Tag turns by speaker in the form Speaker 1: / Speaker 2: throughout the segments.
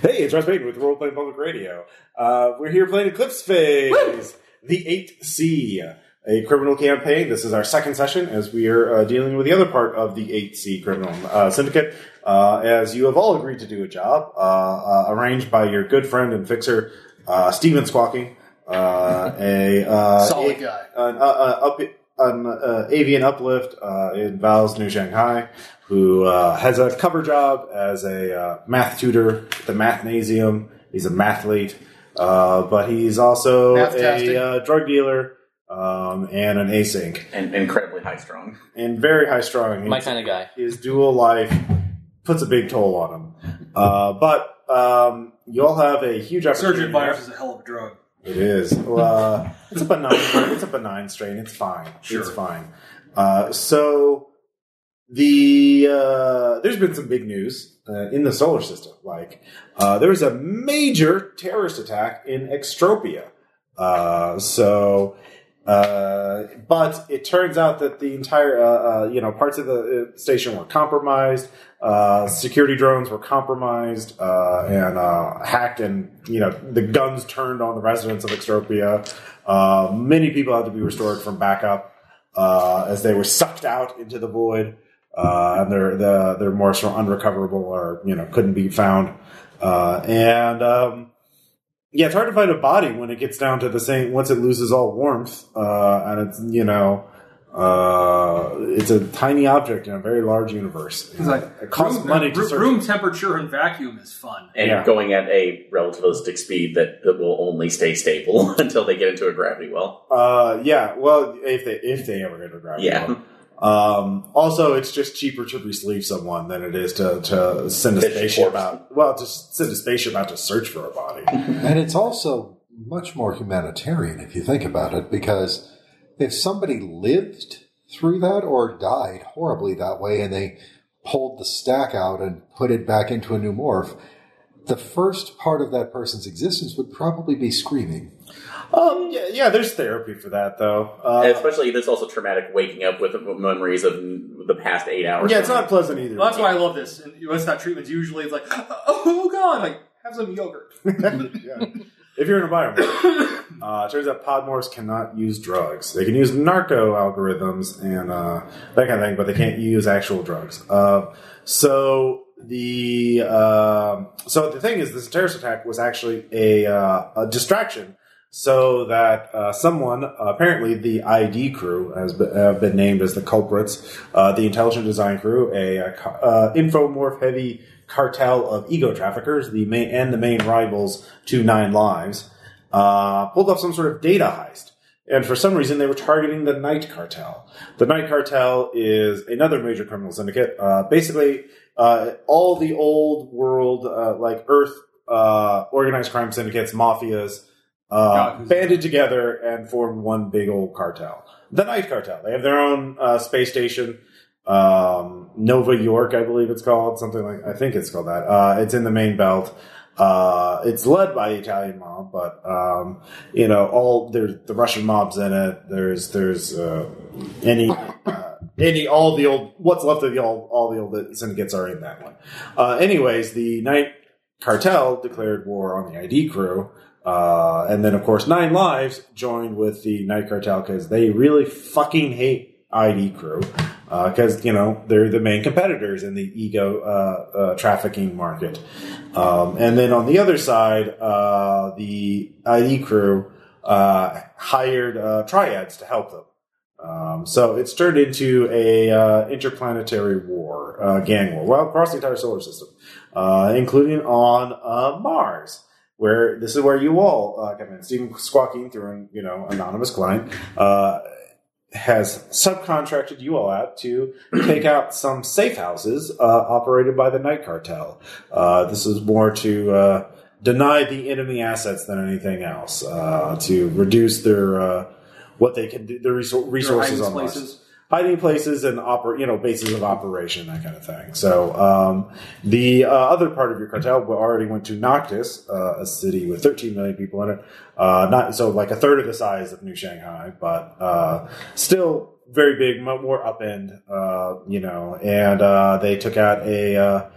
Speaker 1: Hey, it's Russ Payton with Role Playing Public Radio. Uh, we're here playing Eclipse Phase, the Eight C, a criminal campaign. This is our second session as we are uh, dealing with the other part of the Eight C criminal uh, syndicate. Uh, as you have all agreed to do a job uh, uh, arranged by your good friend and fixer, uh, Steven Squawking, uh, a uh,
Speaker 2: Solid
Speaker 1: a-
Speaker 2: guy.
Speaker 1: an uh, uh, up an uh, avian uplift uh, in Val's New Shanghai, who uh, has a cover job as a uh, math tutor at the Mathnasium. He's a mathlete, uh, but he's also
Speaker 2: Mathtastic.
Speaker 1: a uh, drug dealer um, and an async
Speaker 3: and incredibly high strung.
Speaker 1: and very high strung.
Speaker 4: My kind of guy.
Speaker 1: His dual life puts a big toll on him, uh, but. Um, you all have a huge opportunity.
Speaker 5: Surgeon virus is a hell of a drug.
Speaker 1: It is. Well, uh, it's a benign. It's a benign strain. It's fine.
Speaker 5: Sure.
Speaker 1: It's fine. Uh, so the uh, there's been some big news uh, in the solar system. Like uh, there was a major terrorist attack in Extropia. Uh, so. Uh, but it turns out that the entire, uh, uh, you know, parts of the uh, station were compromised. Uh, security drones were compromised uh, and uh, hacked, and you know the guns turned on the residents of Extropia. Uh, many people had to be restored from backup uh, as they were sucked out into the void, uh, and their the, their morphs were unrecoverable or you know couldn't be found. Uh, and um, yeah, it's hard to find a body when it gets down to the same. Once it loses all warmth, uh, and it's you know. Uh, it's a tiny object in a very large universe.
Speaker 5: It's like
Speaker 1: It costs
Speaker 5: room,
Speaker 1: money
Speaker 5: room,
Speaker 1: to search.
Speaker 5: room temperature and vacuum is fun.
Speaker 3: And
Speaker 1: Yeah.
Speaker 3: going at a relativistic speed that, that will only stay stable until they get into a gravity well.
Speaker 1: Uh, yeah. Well, if they if they ever get a gravity
Speaker 3: Yeah.
Speaker 1: well. Um, also, it's just cheaper to resleeve someone than it is to, to send a
Speaker 3: Fish
Speaker 1: spaceship
Speaker 3: corpse.
Speaker 1: out. Well, to s- send a spaceship out to search for a body.
Speaker 6: And it's also much more humanitarian if you think about it, because if somebody lived through that or died horribly that way and they pulled the stack out and put it back into a new morph, the first part of that person's existence would probably be screaming.
Speaker 1: Um, yeah, yeah. There's therapy for that, though.
Speaker 3: And
Speaker 1: Uh,
Speaker 3: especially, there's also traumatic waking up with memories of the past eight hours.
Speaker 1: yeah, it's not pleasant either.
Speaker 5: Well, that's why I love this. And what's that treatment's usually it's like, oh god, like have some yogurt.
Speaker 1: Yeah. If you're in a biomorph, uh, it turns out podmorphs cannot use drugs. They can use narco algorithms and uh, that kind of thing, but they can't use actual drugs. Uh, so the um so the thing is, this terrorist attack was actually a, uh, a distraction. So that uh, someone, uh, apparently the ID crew, has been, have been named as the culprits. Uh, the intelligent design crew, a, uh ca- uh, infomorph heavy cartel of ego traffickers, the main and the main rivals to Nine Lives, uh, pulled off some sort of data heist. And for some reason, they were targeting the Night Cartel. The Night Cartel is another major criminal syndicate. Uh, basically, uh, all the old world, uh, like Earth, uh, organized crime syndicates, mafias, uh,
Speaker 5: Yakuza.
Speaker 1: banded together and formed one big old cartel. The Night Cartel. They have their own uh, space station, um, Nova York, I believe it's called. Something like I think it's called that. Uh, it's in the main belt. Uh, it's led by the Italian mob, but um, you know, all there's the Russian mobs in it. There's there's uh, any uh, any all the old what's left of the old all the old syndicates are in that one. Uh, anyways, the night cartel declared war on the ID crew, uh, and then of course Nine Lives joined with the night cartel because they really fucking hate ID crew because you know they're the main competitors in the ego uh, uh, trafficking market. Um, and then on the other side, uh, the ID crew uh, hired uh, triads to help them. Um, so it's turned into a uh, interplanetary war, uh, gang war, well across the entire solar system, uh, including on uh, Mars, where this is where you all uh, come in. Stephen Squawking, through an you know anonymous client, uh, has subcontracted you all out to take out some safe houses uh, operated by the Night Cartel. Uh, this is more to uh, deny the enemy assets than anything else, uh, to reduce their uh, what they can do, their resou- resources
Speaker 5: hiding
Speaker 1: on Mars.
Speaker 5: places.
Speaker 1: Hiding places and oper- you know bases of operation that kind of thing. So um, the uh, other part of your cartel we already went to Noctis, uh, a city with 13 million people in it. Uh, not so like a third of the size of New Shanghai, but uh, still very big, mo- more upend, uh, you know, and uh, they took out a uh,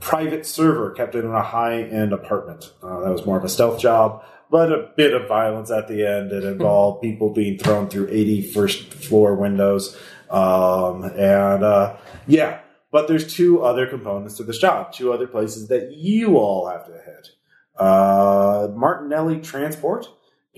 Speaker 1: private server kept in a high end apartment. Uh, that was more of a stealth job, but a bit of violence at the end. It involved people being thrown through 80 first floor windows. Um, and uh, yeah, but there's two other components to this job, two other places that you all have to hit uh, Martinelli Transport.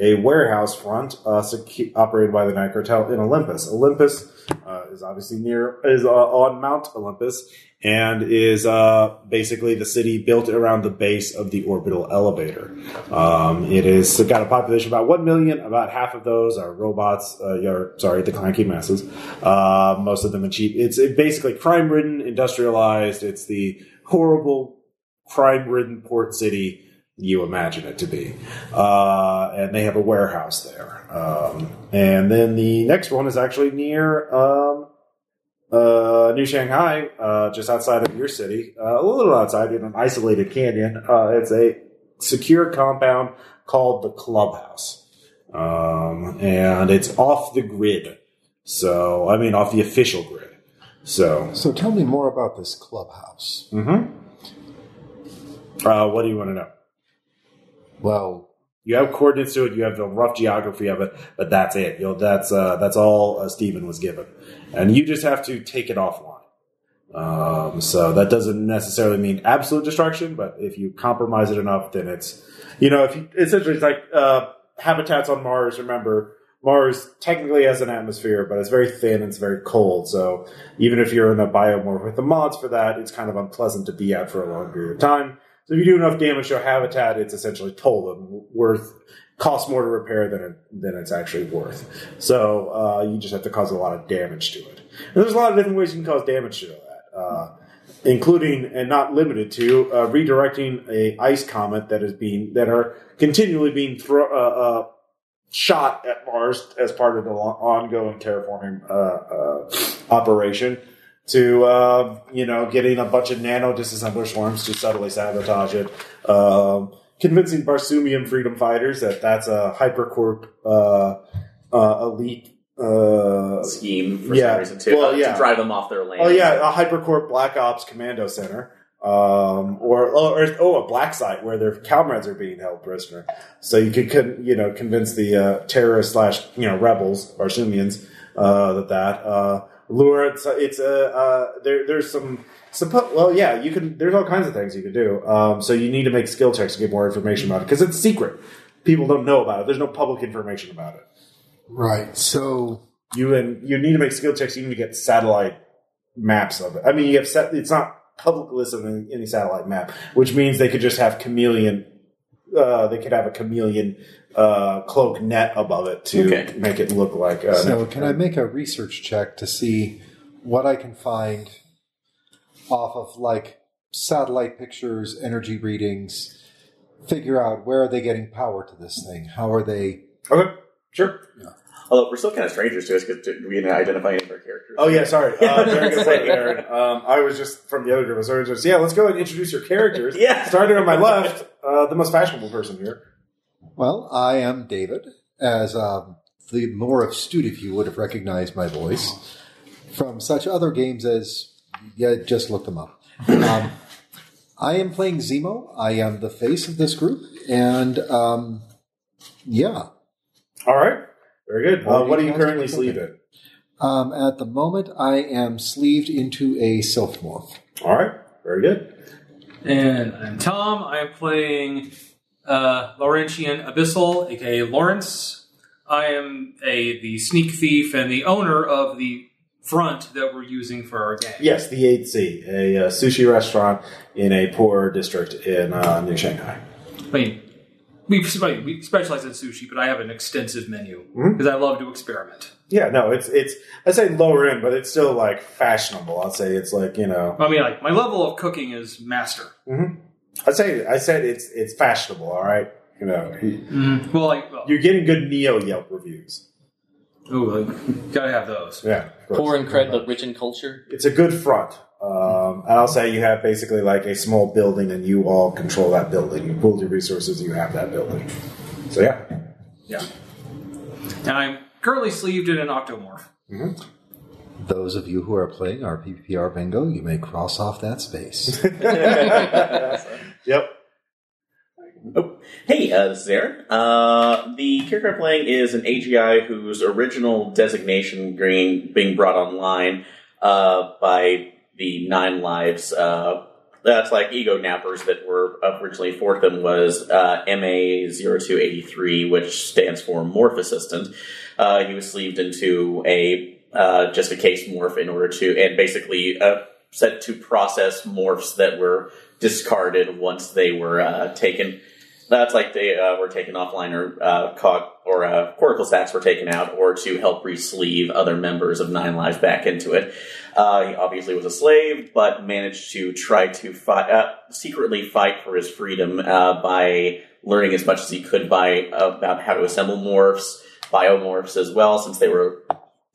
Speaker 1: A warehouse front uh, secu- operated by the Night Cartel in Olympus. Olympus uh, is obviously near is uh, on Mount Olympus, and is uh, basically the city built around the base of the orbital elevator. Um, it is it's got a population of about one million. About half of those are robots. Uh, or, sorry, the clanky masses. Uh, most of them are cheap. It's uh, basically crime-ridden, industrialized. It's the horrible crime-ridden port city you imagine it to be. Uh, and they have a warehouse there. Um, and then the next one is actually near um, uh, New Shanghai, uh, just outside of your city, uh, a little outside in an isolated canyon. Uh, it's a secure compound called the Clubhouse. Um, and it's off the grid. So, I mean, off the official grid. So,
Speaker 6: So tell me more about this clubhouse.
Speaker 1: mhm. uh, what do you want to know?
Speaker 6: Well,
Speaker 1: You have coordinates to it. You have the rough geography of it, but that's it. You know, that's uh, that's all uh, Stephen was given, and you just have to take it offline. Um, so that doesn't necessarily mean absolute destruction, but if you compromise it enough, then it's you know, if you, essentially it's like uh, habitats on Mars. Remember, Mars technically has an atmosphere, but it's very thin and it's very cold. So even if you're in a biome with the mods for that, it's kind of unpleasant to be at for a long period of time. So if you do enough damage to a habitat, it's essentially toll and worth costs more to repair than it, than it's actually worth. So uh, you just have to cause a lot of damage to it. And there's a lot of different ways you can cause damage to that, uh, including and not limited to uh, redirecting a ice comet that is being that are continually being thrown. Uh, uh, Shot at Mars as part of the lo- ongoing terraforming uh, uh, operation, to uh, you know getting a bunch of nano disassembler swarms to subtly sabotage it, Um convincing Barsumian freedom fighters that that's a hypercorp uh, uh, elite. Uh,
Speaker 3: scheme for
Speaker 1: Yeah.
Speaker 3: some reason too,
Speaker 1: Well,
Speaker 3: uh,
Speaker 1: yeah.
Speaker 3: to drive them off their land.
Speaker 1: oh yeah, a hypercorp black ops commando center. Um, or, or oh, a black site where their comrades are being held prisoner. So you could, con- you know convince the uh, terrorist slash you know rebels Barsumians uh, that that uh, lure. It's it's a uh, there. There's some. Suppo- well, yeah, you can. There's all kinds of things you can do. Um, so you need to make skill checks to get more information about it because it's secret. People don't know about it. There's no public information about it.
Speaker 6: right. So
Speaker 1: You and you need to make skill checks. You need to get satellite maps of it. I mean, you have set. It's not public listed in any satellite map, which means they could just have chameleon. Uh, they could have a chameleon uh, cloak net above it to
Speaker 3: Okay.
Speaker 1: make it look like. Uh,
Speaker 6: So, can I make a research check to see what I can find off of like satellite pictures, energy readings, figure out where are they getting power to this thing? How are they?
Speaker 1: Okay, sure.
Speaker 3: Although we're still kind of strangers to us because we didn't identify any of our characters.
Speaker 1: Oh yeah, sorry. Uh, very good point, Aaron. Um, I was just from the other group. So I was just yeah. Let's go and introduce your characters.
Speaker 3: Yeah.
Speaker 1: Starting on my left, uh, the most fashionable person here.
Speaker 6: Well, I am David, as um, the more astute of you would have recognized my voice from such other games as yeah, just look them up. Um, I am playing Zemo. I am the face of this group, and um, yeah.
Speaker 1: All right. Very good. Uh, what are you currently
Speaker 6: Okay.
Speaker 1: sleeved in?
Speaker 6: Um, at the moment, I am sleeved into a sylph morph.
Speaker 1: All right. Very good.
Speaker 5: And I'm Tom. I'm playing uh, Laurentian Abyssal, aka Lawrence. I am a the sneak thief and the owner of the front that we're using for our game.
Speaker 1: Yes, the 8C, a uh, sushi restaurant in a poor district in uh, New Shanghai.
Speaker 5: I mean, we, spe- we specialize in sushi, but I have an extensive menu
Speaker 1: Mhm.
Speaker 5: because I love to experiment.
Speaker 1: Yeah, no, it's it's I say lower end, but it's still like fashionable. I'd say it's like you know,
Speaker 5: I mean, like my level of cooking is master.
Speaker 1: I say I said it's it's fashionable. All right, you know,
Speaker 5: Well, like, well,
Speaker 1: you're getting good Neo Yelp reviews.
Speaker 5: ooh, like, gotta have those.
Speaker 1: Yeah, of course.
Speaker 2: Poor and cred, but rich in culture.
Speaker 1: it's a good front. Um, and I'll say you have basically like a small building, and you all control that building. You pool your resources, you have that building. So yeah,
Speaker 5: Yeah. And I'm currently sleeved in an octomorph.
Speaker 6: Those of you who are playing our PPR bingo, you may cross off that space.
Speaker 1: yep.
Speaker 3: Hey, uh, this is Aaron. Uh, the character I'm playing is an AGI whose original designation being, being brought online uh, by the Nine Lives. Uh, that's like ego nappers that were originally for them was uh, MA0283, which stands for Morph Assistant. Uh, he was sleeved into a uh, just a case morph in order to, and basically uh, set to process morphs that were discarded once they were uh, taken that's like they uh, were taken offline or uh, cog or uh, cortical stacks were taken out or to help re-sleeve other members of nine lives back into it uh, he obviously was a slave but managed to try to fight uh, secretly fight for his freedom uh, by learning as much as he could by uh, about how to assemble morphs biomorphs as well since they were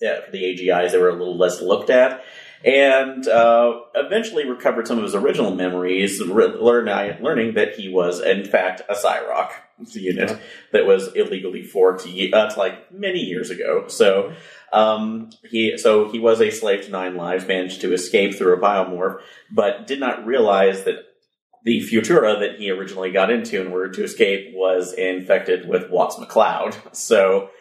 Speaker 3: yeah, for the agis they were a little less looked at and uh, eventually recovered some of his original memories, re- learn, learning that he was, in fact, a Cyrock unit that was illegally forked. ye- That's like many years ago. So um, he so he was a slave to Nine Lives, managed to escape through a biomorph, but did not realize that the Futura that he originally got into in order to escape was infected with Watts McCloud. So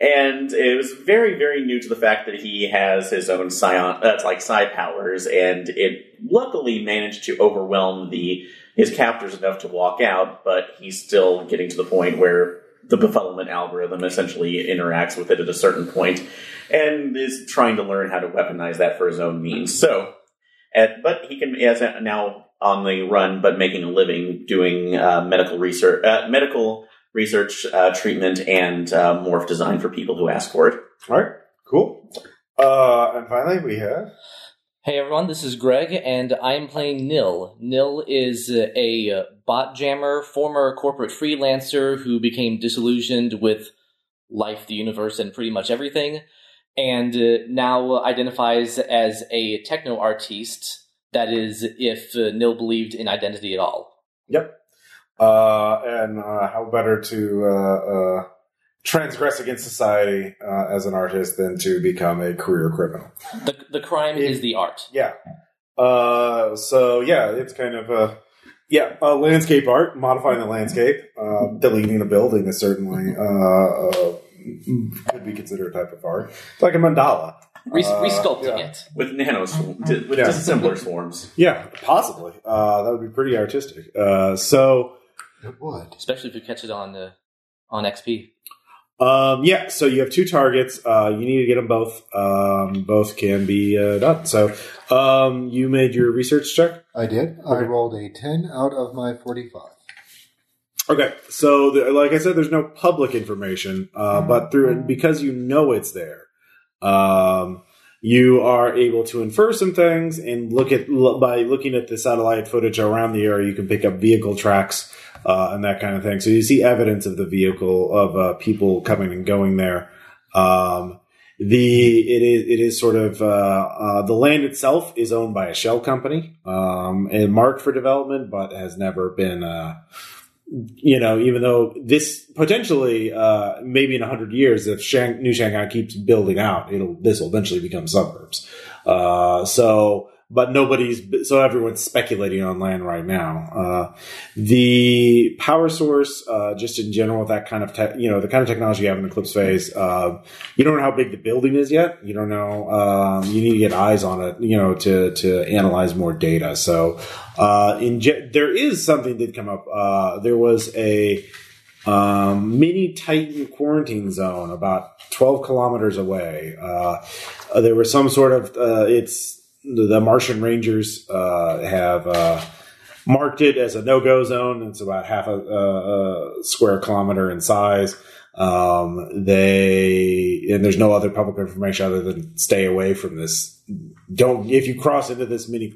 Speaker 3: and it was very very new to the fact that he has his own psion that's like psi powers and it luckily managed to overwhelm the his captors enough to walk out but he's still getting to the point where the befuddlement algorithm essentially interacts with it at a certain point and is trying to learn how to weaponize that for his own means so at, but he can as a- now on the run but making a living doing uh, medical research uh, medical research, uh, treatment, and uh, morph design for people who ask for it.
Speaker 1: All right. Cool. Uh, and finally, we have
Speaker 2: Hey everyone, this is Greg, and I am playing Nil. Nil is uh, a uh, bot jammer, former corporate freelancer who became disillusioned with life, the universe, and pretty much everything, and uh, now identifies as a techno artiste. That is, if uh, Nil believed in identity at all.
Speaker 1: uh, and uh, how better to uh, uh, transgress against society uh, as an artist than to become a career criminal.
Speaker 2: The the crime
Speaker 1: It-
Speaker 2: is the art.
Speaker 1: Yeah. Uh, so yeah, it's kind of a yeah uh, landscape art, modifying the landscape, uh, deleting a building is certainly uh, uh, could be considered a type of art, It's like a mandala.
Speaker 2: Res-
Speaker 1: Uh,
Speaker 2: resculpting
Speaker 1: yeah.
Speaker 2: it.
Speaker 3: With nano sw- di- with
Speaker 1: Yeah.
Speaker 3: dissimilar swarms.
Speaker 1: Yeah, possibly. Uh, that would be pretty artistic. Uh, so
Speaker 6: it would.
Speaker 2: especially if you catch it on uh, on XP.
Speaker 1: um, yeah, so you have two targets. Uh, you need to get them both. Um, both can be uh, done. So um, you made your research check.
Speaker 6: I did. I rolled a 10 out of my 45.
Speaker 1: Okay, so the, like I said, there's no public information, uh, but through it, because you know it's there, um, you are able to infer some things and look at lo- by looking at the satellite footage around the area. You can pick up vehicle tracks uh, and that kind of thing. So you see evidence of the vehicle of uh, people coming and going there. Um, the it is it is sort of uh, uh, the land itself is owned by a shell company um, and marked for development, but has never been. Uh, you know, even though this potentially, uh, maybe in hundred years, if Shang- New Shanghai keeps building out, it'll this will eventually become suburbs. Uh, so, but nobody's so everyone's speculating on land right now. Uh, the power source, uh, just in general, that kind of te- you know the kind of technology you have in Eclipse Phase, uh, you don't know how big the building is yet. You don't know. Um, you need to get eyes on it, you know, to to analyze more data. So, uh, in ge- there is something did come up. Uh, there was a um, mini Titan quarantine zone about 12 kilometers away. Uh, uh, there was some sort of uh, it's the the Martian Rangers uh, have uh, marked it as a no go zone. It's about half a, a, a square kilometer in size. Um, they and there's no other public information other than stay away from this. Don't if you cross into this mini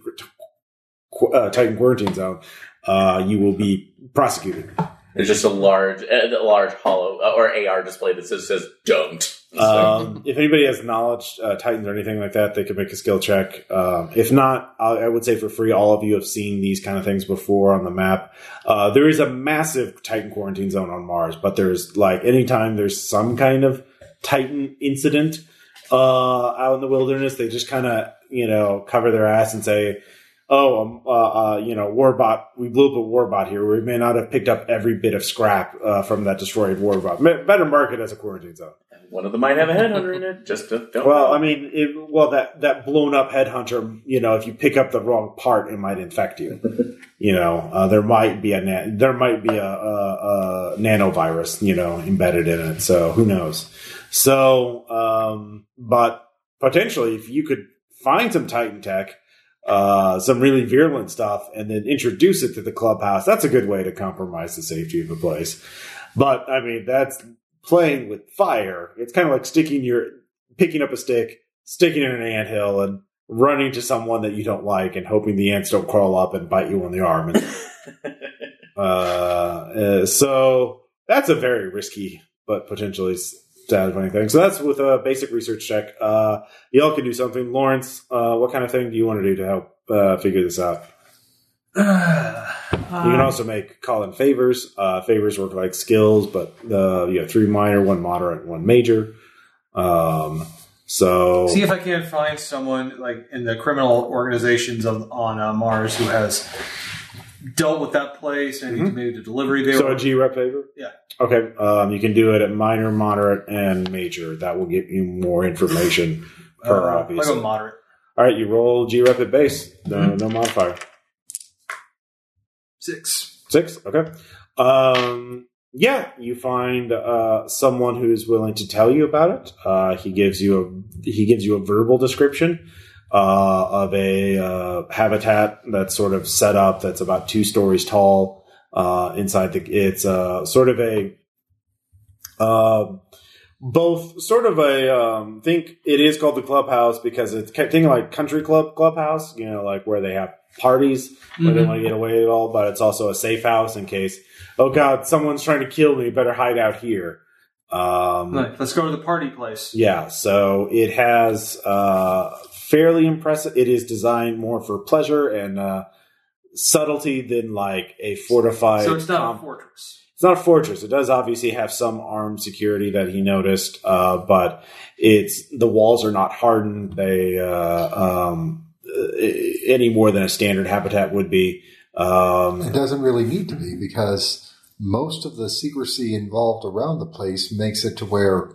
Speaker 1: qu- uh, Titan quarantine zone, uh, you will be prosecuted.
Speaker 3: There's just a large, a large hollow uh, or AR display that says, says "Don't."
Speaker 1: Um, if anybody has knowledge, uh, Titans or anything like that, they could make a skill check. Um, if not, I, I would say for free, all of you have seen these kind of things before on the map. Uh, there is a massive Titan quarantine zone on Mars, but there's like anytime there's some kind of Titan incident, uh, out in the wilderness. They just kind of you know cover their ass and say, "Oh, um, uh, uh, you know, Warbot, we blew up a Warbot here. We may not have picked up every bit of scrap uh, from that destroyed Warbot. Ma- Better mark it as a quarantine zone."
Speaker 3: One of them might have a headhunter in it. Just to, don't
Speaker 1: Well,
Speaker 3: know.
Speaker 1: I mean, it, well, that that blown up headhunter, you know, if you pick up the wrong part, it might infect you. you know, uh, there might be a na- there might be a, a, a nanovirus, you know, embedded in it. So who knows? So, um, but potentially, if you could find some Titan tech, uh, some really virulent stuff, and then introduce it to the clubhouse, that's a good way to compromise the safety of the place. But I mean, that's playing with fire. It's kind of like sticking your picking up a stick, sticking it in an anthill, and running to someone that you don't like and hoping the ants don't crawl up and bite you on the arm. And, uh, uh, so that's a very risky but potentially satisfying thing. So that's with a basic research check. Uh, y'all can do something. Lawrence, uh, what kind of thing do you want to do to help uh, figure this out? You can also make call in favors. Uh, favors work like skills, but uh, you have three minor, one moderate, one major. Um, so
Speaker 5: See if I can't find someone like in the criminal organizations of, on uh, Mars who has dealt with that place and
Speaker 1: Mhm.
Speaker 5: maybe the delivery they
Speaker 1: So
Speaker 5: were.
Speaker 1: a G rep favor?
Speaker 5: Yeah.
Speaker 1: Okay. Um, you can do it at minor, moderate, and major. That will get you more information per
Speaker 5: uh,
Speaker 1: obvious.
Speaker 5: I'll go moderate.
Speaker 1: All right, you roll G rep at base. No, no modifier.
Speaker 5: Six.
Speaker 1: Six. Okay. Um, yeah, you find uh, someone who is willing to tell you about it. Uh, he gives you a he gives you a verbal description uh, of a uh, habitat that's sort of set up that's about two stories tall. Uh, inside the it's uh, sort of a uh, both sort of a um, think it is called the clubhouse because it's kind of thing like country club clubhouse you know like where they have parties where they
Speaker 5: Mhm.
Speaker 1: want to get away at all, but it's also a safe house in case, oh god, someone's trying to kill me, better hide out here. Um,
Speaker 5: Right, Let's go to the party place.
Speaker 1: Yeah, so it has uh, fairly impressive, it is designed more for pleasure and uh, subtlety than like a fortified.
Speaker 5: so it's not
Speaker 1: com-
Speaker 5: a fortress.
Speaker 1: it's not a fortress. It does obviously have some armed security that he noticed, uh, but it's the walls are not hardened. They uh, um, eh, any more than a standard habitat would be. Um,
Speaker 6: It doesn't really need to be because most of the secrecy involved around the place makes it to where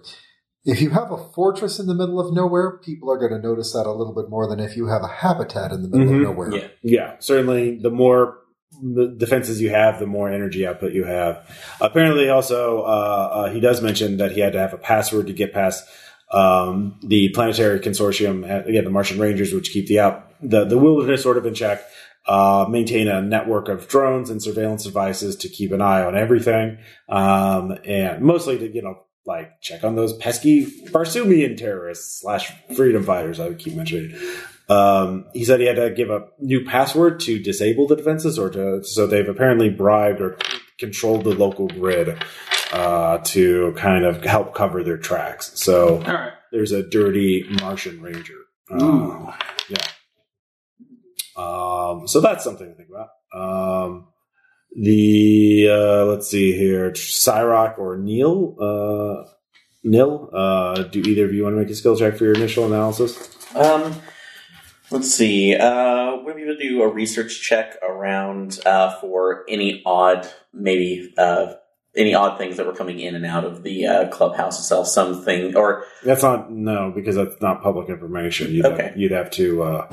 Speaker 6: if you have a fortress in the middle of nowhere, people are going to notice that a little bit more than if you have a habitat in the middle
Speaker 1: Mhm.
Speaker 6: of nowhere.
Speaker 3: Yeah.
Speaker 1: Yeah, certainly the more the defenses you have, the more energy output you have. Apparently, also, uh, uh, he does mention that he had to have a password to get past um, the planetary consortium, uh, again, the Martian Rangers, which keep the out the, the wilderness sort of in check, uh, maintain a network of drones and surveillance devices to keep an eye on everything, um, and mostly to, you know, like check on those pesky Barsumian terrorists slash freedom fighters. I would keep mentioning. Um, he said he had to give a new password to disable the defenses, or to so they've apparently bribed or controlled the local grid uh, to kind of help cover their tracks. So
Speaker 5: All right.
Speaker 1: there's a dirty Martian Ranger.
Speaker 5: Ooh.
Speaker 1: Um, yeah. Um, so that's something to think about. Um, the uh, let's see here, Cyrock or Neil. Uh, Nil, uh, do either of you want to make a skill check for your initial analysis?
Speaker 3: Um, let's see. Uh, we're going to do a research check around uh, for any odd, maybe uh, any odd things that were coming in and out of the uh, clubhouse itself. Something or
Speaker 1: That's not no, because that's not public information. You'd,
Speaker 3: Okay.
Speaker 1: have, you'd have to. Uh,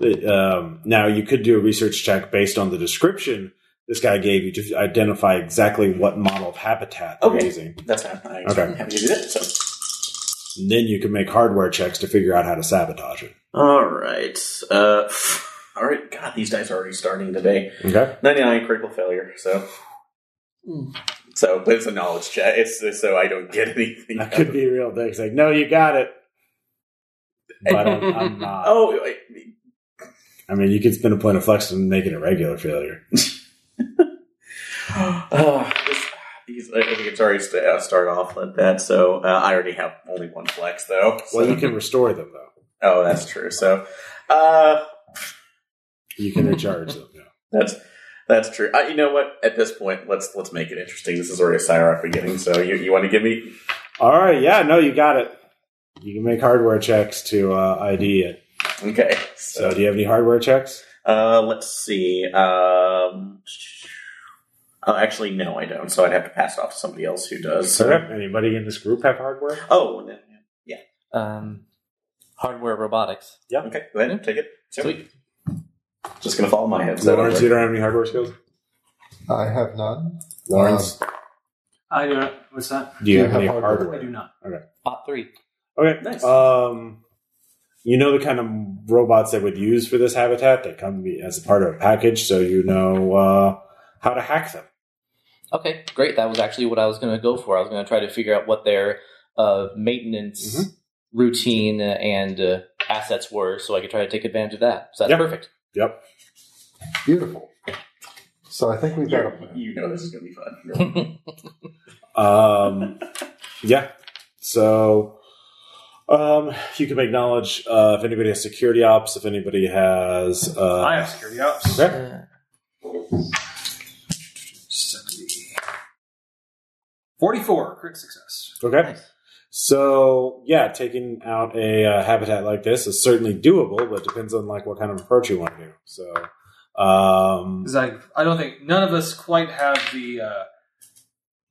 Speaker 1: it, um, now you could do a research check based on the description this guy gave you to identify exactly what model of habitat they're
Speaker 3: Okay.
Speaker 1: using.
Speaker 3: that's not. I
Speaker 1: Okay.
Speaker 3: am happy to do that. So,
Speaker 1: And then you can make hardware checks to figure out how to sabotage it.
Speaker 3: all right. Uh, all right. God, these dice are already starting today.
Speaker 1: Okay.
Speaker 3: Ninety nine critical failure. So. So but it's a knowledge check. It's, it's so I don't get anything.
Speaker 1: That
Speaker 3: out
Speaker 1: could
Speaker 3: of-
Speaker 1: be a real dick. It's like, no, you got it. But I'm, I'm not.
Speaker 3: Oh, I-
Speaker 1: I mean, you could spin a point of flex and make it a regular failure.
Speaker 3: Uh, this, these, I think it's already st- uh, start off like that. So uh, I already have only one flex though. So.
Speaker 1: Well, you can restore them, though.
Speaker 3: Oh, that's true. So uh,
Speaker 1: You can recharge them. Yeah.
Speaker 3: that's that's true. Uh, you know what? At this point, let's let's make it interesting. This is already a Cyrock beginning. So you you want to give me?
Speaker 1: All right. Yeah, no, you got it. You can make hardware checks to uh, ID it.
Speaker 3: Okay.
Speaker 1: So, do you have any hardware checks?
Speaker 3: Uh, let's see. Um, oh, actually, no, I don't. So I'd have to pass it off to somebody else who does.
Speaker 1: Does anybody in this group have hardware?
Speaker 3: Oh, no.
Speaker 2: Um, hardware robotics.
Speaker 3: okay. Go ahead and take it.
Speaker 2: Sweet.
Speaker 3: Just gonna follow my head. so
Speaker 1: Lawrence,
Speaker 3: don't
Speaker 1: you don't have any hardware skills.
Speaker 6: I have none.
Speaker 1: Lawrence,
Speaker 5: I do not. What's that?
Speaker 1: do you have, any hardware?
Speaker 5: I do not.
Speaker 2: Bot three.
Speaker 1: Okay.
Speaker 3: Nice.
Speaker 1: Um, you know the kind of robots they would use for this habitat. They come as a part of a package, so you know uh, how to hack them.
Speaker 2: Okay, great. That was actually what I was going to go for. I was going to try to figure out what their uh, maintenance routine and uh, assets were, so I could try to take advantage of that. So that's
Speaker 1: Yep.
Speaker 2: perfect.
Speaker 1: Yep.
Speaker 6: Beautiful. So I think we've got a
Speaker 3: worry.
Speaker 6: plan.
Speaker 3: You you know this is gonna be fun.
Speaker 1: Um, yeah. So um, you can make knowledge uh, if anybody has security ops. If anybody has, uh,
Speaker 5: I have security ops.
Speaker 1: Okay.
Speaker 5: Seventy. Forty-four crit success.
Speaker 1: Okay. So yeah, taking out a uh, habitat like this is certainly doable, but depends on like what kind of approach you want to do. So, um,
Speaker 5: 'Cause I, I don't think none of us quite have the uh,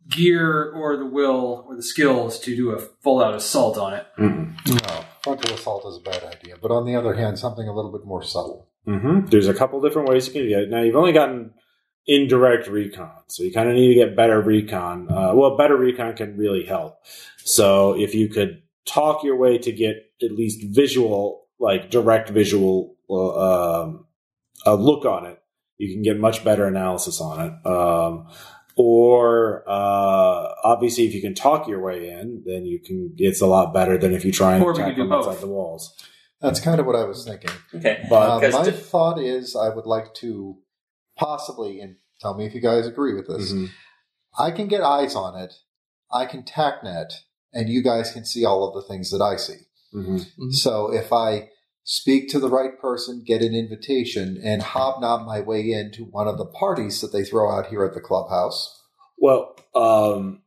Speaker 5: gear or the will or the skills to do a full-out assault on it.
Speaker 1: mm-mm.
Speaker 6: No, frontal assault is a bad idea. But on the other hand, something a little bit more subtle.
Speaker 1: Mhm. there's a couple different ways you can get it. Now you've only gotten indirect recon, so you kind of need to get better recon. Uh, well, better recon can really help. So if you could talk your way to get at least visual, like direct visual, uh, um, a look on it, you can get much better analysis on it. Um, or uh, obviously, if you can talk your way in, then you can. It's a lot better than if you try and
Speaker 5: Or we
Speaker 1: attack
Speaker 5: could do
Speaker 1: them
Speaker 5: both.
Speaker 1: outside the walls.
Speaker 6: That's kind of what I was thinking.
Speaker 3: okay.
Speaker 1: But
Speaker 6: Uh,
Speaker 3: Because
Speaker 6: my
Speaker 3: to-
Speaker 6: thought is I would like to possibly, and tell me if you guys agree with this,
Speaker 1: Mhm.
Speaker 6: I can get eyes on it, I can TACnet, and you guys can see all of the things that I see.
Speaker 1: Mhm.
Speaker 6: So if I speak to the right person, get an invitation, and hobnob my way into one of the parties that they throw out here at the clubhouse,
Speaker 1: well, um,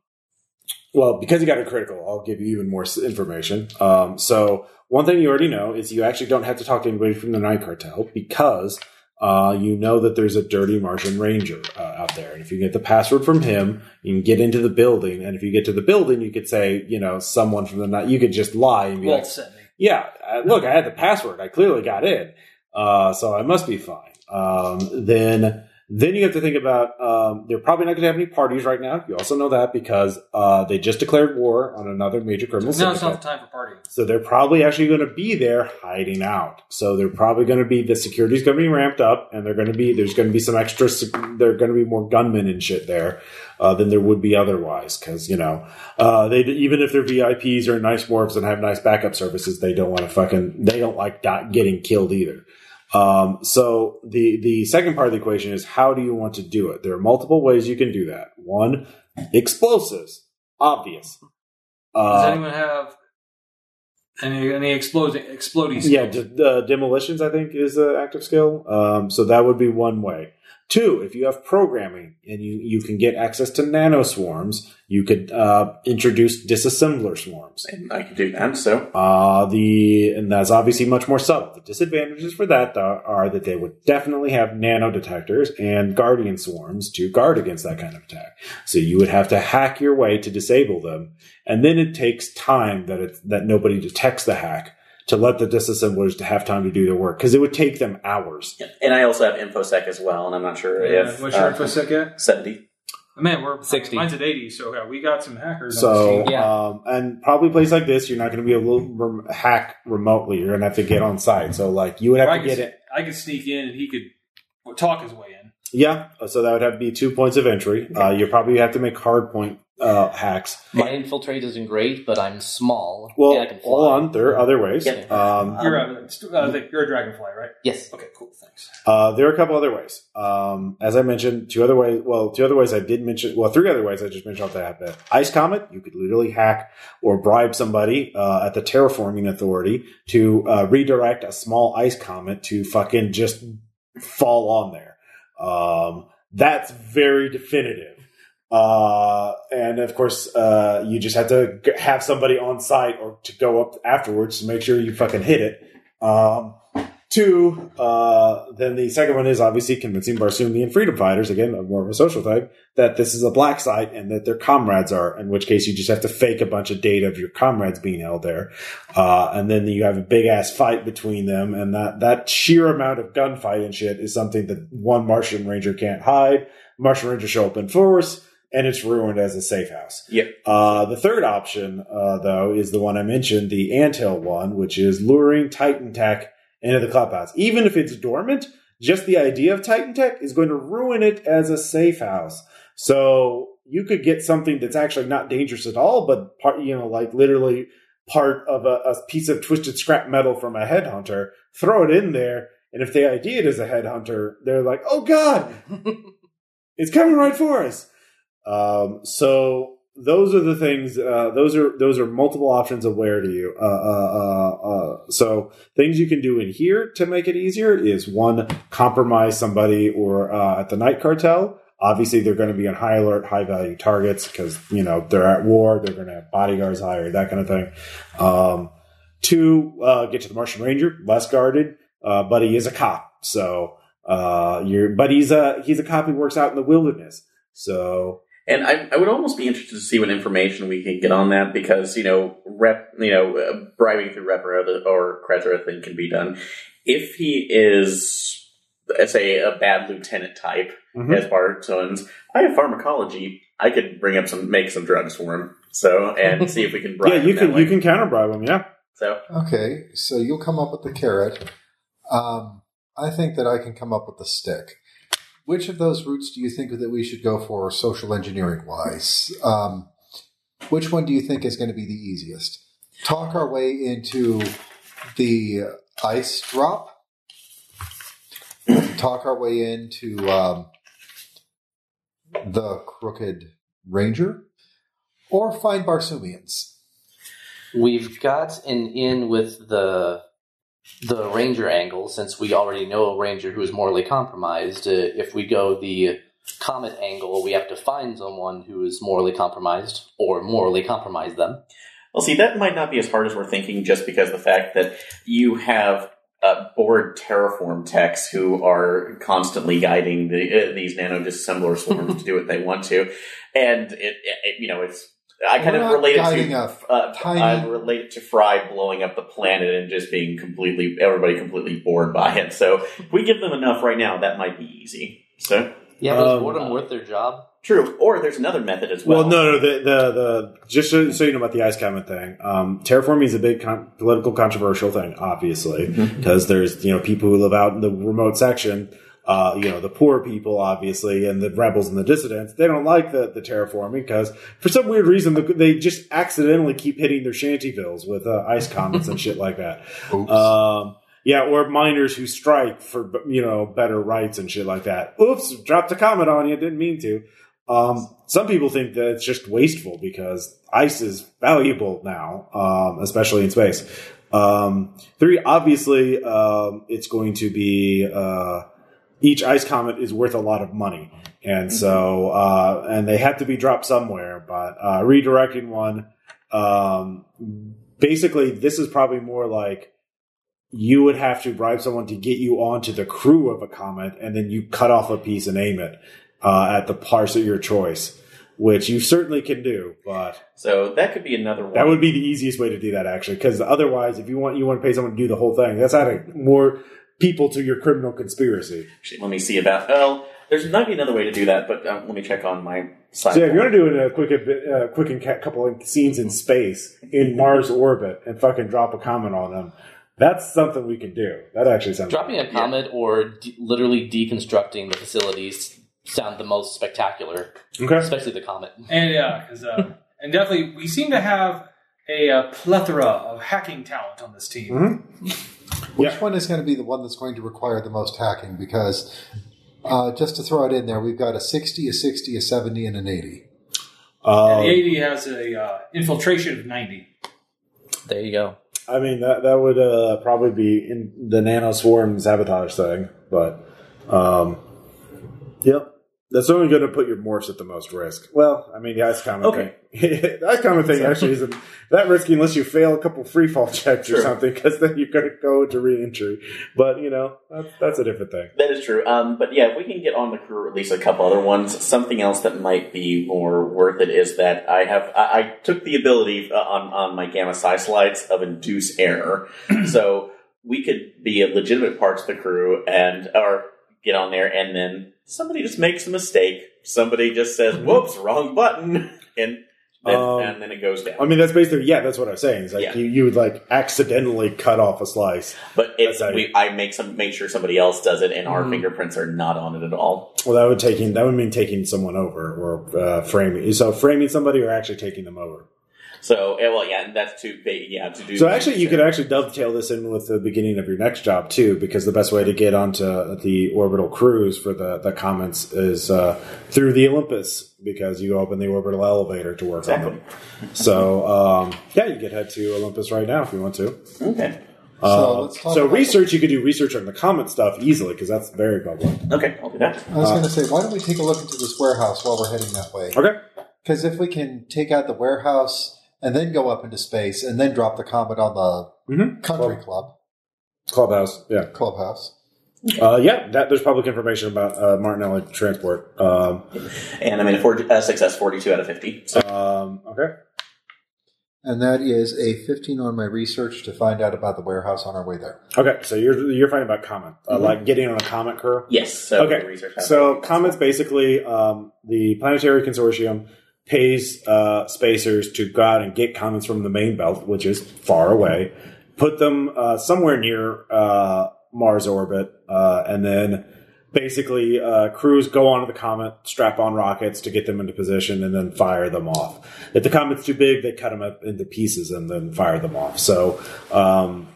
Speaker 1: well, because you got a critical, I'll give you even more s- information. Um, so one thing you already know is you actually don't have to talk to anybody from the Night Cartel because uh, you know that there's a dirty Martian Ranger uh, out there, and if you get the password from him, you can get into the building. And if you get to the building, you could say, you know, someone from the Night. You could just lie and be
Speaker 5: Walt
Speaker 1: like,
Speaker 5: sent me.
Speaker 1: yeah, uh, look, I had the password. I clearly got in, uh, so I must be fine. Um, then, then you have to think about um, they're probably not going to have any parties right now. You also know that because uh, they just declared war on another major criminal
Speaker 5: Now it's
Speaker 1: syndicate.
Speaker 5: not the time for partying.
Speaker 1: So they're probably actually going to be there hiding out. So they're probably going to be the security's going to be ramped up, and they're going to be there's going to be some extra. sec- There are going to be more gunmen and shit there uh, than there would be otherwise. Because you know, uh, they even if they're VIPs or nice morphs and have nice backup services, they don't want to fucking they don't like not getting killed either. Um, so the the second part of the equation is how do you want to do it? There are multiple ways you can do that. One, explosives, obvious.
Speaker 5: Does
Speaker 1: Uh,
Speaker 5: anyone have any any exploding exploding?
Speaker 1: yeah, d- uh, demolitions I think is an active skill. Um, so that would be one way. Two, if you have programming and you, you can get access to nano swarms, you could uh, introduce disassembler swarms.
Speaker 3: and I can do that. So
Speaker 1: Uh, the and that's obviously much more subtle. The disadvantages for that though, are that they would definitely have nano detectors and guardian swarms to guard against that kind of attack. So you would have to hack your way to disable them, and then it takes time that it, that nobody detects the hack to let the disassemblers to have time to do their work because it would take them hours.
Speaker 3: and I also have infosec as well, and I'm not sure
Speaker 5: Yeah,
Speaker 3: if
Speaker 5: what's your
Speaker 3: uh,
Speaker 5: infosec at?
Speaker 3: seventy.
Speaker 5: Man, we're
Speaker 2: 60.
Speaker 5: Mine's at eighty, so yeah, we got some hackers.
Speaker 1: So,
Speaker 5: on the team.
Speaker 2: Yeah.
Speaker 1: um, and probably a place like this, you're not going to be able to rem- hack remotely. You're going to have to get on site. So, like, you would have
Speaker 5: I
Speaker 1: to
Speaker 5: could,
Speaker 1: get it.
Speaker 5: I could sneak in, and he could talk his way in.
Speaker 1: Yeah, uh, so that would have to be two points of entry. Uh, you probably have to make hard point uh, hacks.
Speaker 2: My infiltrate isn't great, but I'm small.
Speaker 1: Well,
Speaker 2: and I can fly.
Speaker 1: hold on, there are other ways.
Speaker 2: Yeah.
Speaker 1: Um,
Speaker 5: You're a uh, the- you're a dragonfly, right?
Speaker 2: Yes.
Speaker 5: Okay, cool. Thanks.
Speaker 1: uh, there are a couple other ways. Um, as I mentioned, two other ways. Well, two other ways I did mention. Well, three other ways I just mentioned off the bat. Ice Comet, you could literally hack or bribe somebody uh, at the terraforming authority to uh, redirect a small ice comet to fucking just fall on there. Um, that's very definitive. Uh, and of course, uh, you just have to g- have somebody on site or to go up afterwards to make sure you fucking hit it. Um, two, uh, then the second one is obviously convincing Barsoomian freedom fighters, again, more of a social type, that this is a black site and that their comrades are, in which case you just have to fake a bunch of data of your comrades being held there. Uh, and then you have a big ass fight between them, and that, that sheer amount of gunfight and shit is something that one Martian Ranger can't hide. Martian Ranger show up in force and it's ruined as a safe house.
Speaker 3: Yep.
Speaker 1: Uh, the third option, uh, though, is the one I mentioned, the anthill one, which is luring Titan Tech into the clubhouse. Even if it's dormant, just the idea of Titan Tech is going to ruin it as a safe house. So you could get something that's actually not dangerous at all, but part, you know, like literally part of a, a piece of twisted scrap metal from a headhunter, throw it in there. And if they idea it as a headhunter, they're like, oh God, it's coming right for us. Um, so those are the things. Uh, those are those are multiple options of where to you. Uh, uh, uh, uh, so things you can do in here to make it easier is one compromise somebody or uh, at the night cartel. Obviously, they're going to be on high alert, high value targets because you know they're at war. They're going to have bodyguards hired, that kind of thing. Um, two, uh, get to the Martian Ranger, less guarded, uh, but he is a cop, so uh, you're. But he's a he's a cop who works out in the wilderness, so
Speaker 3: And I, I would almost be interested to see what information we can get on that because you know rep you know uh, bribing through rep or, other, or credit thing can be done if he is let's say a bad lieutenant type
Speaker 1: Mhm.
Speaker 3: as Barton's. I have pharmacology. I could bring up some make some drugs for him. So and see if we can bribe.
Speaker 1: yeah, you
Speaker 3: him that
Speaker 1: can
Speaker 3: way.
Speaker 1: you can counter bribe them. Yeah,
Speaker 3: So
Speaker 6: Okay, so you'll come up with the carrot. Um, I think that I can come up with the stick. Which of those routes do you think that we should go for social engineering wise? Um, which one do you think is going to be the easiest? Talk our way into the ice drop. Talk our way into um, the crooked ranger, or find Barsoomians.
Speaker 2: We've got an in with the the ranger angle since we already know a ranger who is morally compromised. Uh, if we go the comet angle, we have to find someone who is morally compromised or morally compromise them.
Speaker 3: well, see that might not be as hard as we're thinking, just because the fact that you have. Uh, bored terraform techs who are constantly guiding the, uh, these nano disassembler swarms to do what they want to, and it, it you know it's I kind
Speaker 6: We're
Speaker 3: of
Speaker 6: not
Speaker 3: relate it
Speaker 6: guiding
Speaker 3: to
Speaker 6: a
Speaker 3: uh,
Speaker 6: Tiny-
Speaker 3: I relate it to Fry blowing up the planet and just being completely everybody completely bored by it. So if we give them enough right now, that might be easy. So
Speaker 2: Yeah, but is
Speaker 1: Um,
Speaker 2: boredom worth their job?
Speaker 3: true. Or there's another method as well.
Speaker 1: Well, no, no. The, the the just so, so you know about the ice comet thing, um, terraforming is a big con- political controversial thing, obviously,
Speaker 3: Mm-hmm.
Speaker 1: because there's you know people who live out in the remote section, uh, you know the poor people, obviously, and the rebels and the dissidents. They don't like the the terraforming because for some weird reason the, they just accidentally keep hitting their shantyvilles with uh, ice comets and shit like that.
Speaker 6: Oops.
Speaker 1: Um, yeah, or miners who strike for you know better rights and shit like that. Oops, dropped a comment on you. Didn't mean to. Um, some people think that it's just wasteful because ice is valuable now, um, especially in space. Um, three, obviously, um, it's going to be uh, each ice comet is worth a lot of money, and so uh, and they have to be dropped somewhere. But uh, redirecting one, um, basically, this is probably more like you would have to bribe someone to get you onto the crew of a comet, and then you cut off a piece and aim it uh, at the parts of your choice, which you certainly can do. But
Speaker 3: So that could be another one.
Speaker 1: that would be the easiest way to do that, actually, because otherwise, if you want you want to pay someone to do the whole thing, that's adding more people to your criminal conspiracy.
Speaker 3: Actually, let me see about. Well, there's might be another way to do that, but um, let me check on my side.
Speaker 1: So yeah, if you want to do it in a quick, uh, quick and ca- couple of scenes in space in Mars orbit and fucking drop a comment on them, that's something we can do. That actually sounds
Speaker 2: Dropping a comet or de- literally deconstructing the facilities sound the most spectacular,
Speaker 1: okay.
Speaker 2: especially the comet.
Speaker 5: And yeah, 'cause, uh, and definitely we seem to have a, uh plethora of hacking talent on this team.
Speaker 1: Mhm.
Speaker 6: Which
Speaker 1: Yeah.
Speaker 6: one is going to be the one that's going to require the most hacking? Because uh, just to throw it in there, we've got a 60, a 60, a 70, and an 80.
Speaker 5: And the
Speaker 1: Um,
Speaker 5: 80 has a uh, infiltration of 90.
Speaker 2: There you go.
Speaker 1: I mean that that would uh, probably be in the nano swarm sabotage thing, but um, yep. That's only going to put your morphs at the most risk. Well, I mean, the ice common
Speaker 3: Okay.
Speaker 1: thing. the ice common thing actually isn't that risky unless you fail a couple free fall checks or
Speaker 3: Sure.
Speaker 1: something, because then you're going to go into re-entry. But you know, that's, that's a different thing.
Speaker 3: That is true. Um, but yeah, if we can get on the crew, or at least a couple other ones. Something else that might be more worth it is that I have I, I took the ability uh, on on my gamma psi slides of induce error, so we could be a legitimate parts of the crew and or get on there, and then somebody just makes a mistake. Somebody just says, "Whoops, wrong button," and then,
Speaker 1: Um,
Speaker 3: and then it goes down.
Speaker 1: I mean, that's basically yeah. That's what I'm saying. It's like
Speaker 3: Yeah.
Speaker 1: you, you would like accidentally cut off a slice.
Speaker 3: but if
Speaker 1: that's how
Speaker 3: we, I make some make sure somebody else does it, and our
Speaker 5: Mm.
Speaker 3: fingerprints are not on it at all.
Speaker 1: Well, that would taking that would mean taking someone over or uh, framing. So framing somebody or actually taking them over.
Speaker 3: So yeah, well, yeah, and that's too big. Yeah, to do.
Speaker 1: So actually, you could actually dovetail this in with the beginning of your next job too, because the best way to get onto the orbital cruise for the, the comments is uh, through the Olympus, because you open the orbital elevator to work on
Speaker 3: Exactly.
Speaker 1: them. So um, yeah, you could head to Olympus right now if you want to.
Speaker 3: Okay.
Speaker 1: Uh,
Speaker 6: let's talk
Speaker 1: so
Speaker 6: about the-
Speaker 1: research, you could do research on the comment stuff easily, because that's very public.
Speaker 3: Okay, I'll do that.
Speaker 6: I was going to say, why don't we take a look into this warehouse while we're heading that way?
Speaker 1: Okay.
Speaker 6: Because if we can take out the warehouse and then go up into space and then drop the comet on the
Speaker 1: Mhm.
Speaker 6: country club
Speaker 1: Clubhouse, yeah,
Speaker 6: clubhouse,
Speaker 1: uh, yeah. That, there's public information about uh, Martinelli transport. Um,
Speaker 3: And I mean, a, four, a success, forty-two out of fifty. So
Speaker 1: um, okay.
Speaker 6: and that is a 15 on my research to find out about the warehouse on our way there.
Speaker 1: Okay, so you're you're finding about comment, uh, like getting on a comment curve.
Speaker 3: yes. So
Speaker 1: Okay,
Speaker 3: the research
Speaker 1: So comets basically, um, the planetary consortium pays uh, spacers to go out and get comets from the main belt, which is far away, put them uh, somewhere near uh, Mars orbit, uh, and then basically uh, crews go onto the comet, strap on rockets to get them into position, and then fire them off. If the comet's too big, they cut them up into pieces and then fire them off. So. Um,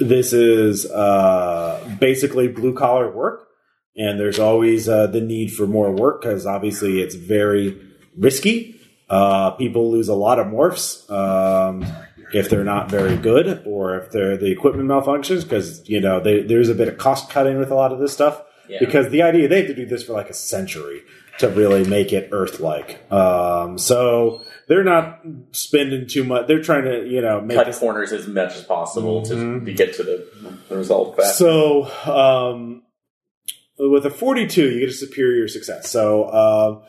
Speaker 1: this is uh, basically blue collar work and there's always uh, the need for more work because obviously it's very risky. Uh, people lose a lot of morphs um, if they're not very good or if they're, the equipment malfunctions because you know they, there's a bit of cost cutting with a lot of this stuff
Speaker 3: Yeah.
Speaker 1: because the idea they have to do this for like a century to really make it Earth like. Um, so they're not spending too much. They're trying to you know make
Speaker 3: cut
Speaker 1: this
Speaker 3: corners as much as possible
Speaker 1: Mhm.
Speaker 3: to, to get to the, the result fast.
Speaker 1: So, um, with a 42, you get a superior success. So, um,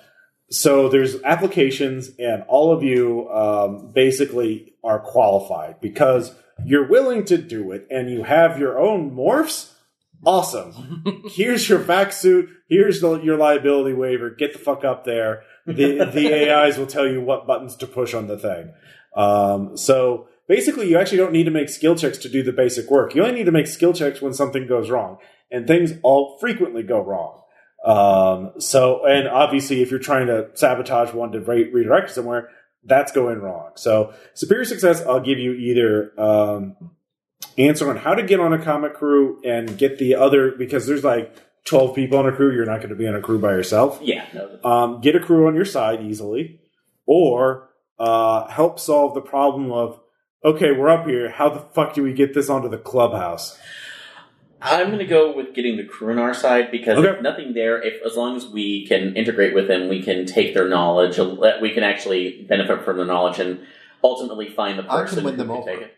Speaker 1: so there's applications, and all of you um, basically are qualified because you're willing to do it, and you have your own morphs. Awesome. Here's your vac suit. Here's the, your liability waiver. Get the fuck up there. The, the AIs will tell you what buttons to push on the thing. Um, so basically, you actually don't need to make skill checks to do the basic work. You only need to make skill checks when something goes wrong, and things all frequently go wrong. Um, so, and obviously, if you're trying to sabotage one to re- redirect somewhere, that's going wrong. So, superior success, I'll give you either um, answer on how to get on a comic crew and get the other because there's like 12 people on a crew. You're not going to be on a crew by yourself
Speaker 3: yeah. No,
Speaker 1: um, get a crew on your side easily, or uh, help solve the problem of okay, we're up here. How the fuck do we get this onto the clubhouse?
Speaker 3: I'm going to go with getting the crew on our side because
Speaker 1: Okay.
Speaker 3: if nothing there. If as long as we can integrate with them, we can take their knowledge. That we can actually benefit from their knowledge and ultimately find the
Speaker 6: I can
Speaker 3: person
Speaker 6: win them
Speaker 3: who
Speaker 6: over.
Speaker 3: Can take it.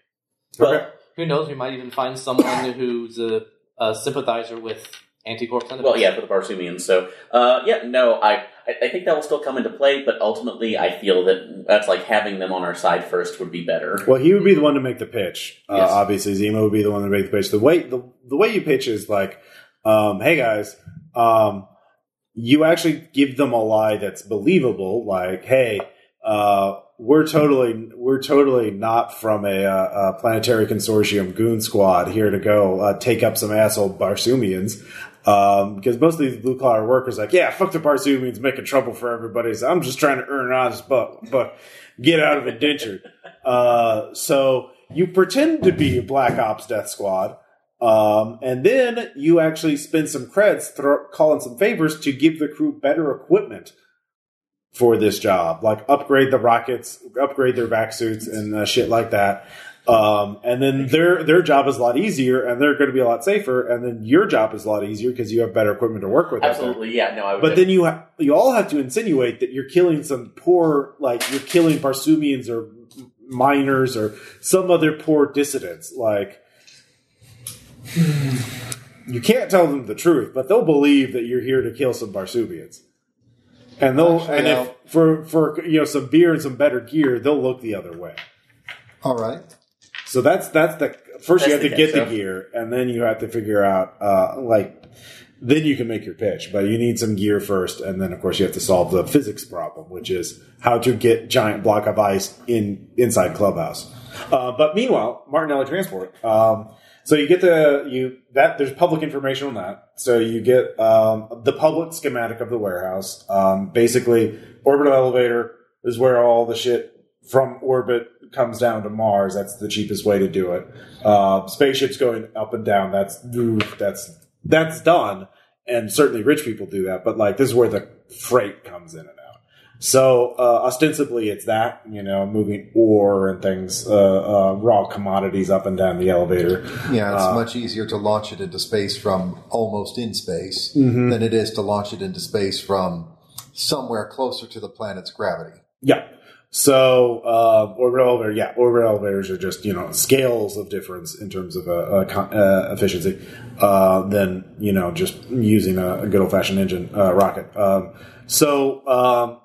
Speaker 3: Well,
Speaker 2: Who knows? We might even find someone who's a, a sympathizer with anti-corp sentiments.
Speaker 3: Well, yeah, for the Barsoomians. So, uh, yeah, no, I, I I think that will still come into play, but ultimately, I feel that that's like having them on our side first would be better.
Speaker 1: Well, he would be the one to make the pitch. Uh,
Speaker 3: Yes.
Speaker 1: Obviously, Zemo would be the one to make the pitch. The way the, the way you pitch is like, um, hey guys, um, you actually give them a lie that's believable. Like, hey, uh, we're totally we're totally not from a, uh a planetary consortium goon squad here to go uh, take up some asshole Barsoomians. Um, because most of these blue collar workers, like, yeah, fuck the Barsoomians making trouble for everybody. So I'm just trying to earn an honest buck, buck get out of indenture. Uh, so you pretend to be Black Ops Death Squad, um, and then you actually spend some creds, throw, call in some favors to give the crew better equipment for this job, like upgrade the rockets, upgrade their vac suits, and uh, shit like that. Um, and then their their job is a lot easier, and they're going to be a lot safer. And then your job is a lot easier because you have better equipment to work with. out there.
Speaker 3: Absolutely, yeah. No, I would.
Speaker 1: But then you ha- you all have to insinuate that you're killing some poor, like you're killing Parsumians or m- miners or some other poor dissidents. Like you can't tell them the truth, but they'll believe that you're here to kill some Barsubians. And they'll
Speaker 6: Actually,
Speaker 1: and if
Speaker 6: I'll-
Speaker 1: for for you know some beer and some better gear, they'll look the other way.
Speaker 6: All right.
Speaker 1: So that's that's the first you have
Speaker 3: That's
Speaker 1: to
Speaker 3: the
Speaker 1: get the
Speaker 3: catch-up.
Speaker 1: gear, and then you have to figure out uh, like then you can make your pitch. But you need some gear first, and then of course you have to solve the physics problem, which is how to get giant block of ice in inside clubhouse. Uh, but meanwhile, Martinelli Transport. Um, so you get the you that there's public information on that. So you get um, the public schematic of the warehouse. Um, basically, orbital elevator is where all the shit from orbit comes down to Mars. That's the cheapest way to do it. Uh, spaceships going up and down. That's that's that's done, and certainly rich people do that. But like this is where the freight comes in and out. So uh, ostensibly, it's that you know moving ore and things, uh, uh, raw commodities up and down the elevator.
Speaker 6: Yeah, it's
Speaker 1: Uh,
Speaker 6: much easier to launch it into space from almost in space
Speaker 1: Mhm.
Speaker 6: than it is to launch it into space from somewhere closer to the planet's gravity.
Speaker 1: Yeah. So uh, orbital elevator, yeah, orbital elevators are just you know scales of difference in terms of uh, uh, con- uh, efficiency uh, than you know just using a, a good old fashioned engine uh, rocket. Um, so, um,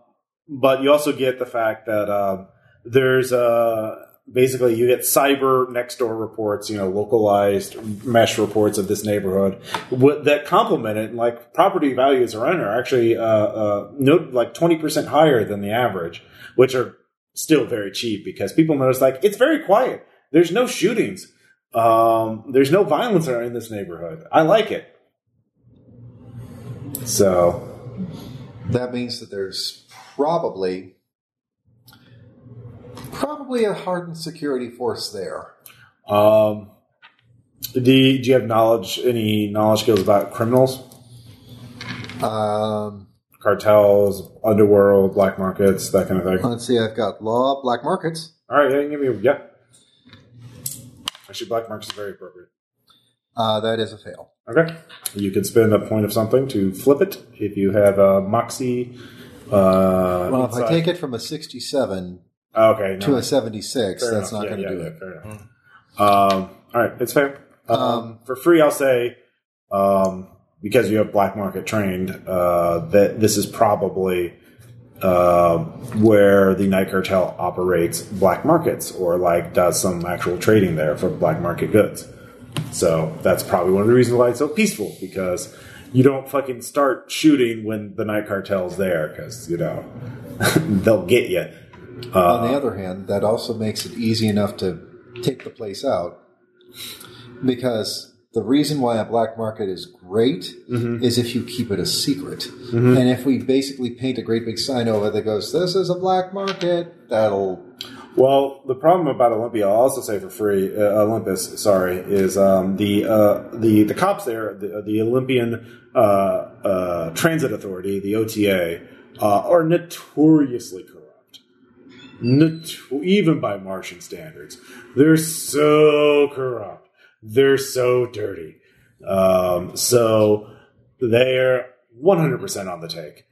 Speaker 1: but you also get the fact that um, there's uh, basically you get cyber next door reports, you know, localized mesh reports of this neighborhood what, that complement it. Like property values around are actually uh, uh, no, like twenty percent higher than the average, which are still very cheap because people notice like it's very quiet. There's no shootings. Um, there's no violence in this neighborhood. I like it. So
Speaker 6: That means that there's probably probably a hardened security force there.
Speaker 1: Um, do, you, do you have knowledge, any knowledge skills about criminals,
Speaker 6: Um,
Speaker 1: cartels, underworld, black markets, that kind of thing?
Speaker 6: let's see, I've got law, black markets.
Speaker 1: All right, yeah, give me, yeah. Actually, black markets is very appropriate.
Speaker 6: Uh, that is a fail.
Speaker 1: Okay. You can spend a point of something to flip it if you have a moxie. Uh,
Speaker 6: Well, if I
Speaker 1: insight.
Speaker 6: take it from a 67
Speaker 1: okay, no,
Speaker 6: to a 76,
Speaker 1: fair
Speaker 6: that's
Speaker 1: enough.
Speaker 6: not
Speaker 1: Yeah,
Speaker 6: going to
Speaker 1: yeah,
Speaker 6: do
Speaker 1: yeah,
Speaker 6: it.
Speaker 1: fair enough. Um, all right, it's fair. Um,
Speaker 6: Um,
Speaker 1: for free, I'll say um, because you have black market trained uh, that this is probably uh, where the night cartel operates black markets or like does some actual trading there for black market goods. So that's probably one of the reasons why it's so peaceful because you don't fucking start shooting when the night cartel's there because you know they'll get you.
Speaker 6: On the other hand, that also makes it easy enough to take the place out because the reason why a black market is great is if you keep it a secret. And if we basically paint a great big sign over that goes, This is a black market, that'll.
Speaker 1: Well, the problem about Olympia, I'll also say for free, uh, Olympus, sorry, is um, the uh, the the cops there, the, the Olympian uh, uh, Transit Authority, the OTA, uh, are notoriously corrupt, Noto- even by Martian standards. They're so corrupt. They're so dirty. Um, so they're 100% on the take.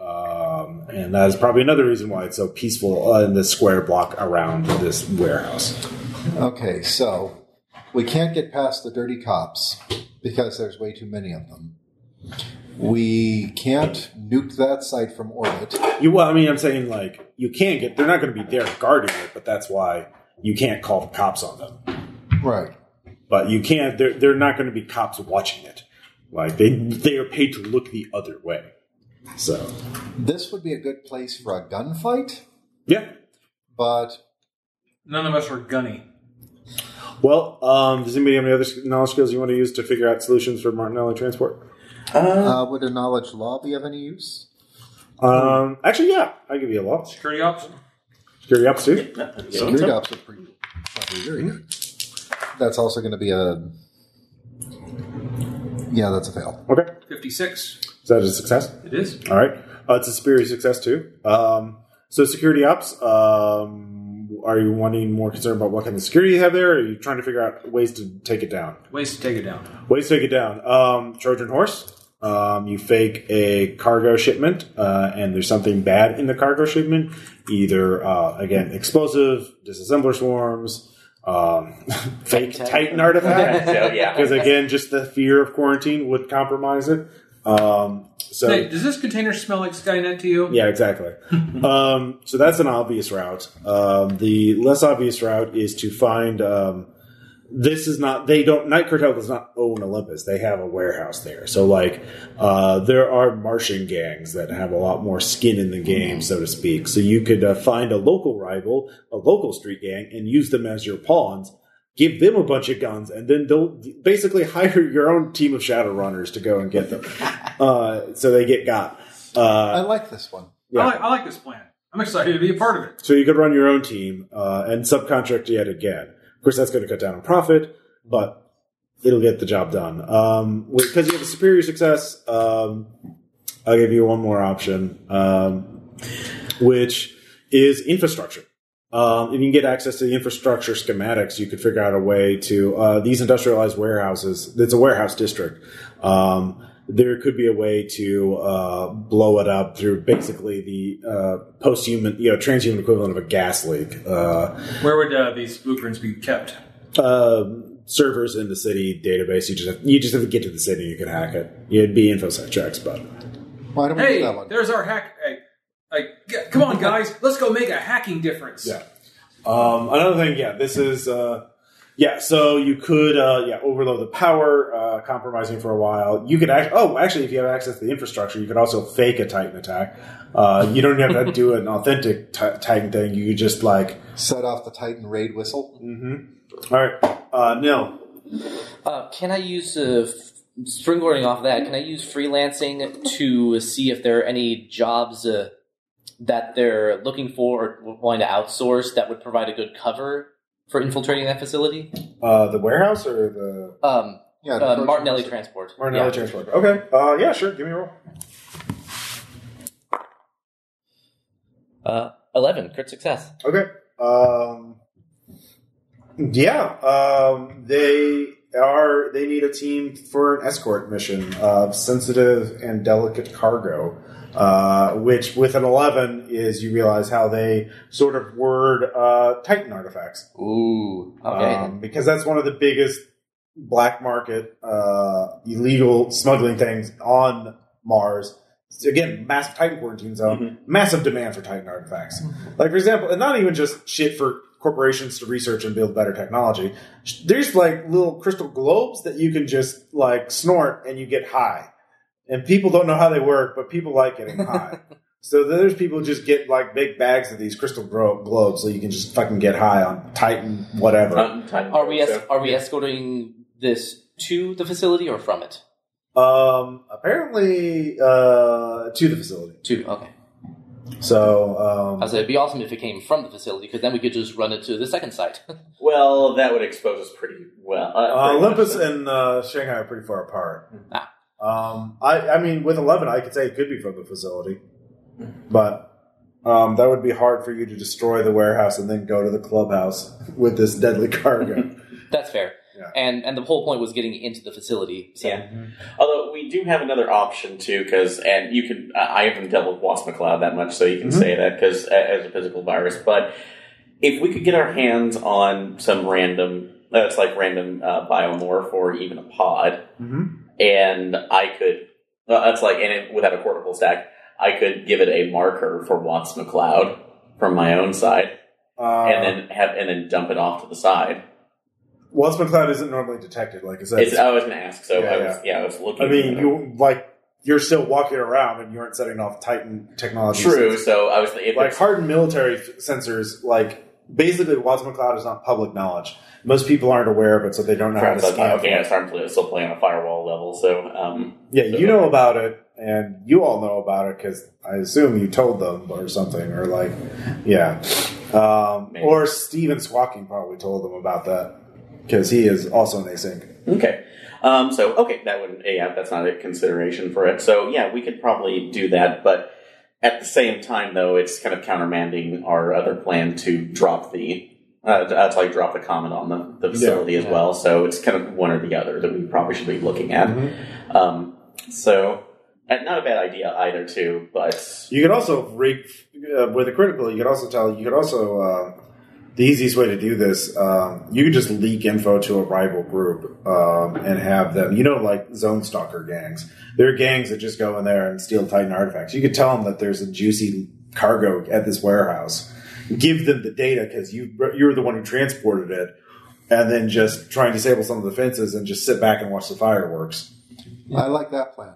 Speaker 1: Um, and that is probably another reason why it's so peaceful uh, in this square block around this warehouse.
Speaker 6: Okay, so we can't get past the dirty cops because there's way too many of them. We can't nuke that site from orbit.
Speaker 1: You, well, I mean, I'm saying like you can't get. They're not going to be there guarding it, but that's why you can't call the cops on them.
Speaker 6: Right.
Speaker 1: But you can't. They're they're not going to be cops watching it. Like they they are paid to look the other way. So
Speaker 6: This would be a good place for a gunfight,
Speaker 1: yeah.
Speaker 6: but
Speaker 5: None of us are gunny.
Speaker 1: Well, um, does anybody have any other knowledge skills you want to use to figure out solutions for Martinelli Transport?
Speaker 6: Uh, would a knowledge law be of any use?
Speaker 1: Um, actually, yeah, I give you a lot.
Speaker 5: Security option.
Speaker 1: Security ops too.
Speaker 6: Security ops are pretty, probably very good. That's also going to be a. Yeah, that's a fail.
Speaker 1: Okay,
Speaker 5: 56.
Speaker 1: is that a success?
Speaker 5: It is.
Speaker 1: All right. Uh, it's a superior success, too. Um, so, security ops, um, are you wanting more concern about what kind of security you have there? Or are you trying to figure out ways to take it down?
Speaker 5: Ways to take it down.
Speaker 1: Ways to take it down. Um, Trojan horse. Um, you fake a cargo shipment, uh, and there's something bad in the cargo shipment. Either uh, again, explosive, disassembler swarms, um, fake
Speaker 2: Titan.
Speaker 1: Titan artifact.
Speaker 3: So, yeah.
Speaker 1: Because again, just the fear of quarantine would compromise it. Um, so
Speaker 5: Hey, does this container smell like Skynet to you?
Speaker 1: yeah, exactly. um, so that's an obvious route. Um, the less obvious route is to find. Um, this is not. They don't. Night Cartel does not own Olympus. They have a warehouse there. So like, uh, there are Martian gangs that have a lot more skin in the game, so to speak. So you could uh, find a local rival, a local street gang, and use them as your pawns. Give them a bunch of guns, and then they'll basically hire your own team of shadow runners to go and get them. Uh, so they get got. Uh,
Speaker 6: I like this one.
Speaker 1: Yeah.
Speaker 5: I, like, I like this plan. I'm excited to be a part of it.
Speaker 1: So you could run your own team uh, and subcontract yet again. Of course, that's going to cut down on profit, but it'll get the job done. Because you have a superior success, um, I'll give you one more option, um, which is infrastructure. Um, if you can get access to the infrastructure schematics, you could figure out a way to uh, these industrialized warehouses. It's a warehouse district. Um, there could be a way to uh, blow it up through basically the uh, post-human, you know, transhuman equivalent of a gas leak. Uh,
Speaker 5: Where would uh, these blueprints be kept?
Speaker 1: um servers in the city database. You just have, you just have to get to the city. You can hack it. It'd be infosec checks, but
Speaker 6: Why don't we do
Speaker 5: Hey,
Speaker 6: that one?
Speaker 5: there's our hack. Hey, like, g- come on, guys, let's go make a hacking difference.
Speaker 1: Yeah. Um, another thing, yeah, this is, uh, yeah, so you could, uh, yeah, overload the power, uh, compromising for a while. You could, act- oh, actually, if you have access to the infrastructure, you could also fake a Titan attack. Uh, you don't even have to do an authentic ti- Titan thing. You could just, like,
Speaker 6: Set off the Titan raid whistle.
Speaker 1: all right, uh, no.
Speaker 2: Uh, can I use uh, f- springboarding off that? Can I use freelancing to see if there are any jobs uh, that they're looking for or wanting to outsource that would provide a good cover for infiltrating that facility?
Speaker 1: Uh, the warehouse or the
Speaker 2: Um,
Speaker 6: Yeah, the
Speaker 2: uh,
Speaker 6: first
Speaker 2: Martinelli
Speaker 6: one.
Speaker 2: Transport.
Speaker 1: Martinelli
Speaker 2: Yeah.
Speaker 1: transport? Okay. Uh, yeah, sure. Give me a roll.
Speaker 2: Uh, Eleven crit success.
Speaker 1: Okay. Um, yeah, um, they are. They need a team for an escort mission of sensitive and delicate cargo. Uh, which, with an eleven, is you realize how they sort of word uh, Titan artifacts
Speaker 2: Ooh. Okay.
Speaker 1: um, because that's one of the biggest black market uh, illegal smuggling things on Mars. So again, massive Titan quarantine zone, massive demand for Titan artifacts. Like for example, and not even just shit for corporations to research and build better technology. There's like little crystal globes that you can just like snort and you get high. And people don't know how they work, but people like getting high. so then there's people who just get like big bags of these crystal gro- globes, so you can just fucking get high on Titan whatever.
Speaker 3: Um, time-
Speaker 2: are we es-
Speaker 3: so-
Speaker 2: are we escorting this to the facility or from it?
Speaker 1: Um, apparently, uh, to the facility.
Speaker 2: To okay.
Speaker 1: So,
Speaker 2: I
Speaker 1: um,
Speaker 2: said it'd be awesome if it came from the facility because then we could just run it to the second site.
Speaker 3: Well, that would expose us pretty well.
Speaker 1: uh,
Speaker 3: Uh, pretty much
Speaker 1: Olympus
Speaker 3: so.
Speaker 1: and uh, Shanghai are pretty far apart.
Speaker 3: Ah.
Speaker 1: Um, I, I mean, with eleven, I could say it could be from the facility, but um, that would be hard for you to destroy the warehouse and then go to the clubhouse with this deadly cargo.
Speaker 2: That's fair.
Speaker 1: Yeah.
Speaker 2: And and the whole point was getting into the facility. So.
Speaker 3: Yeah. Although we do have another option too, because and you can I I haven't dealt with Wasp McCloud that much, so you can
Speaker 1: Mm-hmm.
Speaker 3: say that because as a physical virus. But if we could get our hands on some random, that's like random uh, biomorph or even a pod,
Speaker 1: Mhm.
Speaker 3: and I could well, that's like and it, without a cortical stack, I could give it a marker for Wasp McCloud from my own side,
Speaker 1: Uh,
Speaker 3: and then have and then dump it off to the side.
Speaker 1: once McCloud isn't normally detected, like I said,
Speaker 3: It's, I was going to ask, so
Speaker 1: Yeah,
Speaker 3: I was yeah. I was looking.
Speaker 1: I mean,
Speaker 3: for-
Speaker 1: you like you're still walking around and you aren't setting off Titan technology.
Speaker 3: True. So I was if
Speaker 1: like
Speaker 3: it's-
Speaker 1: hardened military f- sensors, like basically Watson McCloud is not public knowledge. Most people aren't aware of it, so they don't know how to
Speaker 3: Perhaps that's why-
Speaker 1: scan.
Speaker 3: okay, yeah, sorry, I'm still playing on a firewall level, so um,
Speaker 1: Yeah, you know about it, and you all know about it because I assume you told them or something, or like, yeah, um,
Speaker 3: Maybe.
Speaker 1: or Steven Swalking probably told them about that because he is also an async.
Speaker 3: okay. Um, so okay, that would yeah, that's not a consideration for it. So yeah, we could probably do that, but At the same time, though, it's kind of countermanding our other plan to drop the. Uh, to actually drop the comment on the, the facility as
Speaker 2: yeah.
Speaker 3: well, so it's kind of one or the other that we probably should be looking at.
Speaker 1: Mhm.
Speaker 3: Um, so, uh, not a bad idea either, too. But
Speaker 1: You could also rig uh, with a critical. You could also tell. You could also uh, the easiest way to do this. Um, you could just leak info to a rival group um, and have them. You know, like zone stalker gangs. There are gangs that just go in there and steal Titan artifacts. You could tell them that there's a juicy cargo at this warehouse. Give them the data because you you're the one who transported it, and then just try and disable some of the fences and just sit back and watch the fireworks.
Speaker 6: I like that plan.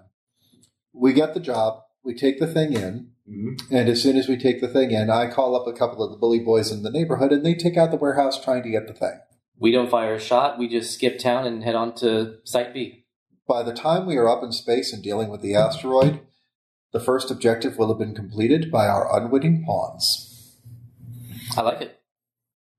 Speaker 6: We get the job. We take the thing in.
Speaker 1: Mhm.
Speaker 6: And as soon as we take the thing in, I call up a couple of the bully boys in the neighborhood and they take out the warehouse trying to get the thing.
Speaker 2: We don't fire a shot. We just skip town and head on to Site B.
Speaker 6: By the time we are up in space and dealing with the asteroid, the first objective will have been completed by our unwitting pawns.
Speaker 2: I like it.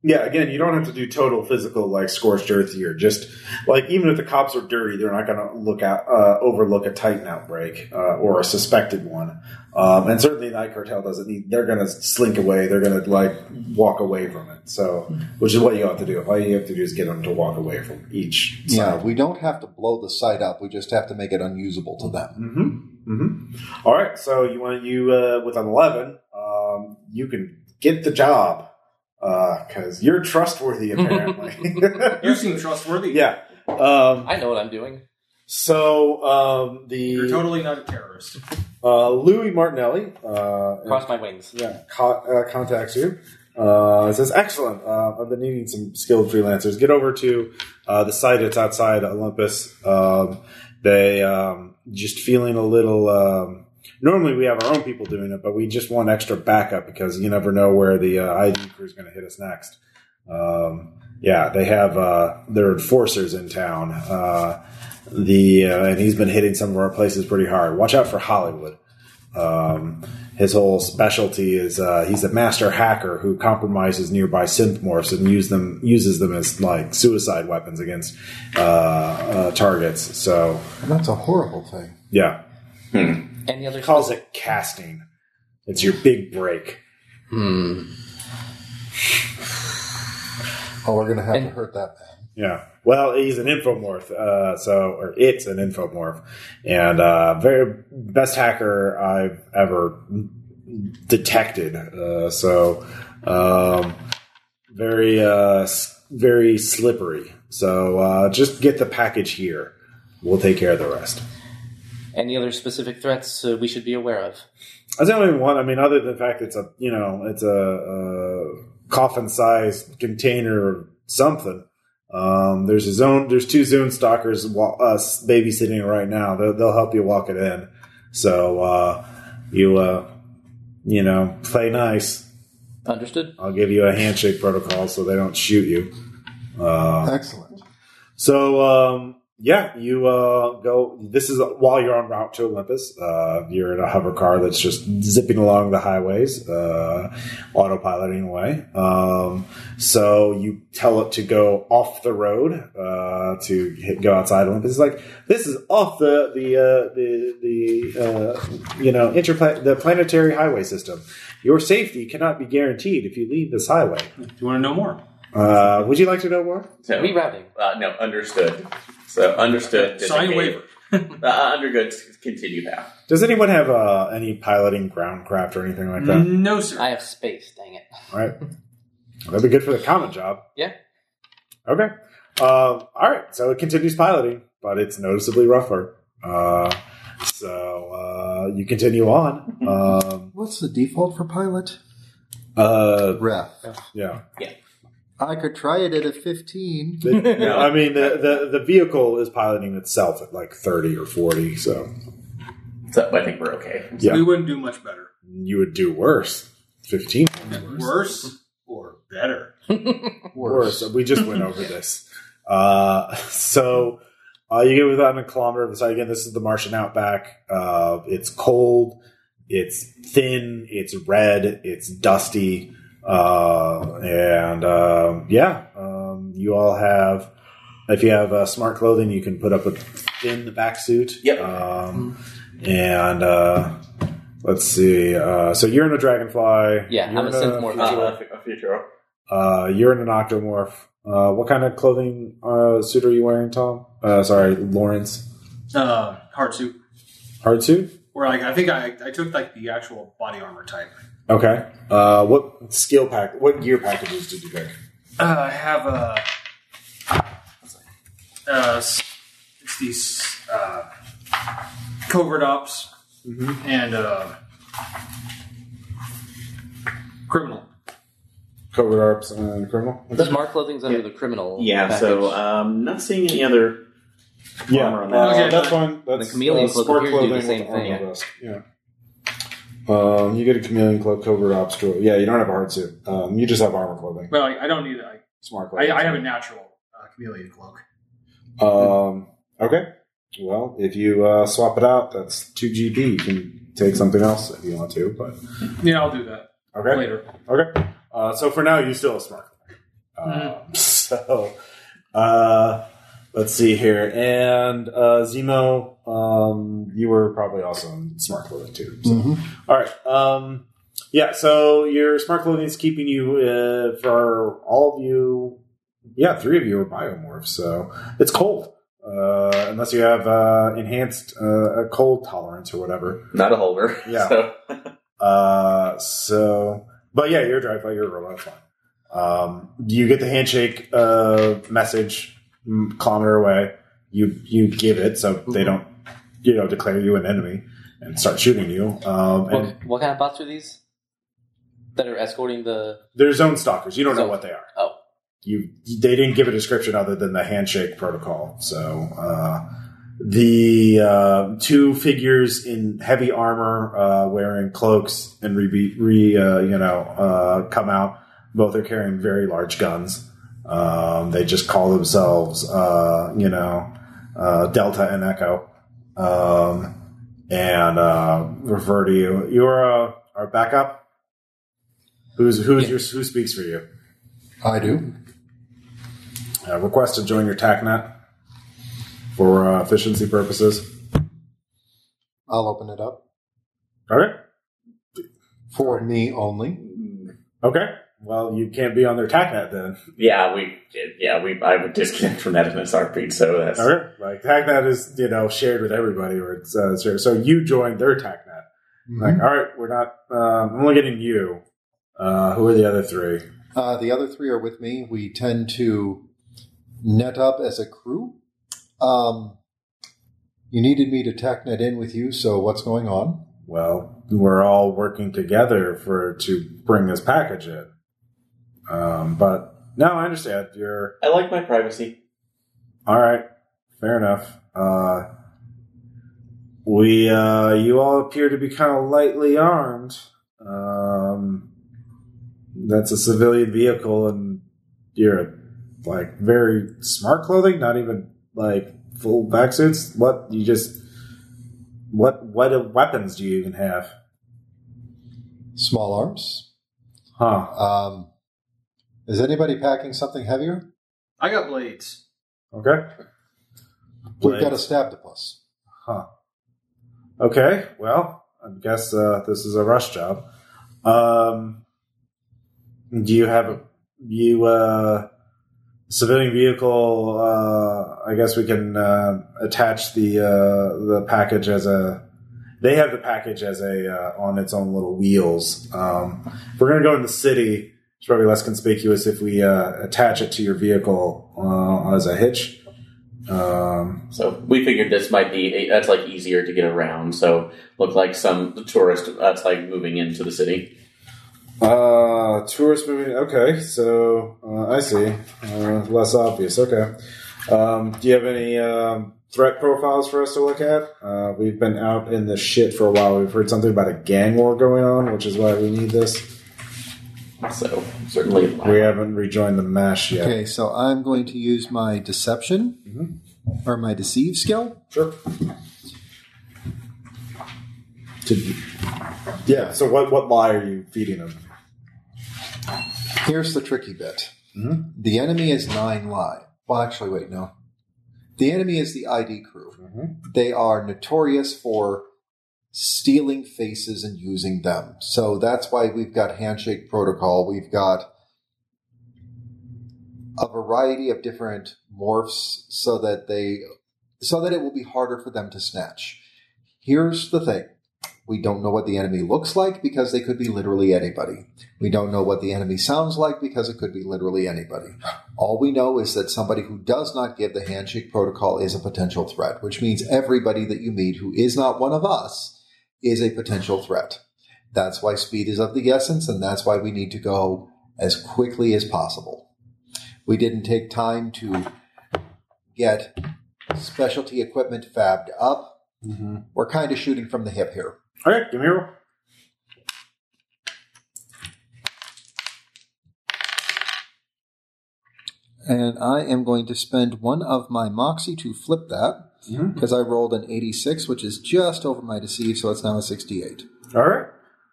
Speaker 1: Yeah, again, you don't have to do total physical like scorched earth here. Just like even if the cops are dirty, they're not going to look at uh, overlook a Titan outbreak uh, or a suspected one. Um, and certainly, the I cartel doesn't need. They're going to slink away. They're going to like walk away from it. So, which is what you have to do. All you have to do is get them to walk away from each.
Speaker 6: Yeah, we don't have to blow the site up. We just have to make it unusable to them.
Speaker 1: Mm-hmm. Mm-hmm. All right. So you want you uh, with an eleven, um, you can get the job because you're trustworthy apparently.
Speaker 5: You seem trustworthy.
Speaker 1: Yeah. Um,
Speaker 2: I know what I'm doing.
Speaker 1: so um, the
Speaker 5: You're totally not a terrorist.
Speaker 1: uh, Louis Martinelli uh,
Speaker 2: Cross my wings.
Speaker 1: yeah, co- uh, contacts you. Uh, says, excellent. Uh, I've been needing some skilled freelancers. Get over to uh, the site. It's outside Olympus. Um, they um, just feeling a little. Um, normally we have our own people doing it, but we just want extra backup because you never know where the uh, ID crew is going to hit us next. Um, yeah, they have uh, their enforcers in town. Uh, the uh, and he's been hitting some of our places pretty hard. Watch out for Hollywood. Um, his whole specialty is uh, he's a master hacker who compromises nearby synth morphs and use them uses them as like suicide weapons against uh, uh, targets. So
Speaker 6: And that's a horrible thing.
Speaker 1: yeah,
Speaker 2: Any other?
Speaker 1: calls it casting. It's your big break.
Speaker 2: Hmm.
Speaker 6: Oh, we're going to have to
Speaker 2: And-
Speaker 6: hurt that man.
Speaker 1: Yeah. Well, he's an infomorph, uh, so or it's an infomorph, and uh, very best hacker I've ever detected. Uh, so um, very uh, s- very slippery. So uh, just get the package here. We'll take care of the rest.
Speaker 2: Any other specific threats uh, we should be aware of?
Speaker 1: That's the only one. I mean, other than the fact it's a you know it's a, a coffin-sized container or something. Um, there's a zone. There's two zone stalkers wa- us babysitting right now. They'll, they'll help you walk it in. So uh, you uh, you know play nice.
Speaker 2: Understood.
Speaker 1: I'll give you a handshake protocol so they don't shoot you. Uh,
Speaker 6: Excellent.
Speaker 1: so um, yeah, you uh, go. This is while you're on route to Olympus. Uh, you're in a hover car that's just zipping along the highways, uh, autopiloting away. Um, so you tell it to go off the road uh, to hit, go outside Olympus. It's like this is off the the uh, the the uh, you know interplan- the planetary highway system. Your safety cannot be guaranteed if you leave this highway.
Speaker 5: Do you want to know more?
Speaker 1: Uh, would you like to know more?
Speaker 3: so,
Speaker 2: Rerouting.
Speaker 3: uh, no, understood. So understood.
Speaker 5: Sign
Speaker 3: designated.
Speaker 5: waiver.
Speaker 3: Uh, undergood. Continue now.
Speaker 1: Does anyone have uh, any piloting ground craft or anything like that?
Speaker 5: No, sir.
Speaker 2: I have space. Dang it.
Speaker 1: All right. That'd be good for the common job.
Speaker 2: Yeah.
Speaker 1: Okay. Uh, all right. So it continues piloting, but it's noticeably rougher. Uh, so uh, you continue on. Um,
Speaker 6: What's the default for pilot?
Speaker 1: uh,
Speaker 6: Ref.
Speaker 1: yeah.
Speaker 6: I could try it at a 15.
Speaker 1: No, I mean, the, the, the vehicle is piloting itself at like 30 or 40. So
Speaker 3: So I think we're okay.
Speaker 1: yeah.
Speaker 5: We wouldn't do much better.
Speaker 1: you would do worse. 15
Speaker 5: Worse or better?
Speaker 1: worse. We just went over this. Uh, so uh, you get within a kilometer of the side. Again, this is the Martian outback. Uh, it's cold. It's thin. It's red. It's dusty. Uh, and um yeah, um, you all have. If you have uh, smart clothing, you can put up a thin back suit.
Speaker 3: Yep.
Speaker 1: Um, and uh, Let's see. Uh, so you're in a dragonfly.
Speaker 2: Yeah,
Speaker 1: you're
Speaker 2: I'm a
Speaker 1: in
Speaker 2: synthmorph.
Speaker 3: Uh, a future.
Speaker 1: Uh, you're in an octomorph. Uh, what kind of clothing uh, suit are you wearing, Tom? Uh, sorry, Lawrence.
Speaker 5: Uh, hard suit.
Speaker 1: Hard suit.
Speaker 5: Or like I think I, I took like the actual body armor type.
Speaker 1: Okay. Uh, what skill pack? What gear packages did you pick?
Speaker 5: Uh, I have a. Uh, s- it's these uh, covert ops
Speaker 1: Mhm.
Speaker 5: and uh, criminal.
Speaker 1: Covert ops and criminal. Okay.
Speaker 2: Smart clothing's under the criminal.
Speaker 3: Yeah,
Speaker 2: package.
Speaker 3: so um, not seeing any other.
Speaker 1: Yeah,
Speaker 3: Armor on
Speaker 1: uh,
Speaker 5: that. Okay,
Speaker 1: that's
Speaker 5: but-
Speaker 1: fine. That's
Speaker 2: The chameleon
Speaker 1: uh,
Speaker 2: cloak
Speaker 1: sport
Speaker 2: appears to do the
Speaker 1: clothing
Speaker 2: same
Speaker 1: with armor
Speaker 2: thing.
Speaker 1: vest, Yeah. Um, you get a chameleon cloak, covert ops tool. Yeah, you don't have a hard suit. Um, you just have armor clothing,
Speaker 5: Well, I, I don't need it. I,
Speaker 1: smart
Speaker 5: I,
Speaker 1: clothing.
Speaker 5: I have a natural uh, chameleon cloak.
Speaker 1: Um, okay. Well, if you uh, swap it out, that's two GP. You can take something else if you want to. But
Speaker 5: Yeah, I'll do that
Speaker 1: okay.
Speaker 5: later.
Speaker 1: Okay. Uh, so for now, you still have smart. Um, So uh, let's see here. And uh, Zemo, um, you were probably also in smart clothing too. So.
Speaker 6: Mhm.
Speaker 1: All right. Um, yeah. So your smart clothing is keeping you uh, for all of you. Yeah, three of you are biomorphs, so it's cold. Uh, unless you have uh, enhanced uh, a cold tolerance or whatever.
Speaker 3: Not a holder.
Speaker 1: Yeah.
Speaker 3: So,
Speaker 1: Uh, so, but yeah, you're a drive by, you're a robot, it's fine. Um, you get the handshake uh, message mm, kilometer away. You you give it so they don't you know declare you an enemy and start shooting you. Um, and
Speaker 2: What, what kind of bots are these that are escorting the?
Speaker 1: They're zone stalkers. You don't know
Speaker 2: Zone-
Speaker 1: what they are.
Speaker 2: Oh.
Speaker 1: You they didn't give a description other than the handshake protocol. So uh, the uh, two figures in heavy armor, uh, wearing cloaks and re, re uh, you know uh, come out. Both are carrying very large guns. Um, they just call themselves uh, you know uh, Delta and Echo, um, and uh, refer to you. You're uh, our backup. Who's who's
Speaker 2: Yeah.
Speaker 1: your who speaks for you?
Speaker 6: I do.
Speaker 1: Uh, request to join your TACnet for uh, efficiency purposes.
Speaker 6: I'll open it up
Speaker 1: All right.
Speaker 6: for me only.
Speaker 1: Okay. Well, you can't be on their TACnet then.
Speaker 3: yeah, we yeah we I would disconnect from that MSR feed. So that's
Speaker 1: All right. Like TACnet is you know shared with everybody, or it's uh, shared. so you join their TACnet. Like,
Speaker 6: Mhm.
Speaker 1: all right, we're not. Um, I'm only getting you. Uh, who are the other three?
Speaker 6: Uh, the other three are with me. We tend to net up as a crew. Um, you needed me to tech net in with you, so what's going on?
Speaker 1: Well, we're all working together for to bring this package in. Um, but no, I understand. You're
Speaker 3: I like my privacy.
Speaker 1: All right, fair enough. Uh, we, uh, you all appear to be kind of lightly armed. Um, that's a civilian vehicle, and you're like very smart clothing, not even like full back suits. What you just what what weapons do you even have?
Speaker 6: Small arms.
Speaker 1: Huh?
Speaker 6: Um, is anybody packing something heavier?
Speaker 5: I got blades.
Speaker 1: Okay.
Speaker 6: We've got a stabdipus.
Speaker 1: Okay, well, I guess uh, this is a rush job. Um, do you have a you uh, civilian vehicle? Uh, I guess we can uh, attach the uh, the package as a. They have the package as a uh, on its own little wheels. Um, if we're going to go in the city. It's probably less conspicuous if we uh, attach it to your vehicle uh, as a hitch. Um,
Speaker 3: So we figured this might be eh, that's like easier to get around. So look like some tourist uh, that's like moving into the city.
Speaker 1: Uh, tourist movie. Okay, so uh, I see. Uh, less obvious. Okay. Um, do you have any um, threat profiles for us to look at? Uh, we've been out in the shit for a while. We've heard something about a gang war going on, which is why we need this.
Speaker 3: So certainly
Speaker 1: We haven't rejoined the mash yet.
Speaker 6: Okay, so I'm going to use my deception or my deceive skill.
Speaker 1: Sure. Did you- yeah. So what? What lie are you feeding them?
Speaker 6: Here's the tricky bit. Hmm?
Speaker 1: Mhm.
Speaker 6: The enemy is nine lie. Well, actually, wait, no. The enemy is the ID crew.
Speaker 1: Mhm.
Speaker 6: They are notorious for stealing faces and using them. So that's why we've got handshake protocol. We've got a variety of different morphs so that they so that it will be harder for them to snatch. Here's the thing. We don't know what the enemy looks like because they could be literally anybody. We don't know what the enemy sounds like because it could be literally anybody. All we know is that somebody who does not give the handshake protocol is a potential threat, which means everybody that you meet who is not one of us is a potential threat. That's why speed is of the essence, and that's why we need to go as quickly as possible. We didn't take time to get specialty equipment fabbed up.
Speaker 1: Mm-hmm.
Speaker 6: We're kind of shooting from the hip here.
Speaker 1: All right, give me a roll.
Speaker 6: And I am going to spend one of my moxie to flip that
Speaker 1: Mhm.
Speaker 6: because I rolled an 86, which is just over my deceive, so it's now a 68.
Speaker 1: All right.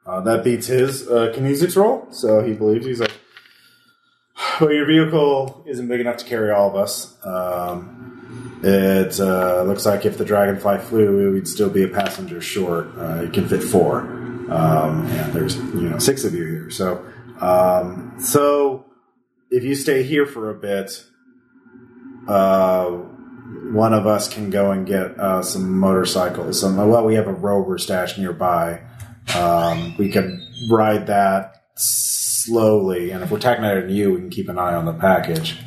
Speaker 1: Uh, that beats his uh, kinesics roll, so he believes he's like, well, your vehicle isn't big enough to carry all of us. Um, it uh, looks like if the dragonfly flew, we'd still be a passenger short. Uh, it can fit four. Um, yeah, there's you know six of you here, so um, so if you stay here for a bit, uh, one of us can go and get uh, some motorcycles. Some well, we have a rover stash nearby. Um, we can ride that slowly, and if we're tacking it at you, we can keep an eye on the package.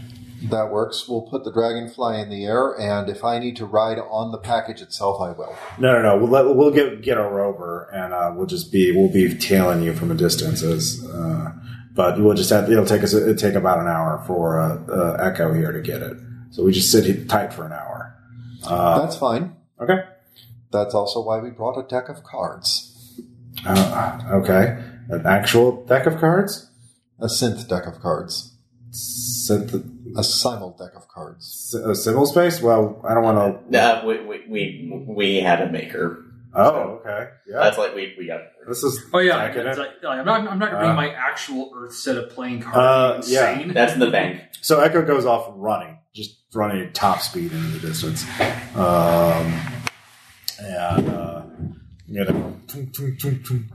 Speaker 6: That works. We'll put the dragonfly in the air, and if I need to ride on the package itself, I will.
Speaker 1: No, no, no. We'll let, we'll get get a rover, and uh, we'll just be we'll be tailing you from a distance. As, uh, but we'll just have it'll take us it'll take about an hour for uh, uh, Echo here to get it. So we just sit here tight for an hour. Uh,
Speaker 6: That's fine.
Speaker 1: okay.
Speaker 6: That's also why we brought a deck of cards.
Speaker 1: Uh, okay. An actual deck of cards.
Speaker 6: A synth deck of cards.
Speaker 1: Synth-
Speaker 6: A simul deck of cards.
Speaker 1: s- uh, Civil space? Well, I don't want to.
Speaker 3: No, Uh, we, we, we, we had a maker.
Speaker 1: Oh, okay. Yeah.
Speaker 3: That's like we, we got.
Speaker 1: This is
Speaker 5: Oh yeah,
Speaker 1: Back it
Speaker 5: it's like- I'm not. I'm not gonna bring
Speaker 1: Uh,
Speaker 5: my actual Earth set of playing cards.
Speaker 1: Uh, yeah.
Speaker 5: insane.
Speaker 3: That's in the bank.
Speaker 1: so Echo goes off running, just running at top speed into the distance, um, and uh, you know, tung, tung, tung, tung,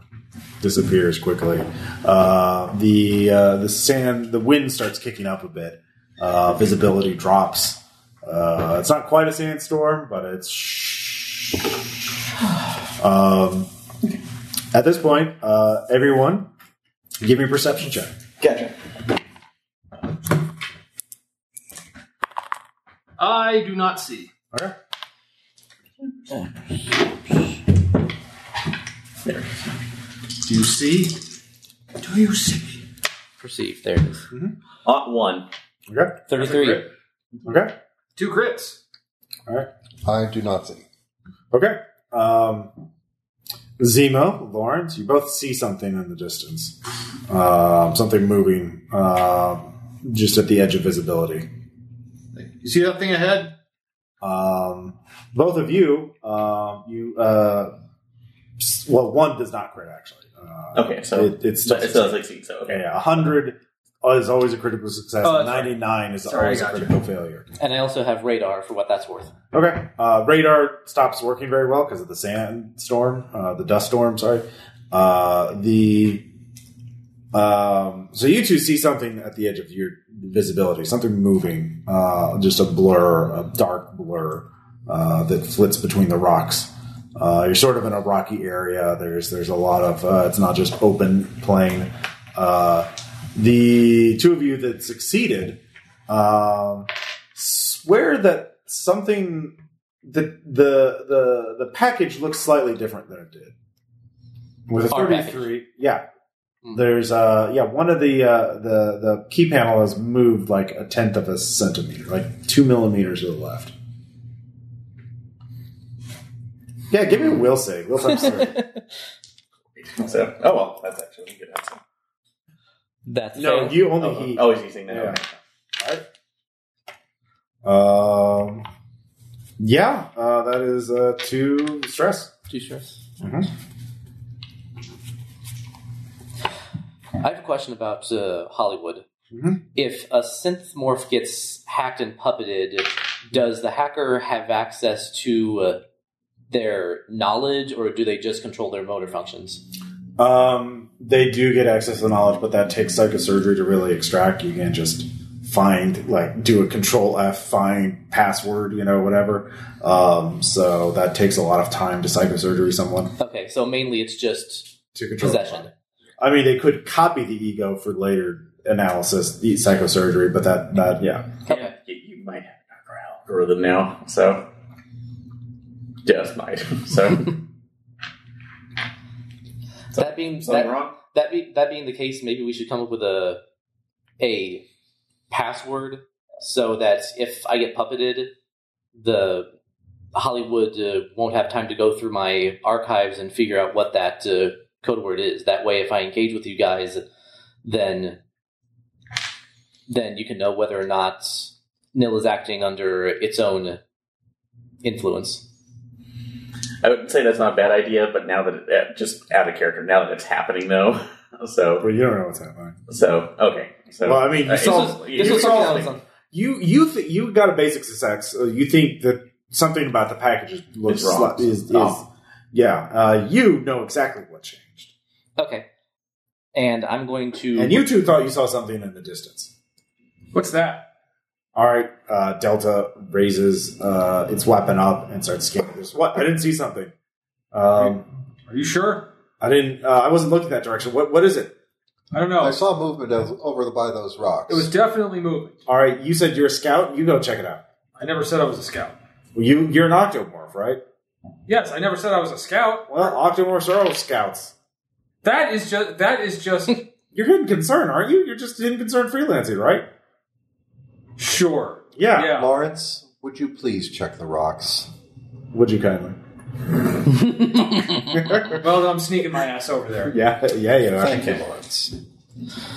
Speaker 1: disappears quickly. Uh, the uh, the sand, the wind starts kicking up a bit. Uh, visibility drops. Uh, it's not quite a sandstorm, but it's. Um, at this point, uh, everyone, give me a perception check.
Speaker 3: Gotcha.
Speaker 5: I do not see.
Speaker 1: Okay.
Speaker 5: Do you see? Do you see?
Speaker 2: Perceive. There it is.
Speaker 3: Ought Uh, one.
Speaker 1: Okay.
Speaker 2: Thirty-three.
Speaker 1: Okay.
Speaker 5: Two crits.
Speaker 6: I do not see.
Speaker 1: Okay. Um, Zemo, Lawrence, you both see something in the distance. Um, something moving uh, just at the edge of visibility.
Speaker 5: You see that thing ahead?
Speaker 1: Um, both of you, um, you, uh, s- well, one does not crit actually. Uh,
Speaker 3: Okay, so
Speaker 1: it, it's still,
Speaker 3: but it still succeeds. So okay.
Speaker 1: okay. A hundred is always a critical success.
Speaker 5: Oh, that's right.
Speaker 1: Ninety-nine is
Speaker 5: Sorry, I
Speaker 1: always a
Speaker 5: got you.
Speaker 1: critical failure.
Speaker 2: And I also have radar for what that's worth.
Speaker 1: Okay. Uh, radar stops working very well because of the sandstorm, uh, the dust storm. Sorry. Uh, the um, so you two see something at the edge of your visibility, something moving, uh, just a blur, a dark blur uh, that flits between the rocks. Uh, you're sort of in a rocky area. There's there's a lot of uh, it's not just open plain. Uh, the two of you that succeeded um, swear that something the the the the package looks slightly different than it did. With a
Speaker 2: Our package.
Speaker 1: thirty-three, yeah.
Speaker 2: Hmm.
Speaker 1: There's uh yeah one of the uh, the the key panel has moved like a tenth of a centimeter, like two millimeters to the left. Yeah, give me a will save. Will save. sorry.
Speaker 3: So oh well, that's actually a good answer.
Speaker 2: That's
Speaker 1: no,
Speaker 2: failed.
Speaker 1: you only
Speaker 3: Oh,
Speaker 1: he.
Speaker 3: oh, he's using that.
Speaker 1: Yeah.
Speaker 3: Okay.
Speaker 1: Um, yeah, uh, that is uh, two stress.
Speaker 2: Two stress.
Speaker 1: Mhm.
Speaker 2: I have a question about uh, Hollywood.
Speaker 1: Mhm.
Speaker 2: If a synth morph gets hacked and puppeted, does the hacker have access to uh, their knowledge, or do they just control their motor functions?
Speaker 1: Um, they do get access to knowledge, but that takes psychosurgery to really extract. You can't just find like do a control F find password, you know, whatever. Um, so that takes a lot of time to psychosurgery someone
Speaker 2: Okay, so mainly it's just
Speaker 1: to control.
Speaker 2: possession.
Speaker 1: I mean, they could copy the ego for later analysis, the psychosurgery, but that that yeah.
Speaker 2: Okay.
Speaker 3: You, you might have another algorithm now, so just might. So something
Speaker 2: That being that,
Speaker 3: wrong?
Speaker 2: that be, that being the case, maybe we should come up with a a password so that if I get puppeted, the Hollywood uh, won't have time to go through my archives and figure out what that uh, code word is. That way, if I engage with you guys, then then you can know whether or not Nil is acting under its own influence.
Speaker 3: I would say that's not a bad idea, but now that it, uh, just out of character, now that it's happening though, so
Speaker 1: But you don't know what's happening.
Speaker 3: so okay. So
Speaker 1: well, I mean, you
Speaker 3: Uh,
Speaker 1: saw
Speaker 3: it's just-
Speaker 2: this
Speaker 3: you
Speaker 2: was
Speaker 1: saw
Speaker 2: something I
Speaker 1: me.
Speaker 2: was on.
Speaker 1: You you th- you got a basic success. Uh, you think that something about the package is- looks
Speaker 3: It's wrong.
Speaker 1: sli- is, is
Speaker 3: Oh.
Speaker 1: yeah. Uh, you know exactly what changed,
Speaker 2: Okay, and I'm going to
Speaker 1: and you two thought you saw something in the distance.
Speaker 5: What's that?
Speaker 1: All right, uh, Delta raises uh, its weapon up and starts scanning. There's what? I didn't see something. Um,
Speaker 5: Are you sure?
Speaker 1: I didn't. Uh, I wasn't looking that direction. What? What is it?
Speaker 5: I don't know.
Speaker 6: I saw movement of, over the, by those rocks.
Speaker 5: It was definitely moving.
Speaker 1: All right, you said you're a scout. You go check it out.
Speaker 5: I never said I was a scout.
Speaker 1: You you're an octomorph, right?
Speaker 5: Yes, I never said I was a scout.
Speaker 1: Well, octomorphs are all scouts.
Speaker 5: That is just that is just
Speaker 1: You're hidden concern, aren't you? You're just hidden concern freelancing, right?
Speaker 5: sure.
Speaker 1: Yeah.
Speaker 5: Yeah.
Speaker 6: Lawrence, would you please check the rocks?
Speaker 1: Would you kindly?
Speaker 5: Well, I'm sneaking my ass over there.
Speaker 1: Yeah, yeah, you are.
Speaker 6: Thank you, Lawrence.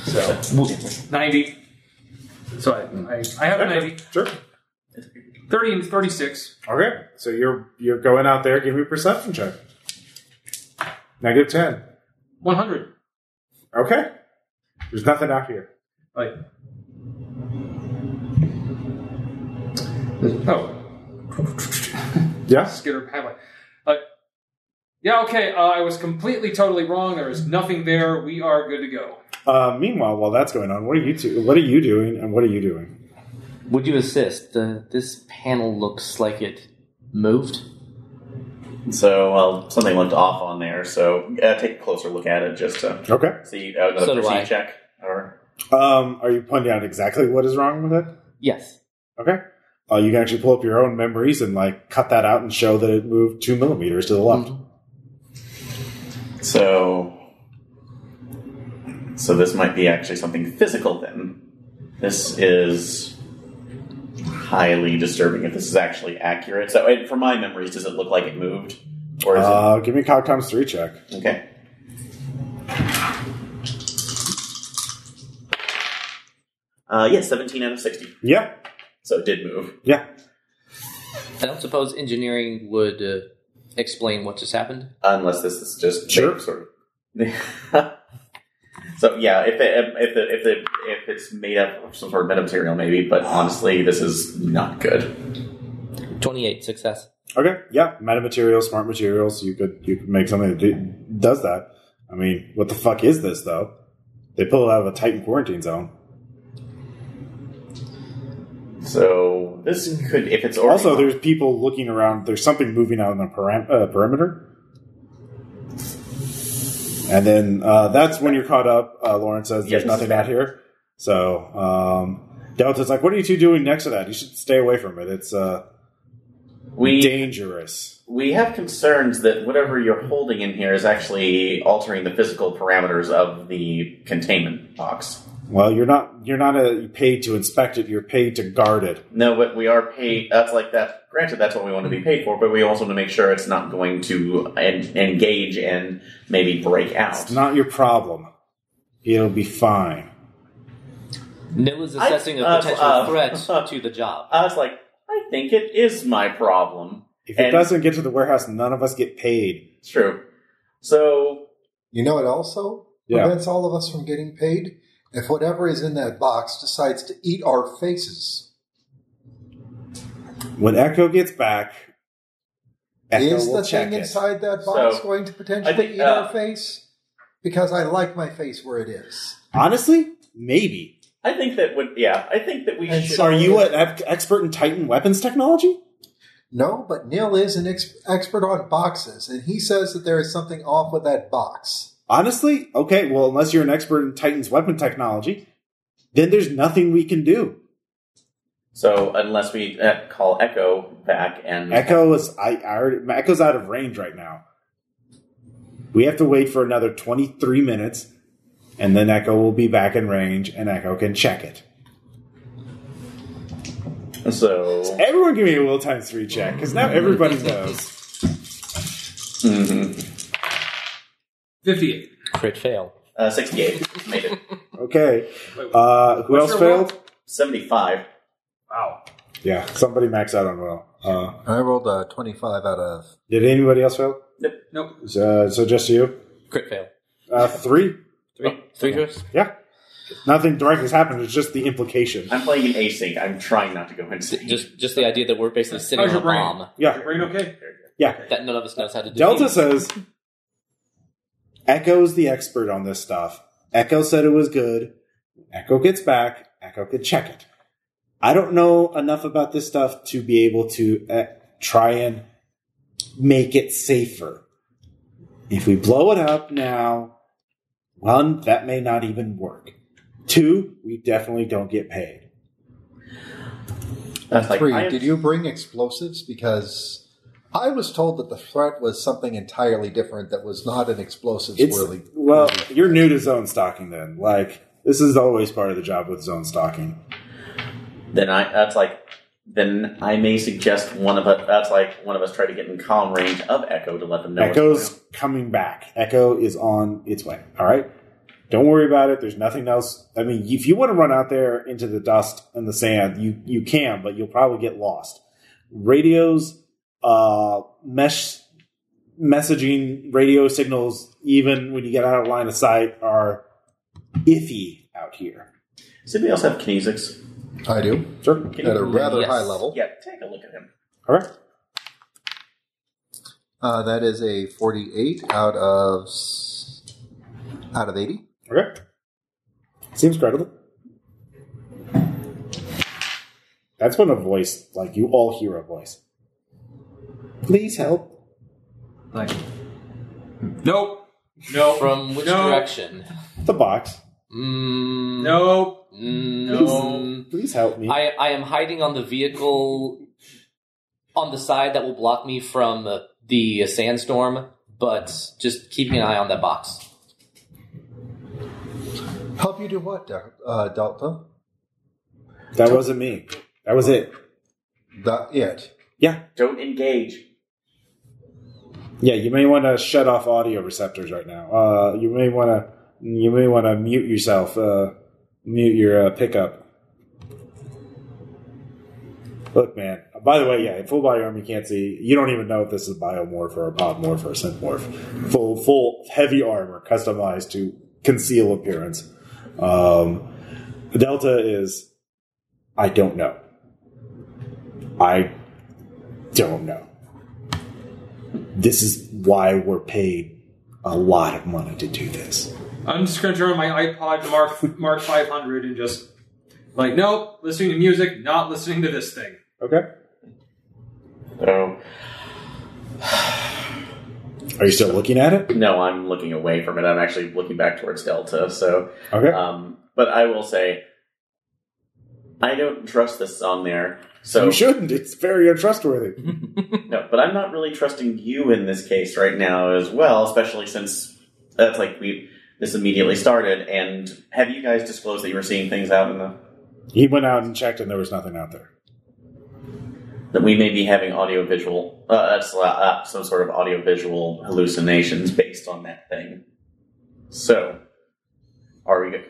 Speaker 5: So ninety. So I, I, I have a ninety.
Speaker 1: Sure.
Speaker 5: Thirty and thirty-six.
Speaker 1: Okay, so you're you're going out there. Give me a perception check. Negative ten.
Speaker 5: One hundred.
Speaker 1: Okay. There's nothing out here.
Speaker 5: Like. Oh,
Speaker 1: Yes.
Speaker 5: skitter highway. Like. Yeah. Okay. Uh, I was completely, totally wrong. There is nothing there. We are good to go.
Speaker 1: Uh, meanwhile, while that's going on, what are you two? What are you doing? And what are you doing?
Speaker 2: Would you assist? Uh, this panel looks like it moved.
Speaker 3: So well, something went off on there. So uh, take a closer look at it just to
Speaker 1: Okay.
Speaker 3: see uh, another
Speaker 2: So do I.
Speaker 3: perceive check. Or
Speaker 1: Um, are you pointing out exactly what is wrong with it?
Speaker 2: Yes.
Speaker 1: Okay. Uh, you can actually pull up your own memories and like cut that out and show that it moved two millimeters to the left.
Speaker 3: Mm-hmm. so. So this might be actually something physical then. This is highly disturbing if this is actually accurate. So and from my memories, does it look like it moved? Or is
Speaker 1: Uh, give me a cock times three check.
Speaker 3: it okay? Uh, yeah, 17 out of 60.
Speaker 1: Yeah.
Speaker 3: So it did move.
Speaker 1: Yeah.
Speaker 2: I don't suppose engineering would uh, explain what just happened.
Speaker 3: unless this is just
Speaker 1: Sure.
Speaker 3: sort of. so yeah, if it, if it, if it, if it's made up of some sort of metamaterial, maybe. But honestly, this is not good.
Speaker 2: 28, success.
Speaker 1: Okay. Yeah. Metamaterials, smart materials. You could you could make something that do, does that. I mean, what the fuck is this though? They pull it out of a Titan quarantine zone.
Speaker 3: So this could, if it's already
Speaker 1: Also, there's people looking around. There's something moving out in the perim- uh, perimeter. And then uh, that's when you're caught up. Uh, Lauren says there's
Speaker 3: Yes.
Speaker 1: nothing out here. So um, Delta's like, "What are you two doing next to that? You should stay away from it. It's uh,
Speaker 3: we
Speaker 1: dangerous."
Speaker 3: we have concerns that whatever you're holding in here is actually altering the physical parameters of the containment box.
Speaker 1: Well, you're not you're not uh paid to inspect it. You're paid to guard it.
Speaker 3: No, but we are paid. That's like that. Granted, that's what we want to be paid for, but we also want to make sure it's not going to en- engage and maybe break out.
Speaker 1: It's not your problem. It'll be fine.
Speaker 2: Nil is
Speaker 3: I-
Speaker 2: assessing a
Speaker 3: uh,
Speaker 2: potential
Speaker 3: uh,
Speaker 2: threat to the job.
Speaker 3: I was like, I think it is my problem.
Speaker 1: If it
Speaker 3: And-
Speaker 1: doesn't get to the warehouse, none of us get paid.
Speaker 3: It's true. So
Speaker 6: You know it also
Speaker 1: Yeah.
Speaker 6: prevents all of us from getting paid? If whatever is in that box decides to eat our faces.
Speaker 1: When Echo gets back, Echo
Speaker 6: is
Speaker 1: will
Speaker 6: the
Speaker 1: check
Speaker 6: thing
Speaker 1: it.
Speaker 6: inside that box
Speaker 3: So,
Speaker 6: going to potentially
Speaker 3: I think,
Speaker 6: eat
Speaker 3: uh,
Speaker 6: our face? Because I like my face where it is.
Speaker 1: Honestly, maybe.
Speaker 3: I think that would yeah. I think that we
Speaker 6: And
Speaker 3: should.
Speaker 1: So are you an ep- expert in Titan weapons technology?
Speaker 6: No, but Neil is an ex- expert on boxes, and he says that there is something off with that box.
Speaker 1: Honestly, okay. Well, unless you're an expert in Titan's weapon technology, then there's nothing we can do.
Speaker 3: So unless we uh, call Echo back and
Speaker 1: Echo is I, I already, Echo's out of range right now. We have to wait for another 23 minutes, and then Echo will be back in range, and Echo can check it.
Speaker 3: so
Speaker 1: Everyone, give me a will times three check because now everybody knows.
Speaker 3: mhm.
Speaker 5: Fifty-eight.
Speaker 2: Crit fail.
Speaker 3: uh, sixty-eight made it
Speaker 1: Okay,
Speaker 5: Wait, what?
Speaker 1: uh, who
Speaker 5: What's
Speaker 1: else
Speaker 5: your will?
Speaker 1: failed?
Speaker 3: seventy-five.
Speaker 5: wow.
Speaker 1: Yeah, somebody maxed out on will. Uh,
Speaker 6: I rolled a 25 out of.
Speaker 1: did anybody else fail?
Speaker 5: Nope.
Speaker 1: So, so just you,
Speaker 2: Crit fail.
Speaker 1: uh, three.
Speaker 2: Three. Three crits.
Speaker 1: Yeah, nothing direct has happened. It's just the implication.
Speaker 3: I'm playing an async. I'm trying not to go insane.
Speaker 2: Just, just the idea that we're basically sitting
Speaker 5: How's
Speaker 2: on a
Speaker 5: your brain?
Speaker 2: bomb
Speaker 5: Is
Speaker 1: Yeah,
Speaker 5: your brain okay?
Speaker 1: yeah.
Speaker 2: that none of us knows how to do.
Speaker 1: Delta says Echo's the expert on this stuff. Echo said it was good. Echo gets back. Echo could check it. I don't know enough about this stuff to be able to uh, try and make it safer. If we blow it up now, one, that may not even work. Two, we definitely don't get paid.
Speaker 3: That's like,
Speaker 6: Three,
Speaker 3: I am-
Speaker 6: did you bring explosives? Because I was told that the threat was something entirely different that was not an explosives
Speaker 1: It's
Speaker 6: really.
Speaker 1: well, you're new to zone stalking. Then, like this is always part of the job with zone stalking.
Speaker 3: Then I that's like then I may suggest one of us. That's like one of us try to get in calm range of Echo to let them know. what's
Speaker 1: Echo's coming back. Echo is on its way. All right. Don't worry about it. There's nothing else. I mean, if you want to run out there into the dust and the sand, you you can, but you'll probably get lost. Radios, uh, mesh messaging, radio signals, even when you get out of line of sight, are iffy out here.
Speaker 3: Does anybody else have kinesics?
Speaker 6: I do.
Speaker 1: Sure.
Speaker 3: Can
Speaker 6: At a rather
Speaker 2: Yes.
Speaker 6: high level.
Speaker 3: yeah, take a look at him.
Speaker 1: All right.
Speaker 6: Uh, that is a 48 out of s- out of 80.
Speaker 1: Okay. Seems credible. That's when a voice, like you all hear a voice. Please help.
Speaker 5: Like, nope. Nope.
Speaker 2: From which
Speaker 5: No.
Speaker 2: direction?
Speaker 1: The box.
Speaker 2: Mm,
Speaker 5: nope.
Speaker 2: Mm,
Speaker 5: No.
Speaker 1: Please help me.
Speaker 2: I, I am hiding on the vehicle on the side that will block me from uh, the uh, sandstorm, but just keeping an eye on that box.
Speaker 6: Help you do what, Del- uh, Delta?
Speaker 1: that wasn't me. That was it.
Speaker 6: That it.
Speaker 1: Yeah.
Speaker 3: Don't engage.
Speaker 1: Yeah, you may want to shut off audio receptors right now. Uh, you may want to you may want to mute yourself. Uh, mute your uh, pickup. Look, man. By the way, yeah, full body armor you can't see. You don't even know if this is biomorph or a podmorph or a synthmorph. Full, full heavy armor customized to conceal appearance. Um, Delta is, I don't know. I don't know this is why we're paid a lot of money to do this.
Speaker 5: I'm just gonna turn on my iPod to Mark Mark 500 and just like, nope. Listening to music, not listening to this thing.
Speaker 1: Okay.
Speaker 3: So
Speaker 1: Are you still looking at it?
Speaker 3: no, I'm looking away from it. I'm actually looking back towards Delta. So,
Speaker 1: Okay.
Speaker 3: um, but I will say, I don't trust this on there. So
Speaker 1: you shouldn't. It's very untrustworthy.
Speaker 3: No, but I'm not really trusting you in this case right now as well, especially since that's like we this immediately started. And have you guys disclosed that you were seeing things out in the
Speaker 1: He went out and checked, and there was nothing out there.
Speaker 3: that we may be having audio visual, uh, that's, uh, uh, some sort of audio visual hallucinations based on that thing? So, are we? go-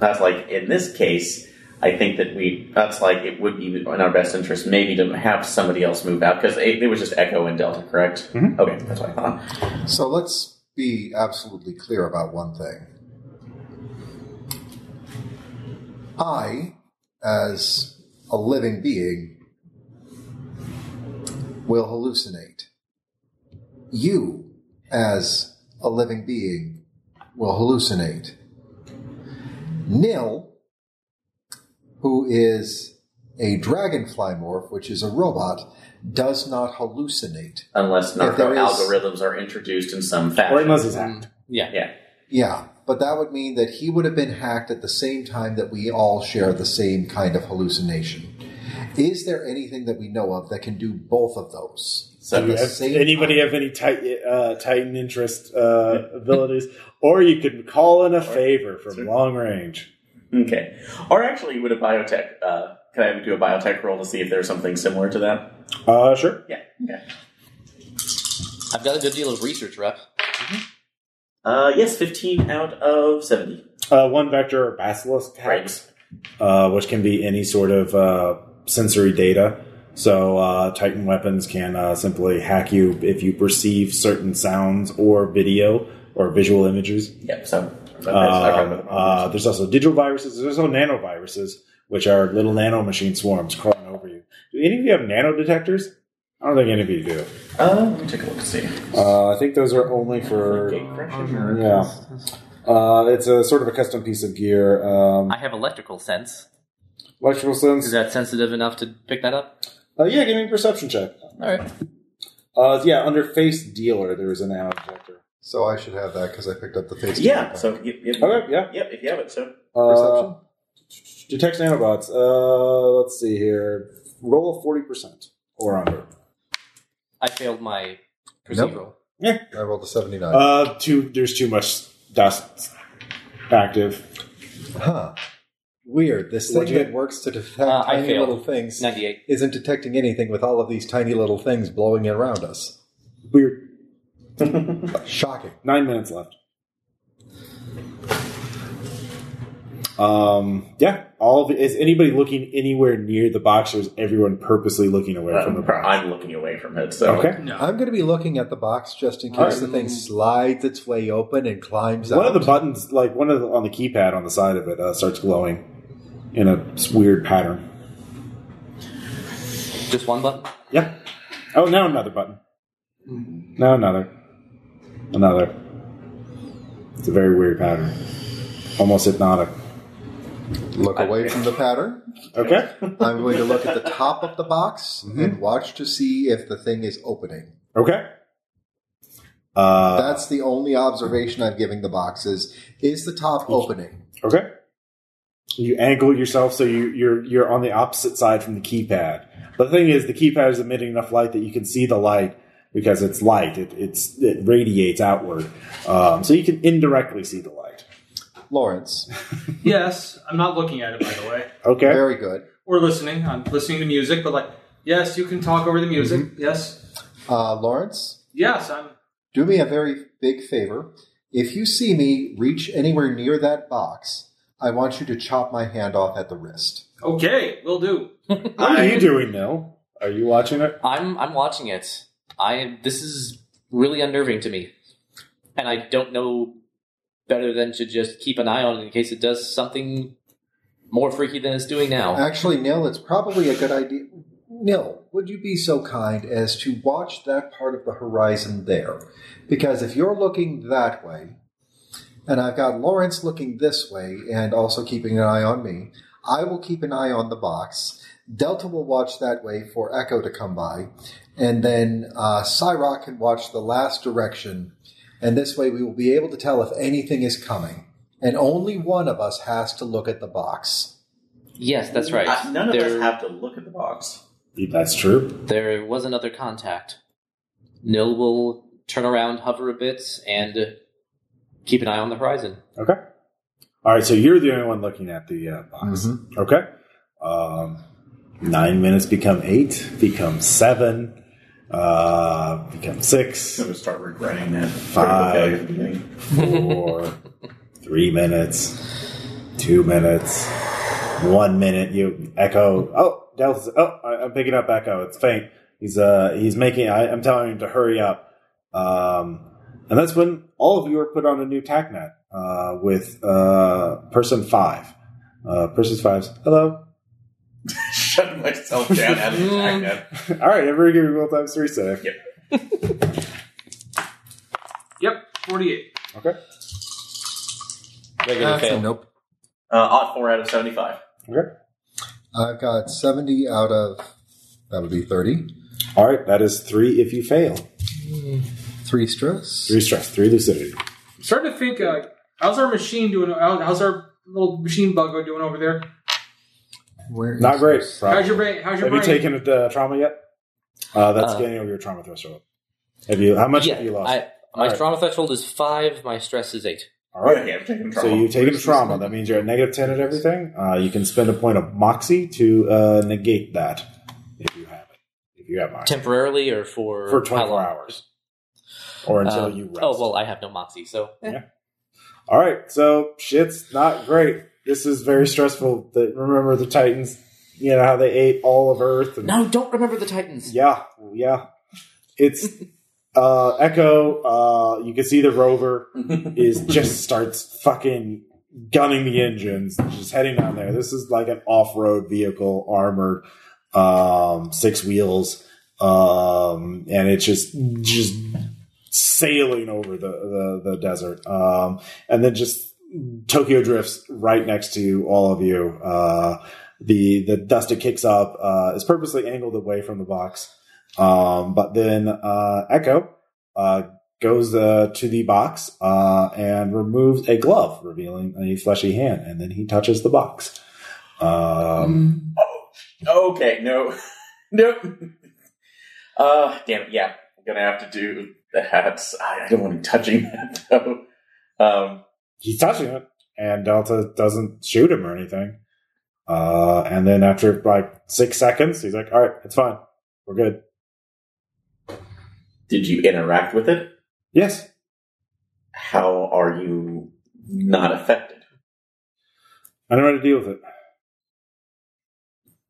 Speaker 3: That's like in this case. I think that we, that's like it would be in our best interest maybe to have somebody else move out because it, it was just Echo and Delta, correct?
Speaker 1: Mhm.
Speaker 3: Okay, that's what I thought.
Speaker 6: So let's be absolutely clear about one thing. I, as a living being, will hallucinate. you, as a living being, will hallucinate. Nil, who is a dragonfly morph, which is a robot, does not hallucinate.
Speaker 3: unless
Speaker 6: If there
Speaker 3: narco
Speaker 6: is-
Speaker 3: algorithms are introduced in some
Speaker 1: Well, he
Speaker 3: fashion.
Speaker 1: must have
Speaker 6: Mm.
Speaker 1: hacked.
Speaker 2: Yeah.
Speaker 6: Yeah, but that would mean that he would have been hacked at the same time that we all share the same kind of hallucination. Is there anything that we know of that can do both of those?
Speaker 3: So
Speaker 6: at
Speaker 1: Do
Speaker 6: the
Speaker 1: you have-
Speaker 6: same
Speaker 1: anybody
Speaker 6: time?
Speaker 1: have any tit- uh, Titan interest uh, abilities? Or you could call in a favor from long range.
Speaker 3: Okay. Or actually, would a biotech? Uh, can I do a biotech roll to see if there's something similar to that?
Speaker 1: Uh, sure.
Speaker 3: Yeah. Okay.
Speaker 2: I've got a good deal of research rep.
Speaker 3: Uh, yes, fifteen out of seventy.
Speaker 1: Uh, one vector basilisk hacks, uh, which can be any sort of uh, sensory data. So uh, Titan weapons can uh, simply hack you if you perceive certain sounds or video or visual images.
Speaker 3: Yep. So. so I read
Speaker 1: Um,
Speaker 3: them.
Speaker 1: uh, there's also digital viruses. There's also nanoviruses, which are little nanomachine swarms crawling over you. Do any of you have nanodetectors? I don't think any of you do.
Speaker 3: Uh, let me take a look to see.
Speaker 1: Uh, I think those are only for.
Speaker 3: Gate crashes or-
Speaker 1: Yeah. Uh, it's a sort of a custom piece of gear. Um,
Speaker 2: I have electrical sense.
Speaker 1: electrical sense.
Speaker 2: Is that sensitive enough to pick that up?
Speaker 1: Uh, yeah, give me a perception check.
Speaker 2: All right.
Speaker 1: Uh, yeah, under face dealer, there's a nanodetector.
Speaker 6: So I should have that because I picked up the face.
Speaker 3: Yeah.
Speaker 6: detector.
Speaker 3: So. Yep, yep,
Speaker 1: Okay, yeah.
Speaker 3: Yep. If you have it, so.
Speaker 1: Uh,
Speaker 6: perception.
Speaker 1: detects nanobots. Uh, let's see here. Roll forty percent or under.
Speaker 2: I failed
Speaker 6: Nope.
Speaker 2: my procedural.
Speaker 6: I rolled a seventy-nine.
Speaker 1: Uh, too. There's too much dust active.
Speaker 6: huh. Uh, Weird. This thing
Speaker 1: What'd you
Speaker 6: that
Speaker 1: get?
Speaker 6: works to detect
Speaker 2: Uh, I
Speaker 6: tiny
Speaker 2: failed.
Speaker 6: little things
Speaker 2: 98.
Speaker 6: isn't detecting anything with all of these tiny little things blowing in around us.
Speaker 1: Weird.
Speaker 6: Shocking.
Speaker 1: Nine minutes left. Um. Yeah. All of, is anybody looking anywhere near the box, or is everyone purposely looking away from the
Speaker 3: Um,
Speaker 1: box?
Speaker 3: I'm looking away from it. So.
Speaker 1: Okay.
Speaker 5: No.
Speaker 6: I'm going to be looking at the box just in case
Speaker 1: Alright.
Speaker 6: the thing slides its way open and climbs
Speaker 1: One
Speaker 6: out.
Speaker 1: of the buttons, like one of the, on the keypad on the side of it, uh, starts glowing in a s- weird pattern.
Speaker 2: Just one button?
Speaker 1: Yep. Oh, now another button. Now another. Another. It's a very weird pattern. Almost hypnotic.
Speaker 6: look away from the pattern.
Speaker 1: Okay.
Speaker 6: I'm going to look at the top of the box and watch to see if the thing is opening.
Speaker 1: Okay. Uh,
Speaker 6: That's the only observation I'm giving the box is, is the top opening?
Speaker 1: okay. You angle yourself so you, you're you're on the opposite side from the keypad. But the thing is, the keypad is emitting enough light that you can see the light because it's light. It it's, it radiates outward, um, so you can indirectly see the light.
Speaker 6: Lawrence,
Speaker 5: Yes, I'm not looking at it by the way,
Speaker 1: Okay.
Speaker 6: very good.
Speaker 5: or listening. I'm listening to music, but like, yes, you can talk over the music.
Speaker 1: Mm-hmm.
Speaker 5: Yes,
Speaker 6: Uh, Lawrence,
Speaker 5: yes, I'm.
Speaker 6: do me a very big favor. If you see me reach anywhere near that box, I want you to chop my hand off at the wrist.
Speaker 5: Okay, will do.
Speaker 1: What are you doing now? Are you watching it?
Speaker 2: I'm I'm watching it. I this is really unnerving to me, and I don't know better than to just keep an eye on it in case it does something more freaky than it's doing now.
Speaker 6: Actually, Nil, it's probably a good idea. Nil, would you be so kind as to watch that part of the horizon there? Because if you're looking that way, and I've got Lawrence looking this way and also keeping an eye on me, I will keep an eye on the box. Delta will watch that way for Echo to come by, and then uh, Cyrock can watch the last direction. And this way, we will be able to tell if anything is coming. And only one of us has to look at the box.
Speaker 2: Yes, that's right.
Speaker 3: Uh, none of
Speaker 2: there,
Speaker 3: us have to look at the box.
Speaker 1: That's true.
Speaker 2: There was another contact. Nil will turn around, hover a bit, and keep an eye on the horizon.
Speaker 1: Okay. All right. So you're the only one looking at the uh, box. Okay. Um, nine minutes become eight, become seven, uh, become
Speaker 3: I'm
Speaker 1: six,
Speaker 3: going to start regretting that.
Speaker 1: Five. Uh, four, three minutes, two minutes, one minute. You echo. Oh, Delta's. Oh, I, I'm picking up echo. It's faint. He's uh he's making. I, I'm telling him to hurry up. Um, and that's when all of you are put on a new TACnet uh, with uh, person five. Uh, person five's hello.
Speaker 3: Shut myself down out of the
Speaker 2: Mm.
Speaker 3: magnet.
Speaker 1: all right, everybody give me real time three save.
Speaker 3: Yep.
Speaker 5: 48.
Speaker 2: Regular
Speaker 6: That's a
Speaker 2: fail.
Speaker 6: nope.
Speaker 3: Uh, odd four out of seventy-five.
Speaker 6: I've got 70 out of, that'll be 30.
Speaker 1: All right, that is three if you fail.
Speaker 6: Three stress.
Speaker 1: Three stress, three lucidity.
Speaker 5: I'm starting to think, uh, how's our machine doing? how- How's our little machine bug doing over there?
Speaker 6: Where is
Speaker 1: Not great.
Speaker 6: this?
Speaker 1: probably.
Speaker 5: How's your brain? How's your
Speaker 1: Have you
Speaker 5: brain?
Speaker 1: taken a uh, trauma yet? Uh, that's
Speaker 2: Uh,
Speaker 1: getting over your trauma threshold. Have you? How much
Speaker 2: yeah,
Speaker 1: have you lost?
Speaker 2: I, my
Speaker 1: Alright.
Speaker 2: trauma threshold is five. My stress is eight.
Speaker 1: All right.
Speaker 3: Yeah, I'm taking
Speaker 1: So
Speaker 3: trouble.
Speaker 1: you take a trauma. That means you're at negative ten at everything. Uh, you can spend a point of moxie to uh, negate that if you have it. If you have moxie
Speaker 2: Temporarily or for
Speaker 1: for
Speaker 2: how
Speaker 1: twenty four
Speaker 2: long?
Speaker 1: hours, or until
Speaker 2: Um,
Speaker 1: you rest.
Speaker 2: Oh well, I have no moxie, so eh.
Speaker 1: Yeah. All right. So shit's not great. This is very stressful. The, remember the Titans? You know how they ate all of Earth? And,
Speaker 2: no, don't remember the Titans.
Speaker 1: Yeah, yeah. It's uh, Echo. Uh, you can see the rover is just starts fucking gunning the engines, just heading down there. This is like an off-road vehicle, armored, um, six wheels, um, and it's just just sailing over the the, the desert, um, and then just Tokyo drifts right next to all of you. Uh, the the dust it kicks up uh, is purposely angled away from the box, um, but then uh, Echo uh, goes uh, to the box uh, and removes a glove, revealing a fleshy hand, and then he touches the box. Um,
Speaker 3: Okay, no, nope. Uh, damn it. Yeah, I'm gonna have to do that. I, I don't want him touching that though. Um,
Speaker 1: He's touching it, and Delta doesn't shoot him or anything. Uh, and then after like six seconds, he's like, "All right, it's fine, we're good."
Speaker 3: did you interact with it?
Speaker 1: Yes,
Speaker 3: How are you not affected?
Speaker 1: I know how to deal with it.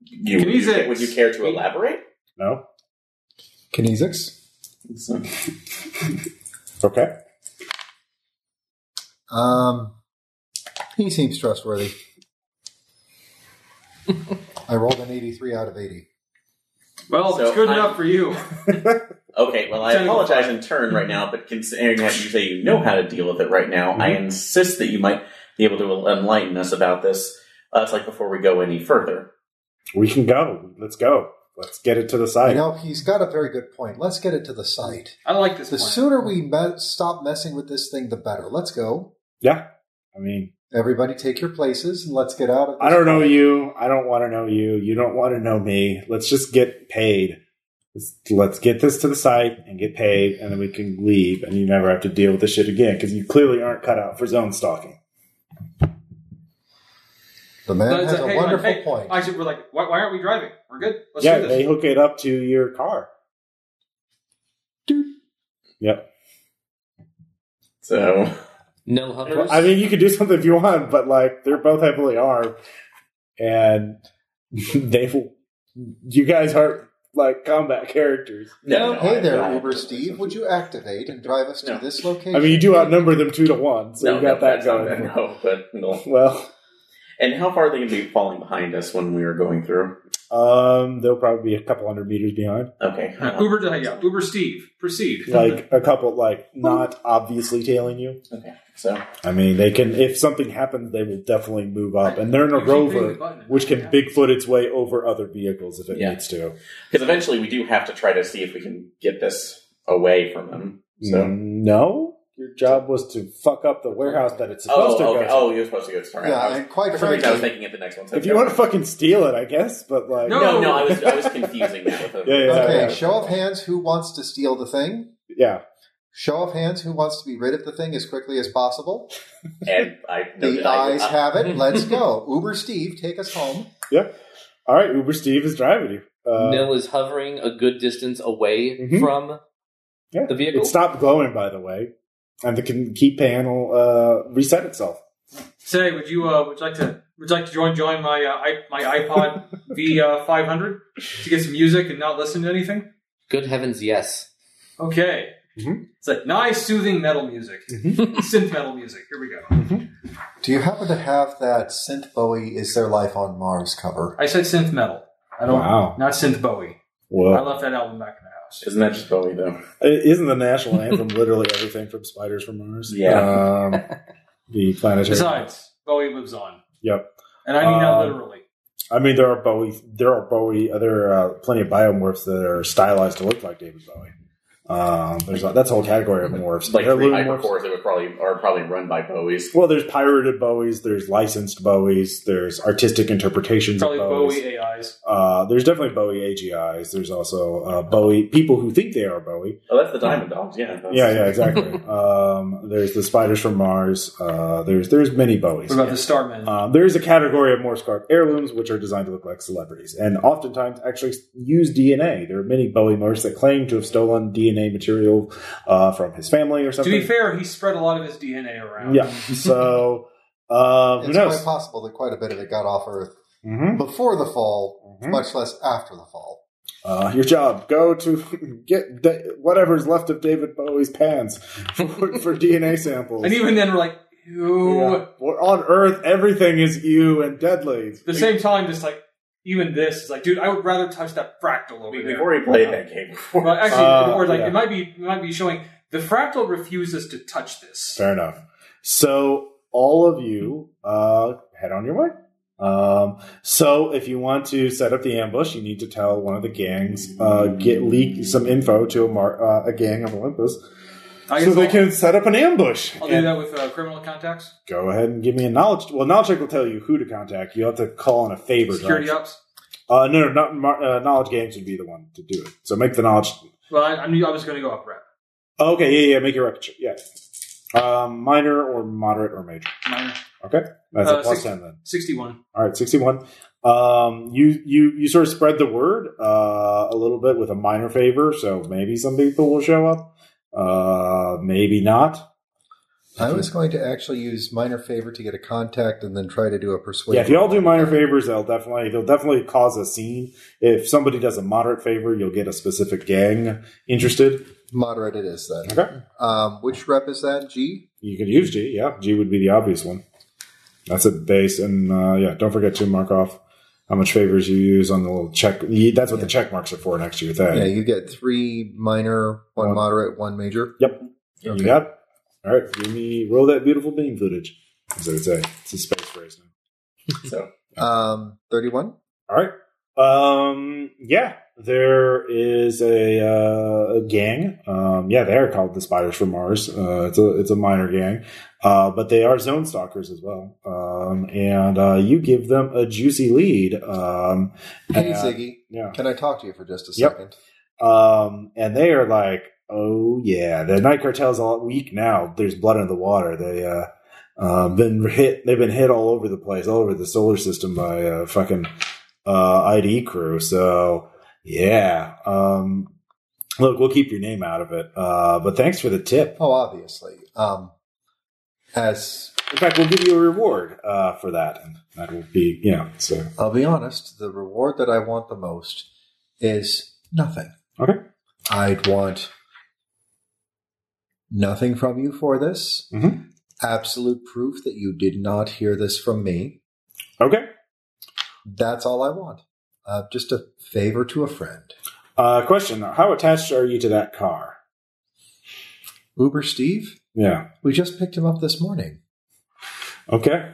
Speaker 3: You,
Speaker 5: Can you say-
Speaker 3: would you care to elaborate?
Speaker 1: No,
Speaker 6: Kinesics.
Speaker 1: okay.
Speaker 6: Um, he seems trustworthy. I rolled an 83 out of 80.
Speaker 5: Well,
Speaker 3: So
Speaker 5: it's good
Speaker 3: I-
Speaker 5: enough for you.
Speaker 3: Okay, well, I
Speaker 5: Technical
Speaker 3: apologize in turn right now, but considering that you say you know how to deal with it right now, I insist that you might be able to enlighten us about this. Uh, it's like before we go any further.
Speaker 1: We can go. Let's go. Let's get it to the
Speaker 6: You
Speaker 1: side.
Speaker 6: know, he's got a very good point. Let's get it to the site.
Speaker 5: I like this
Speaker 6: The
Speaker 5: plan.
Speaker 6: sooner we me- stop messing with this thing, the better. Let's go.
Speaker 1: Yeah. I mean,
Speaker 6: Everybody take your places and let's get out of this.
Speaker 1: I don't know
Speaker 6: place.
Speaker 1: you. I don't want to know you. You don't want to know me. Let's just get paid. Let's, let's get this to the site and get paid, and then we can leave, and you never have to deal with this shit again because you clearly aren't cut out for zone stalking.
Speaker 6: The man
Speaker 5: But it's
Speaker 6: has
Speaker 5: like,
Speaker 6: a
Speaker 5: hey, like,
Speaker 6: wonderful
Speaker 5: hey,
Speaker 6: point.
Speaker 5: Actually, we're like, why, why aren't we driving? We're good. Let's
Speaker 1: yeah,
Speaker 5: do this.
Speaker 1: they hook it up to your car. Yep.
Speaker 3: So,
Speaker 2: Nil hunters.
Speaker 1: I mean, you could do something if you want, but like they're both heavily armed, and they will. You guys aren't like combat characters.
Speaker 3: no. no,
Speaker 6: hey
Speaker 3: I-
Speaker 6: there,
Speaker 3: I-
Speaker 6: Uber Steve. Would you activate and drive us
Speaker 3: No.
Speaker 6: to this location?
Speaker 1: I mean, you do outnumber them two to one, so
Speaker 3: no,
Speaker 1: you got
Speaker 3: no,
Speaker 1: that
Speaker 3: that's not
Speaker 1: going.
Speaker 3: bad, No, but no.
Speaker 1: Well,
Speaker 3: And how far are they going to be falling behind us when we are going through?
Speaker 1: um, they'll probably be a couple hundred meters behind,
Speaker 3: Okay.
Speaker 5: Uh, Uber, yeah, Uber Steve, proceed.
Speaker 1: like a couple, like not obviously tailing you.
Speaker 3: Okay. So,
Speaker 1: I mean, they can if something happens, they will definitely move up, and they're in a
Speaker 5: You keep hitting the
Speaker 1: rover,
Speaker 5: button.
Speaker 1: which can
Speaker 5: Yeah.
Speaker 1: bigfoot its way over other vehicles if it
Speaker 3: Yeah.
Speaker 1: needs to.
Speaker 3: because eventually we do have to try to see if we can get this away from them. So.
Speaker 1: Mm. no, your job was to fuck up the warehouse that it's
Speaker 3: Oh,
Speaker 1: supposed to
Speaker 3: okay.
Speaker 1: go. to.
Speaker 3: oh, you're supposed to go to Star
Speaker 6: yeah,
Speaker 3: I was,
Speaker 6: and quite
Speaker 3: for some reason, I was
Speaker 6: frankly,
Speaker 3: thinking of the next one. So
Speaker 1: If you
Speaker 3: go.
Speaker 1: want to fucking steal it, I guess, but like,
Speaker 5: No.
Speaker 3: No, no, I was I was confusing that with a
Speaker 1: Yeah, yeah,
Speaker 6: okay,
Speaker 1: yeah.
Speaker 6: show of hands, who wants to steal the thing?
Speaker 1: yeah,
Speaker 6: Show of hands, who wants to be rid of the thing as quickly as possible?
Speaker 3: And I
Speaker 6: The
Speaker 3: noted I,
Speaker 6: eyes have it. Let's go. Uber Steve, take us home.
Speaker 1: all right. Uber Steve is driving you. Uh,
Speaker 2: Nil is hovering a good distance away
Speaker 1: Mhm.
Speaker 2: from
Speaker 1: Yeah.
Speaker 2: the vehicle.
Speaker 1: It stopped glowing, by the way, and the con- key panel uh, reset itself.
Speaker 5: Say, would you uh, would you like to would you like to join join my uh, I, my iPod V uh, five hundred to get some music and not listen to anything?
Speaker 2: Good heavens, yes.
Speaker 5: Okay.
Speaker 1: Mhm.
Speaker 5: It's like nice soothing metal music,
Speaker 1: Mm-hmm.
Speaker 5: synth metal music. Here we go.
Speaker 6: Do you happen to have that synth Bowie "Is There Life on Mars" cover?
Speaker 5: I said synth metal. I don't
Speaker 1: Wow.
Speaker 5: not synth Bowie. I
Speaker 1: Whoa.
Speaker 5: left that album back in the house.
Speaker 3: Isn't that just Bowie though?
Speaker 1: Isn't the national anthem literally everything from Spiders from Mars?
Speaker 3: Yeah.
Speaker 1: Um, the planetary.
Speaker 5: Besides, Bowie lives on.
Speaker 1: Yep.
Speaker 5: And I mean that
Speaker 1: Uh,
Speaker 5: literally.
Speaker 1: I mean, there are Bowie. There are Bowie. There are uh, plenty of biomorphs that are stylized to look like David Bowie. Um, there's a, that's a whole category of morphs.
Speaker 3: Like
Speaker 1: There are
Speaker 3: three
Speaker 1: little morphs.
Speaker 3: hypercores that would probably are probably run by Bowies.
Speaker 1: Well, there's pirated Bowies. There's licensed Bowies. There's artistic interpretations
Speaker 5: Probably
Speaker 1: of Bowies.
Speaker 5: Bowie AIs.
Speaker 1: Uh, there's definitely Bowie AGIs. There's also uh, Bowie people who think they are Bowie.
Speaker 3: Oh, that's the Diamond Dogs. Yeah. that's-
Speaker 1: Yeah, yeah, exactly. um, there's the spiders from Mars. Uh, there's there's many Bowies.
Speaker 5: What about the Starman?
Speaker 1: Um, there is a category of Morse card heirlooms which are designed to look like celebrities and oftentimes actually use DNA. There are many Bowie Morse that claim to have stolen DNA material uh, from his family or
Speaker 5: to
Speaker 1: something.
Speaker 5: be fair, he spread a lot of his DNA around.
Speaker 1: yeah. So uh, who
Speaker 6: it's
Speaker 1: knows?
Speaker 6: quite possible that quite a bit of it got off Earth
Speaker 1: hmm
Speaker 6: before the fall,
Speaker 1: Mhm.
Speaker 6: much less after the fall.
Speaker 1: Uh, your job: go to get da- whatever's left of David Bowie's pants for, for DNA samples.
Speaker 5: And even then, we're like, ew.
Speaker 1: Yeah. Well, on Earth, everything is you and deadly.
Speaker 5: At the same time, just like, even this is like, dude, I would rather touch that fractal over
Speaker 3: We,
Speaker 5: there.
Speaker 3: have already played that game before.
Speaker 5: Well, actually,
Speaker 1: Uh,
Speaker 5: or like
Speaker 1: yeah.
Speaker 5: it might be it might be showing the fractal refuses to touch this.
Speaker 1: Fair enough. So all of you uh, head on your way. Um, so if you want to set up the ambush, you need to tell one of the gangs uh, get leak some info to a, mar- uh, a gang of Olympus,
Speaker 5: I guess
Speaker 1: so they
Speaker 5: I'll,
Speaker 1: can set up an ambush.
Speaker 5: I'll do
Speaker 1: And
Speaker 5: that with uh, criminal contacts,
Speaker 1: Go ahead and give me a knowledge. Well, knowledge check will tell you who to contact. You will have to call in a favor.
Speaker 5: security
Speaker 1: Josh.
Speaker 5: ops.
Speaker 1: Uh, no, no, not mar- uh, knowledge games would be the one to do it. So make the knowledge
Speaker 5: Well, I, I knew I was going to go up rep.
Speaker 1: Okay, yeah, yeah, make your record. check, Yeah. Um, minor or moderate or major.
Speaker 5: Minor.
Speaker 1: That's
Speaker 5: Uh,
Speaker 1: a plus
Speaker 5: six-
Speaker 1: ten then.
Speaker 5: Sixty-one.
Speaker 1: All right, sixty-one. Um, you you you sort of spread the word uh, a little bit with a minor favor, so maybe some people will show up. Uh, maybe not.
Speaker 6: I was going to actually use minor favor to get a contact and then try to do a persuasion.
Speaker 1: yeah, if you all do minor favors, they'll definitely they'll definitely cause a scene. If somebody does a moderate favor, you'll get a specific gang interested.
Speaker 6: Moderate it is then.
Speaker 1: Okay,
Speaker 6: Um, which rep is that? G?
Speaker 1: you could use G. Yeah, G would be the obvious one. That's a base, and uh, yeah, don't forget to mark off how much favors you use on the little check. you- That's what the check marks are for next to your thing.
Speaker 6: Yeah, you get three minor, one
Speaker 1: One.
Speaker 6: moderate, one major.
Speaker 1: You got it? All right, give me roll that beautiful beam footage. As I would say, it's a space phrase now.
Speaker 3: So
Speaker 6: Um, 31?
Speaker 1: All right. Um, yeah, there is a, uh, a gang. Um, yeah, they are called the Spiders from Mars. Uh, it's a it's a minor gang, uh, but they are Zone Stalkers as well. Um, and uh, you give them a juicy lead. Um,
Speaker 6: Hey,
Speaker 1: and-
Speaker 6: Ziggy,
Speaker 1: Yeah.
Speaker 6: can I talk to you for just a
Speaker 1: Yep.
Speaker 6: second?
Speaker 1: Um, and they are like, oh yeah, the night cartel's all weak now. There's blood in the water. They uh, uh, been hit. They've been hit all over the place, all over the solar system by uh, fucking uh, ID crew. So yeah, um, look, we'll keep your name out of it. Uh, but thanks for the tip.
Speaker 6: Oh, obviously. Um, as
Speaker 1: In fact, we'll give you a reward uh, for that, and that will be you know. So
Speaker 6: I'll be honest, the reward that I want the most is nothing.
Speaker 1: Okay.
Speaker 6: I'd want nothing from you for this.
Speaker 1: Mhm.
Speaker 6: Absolute proof that you did not hear this from me.
Speaker 1: okay.
Speaker 6: That's all I want. Uh, just a favor to a friend.
Speaker 1: Uh, question: How attached are you to that car?
Speaker 6: Uber Steve,
Speaker 1: Yeah.
Speaker 6: we just picked him up this morning.
Speaker 1: Okay.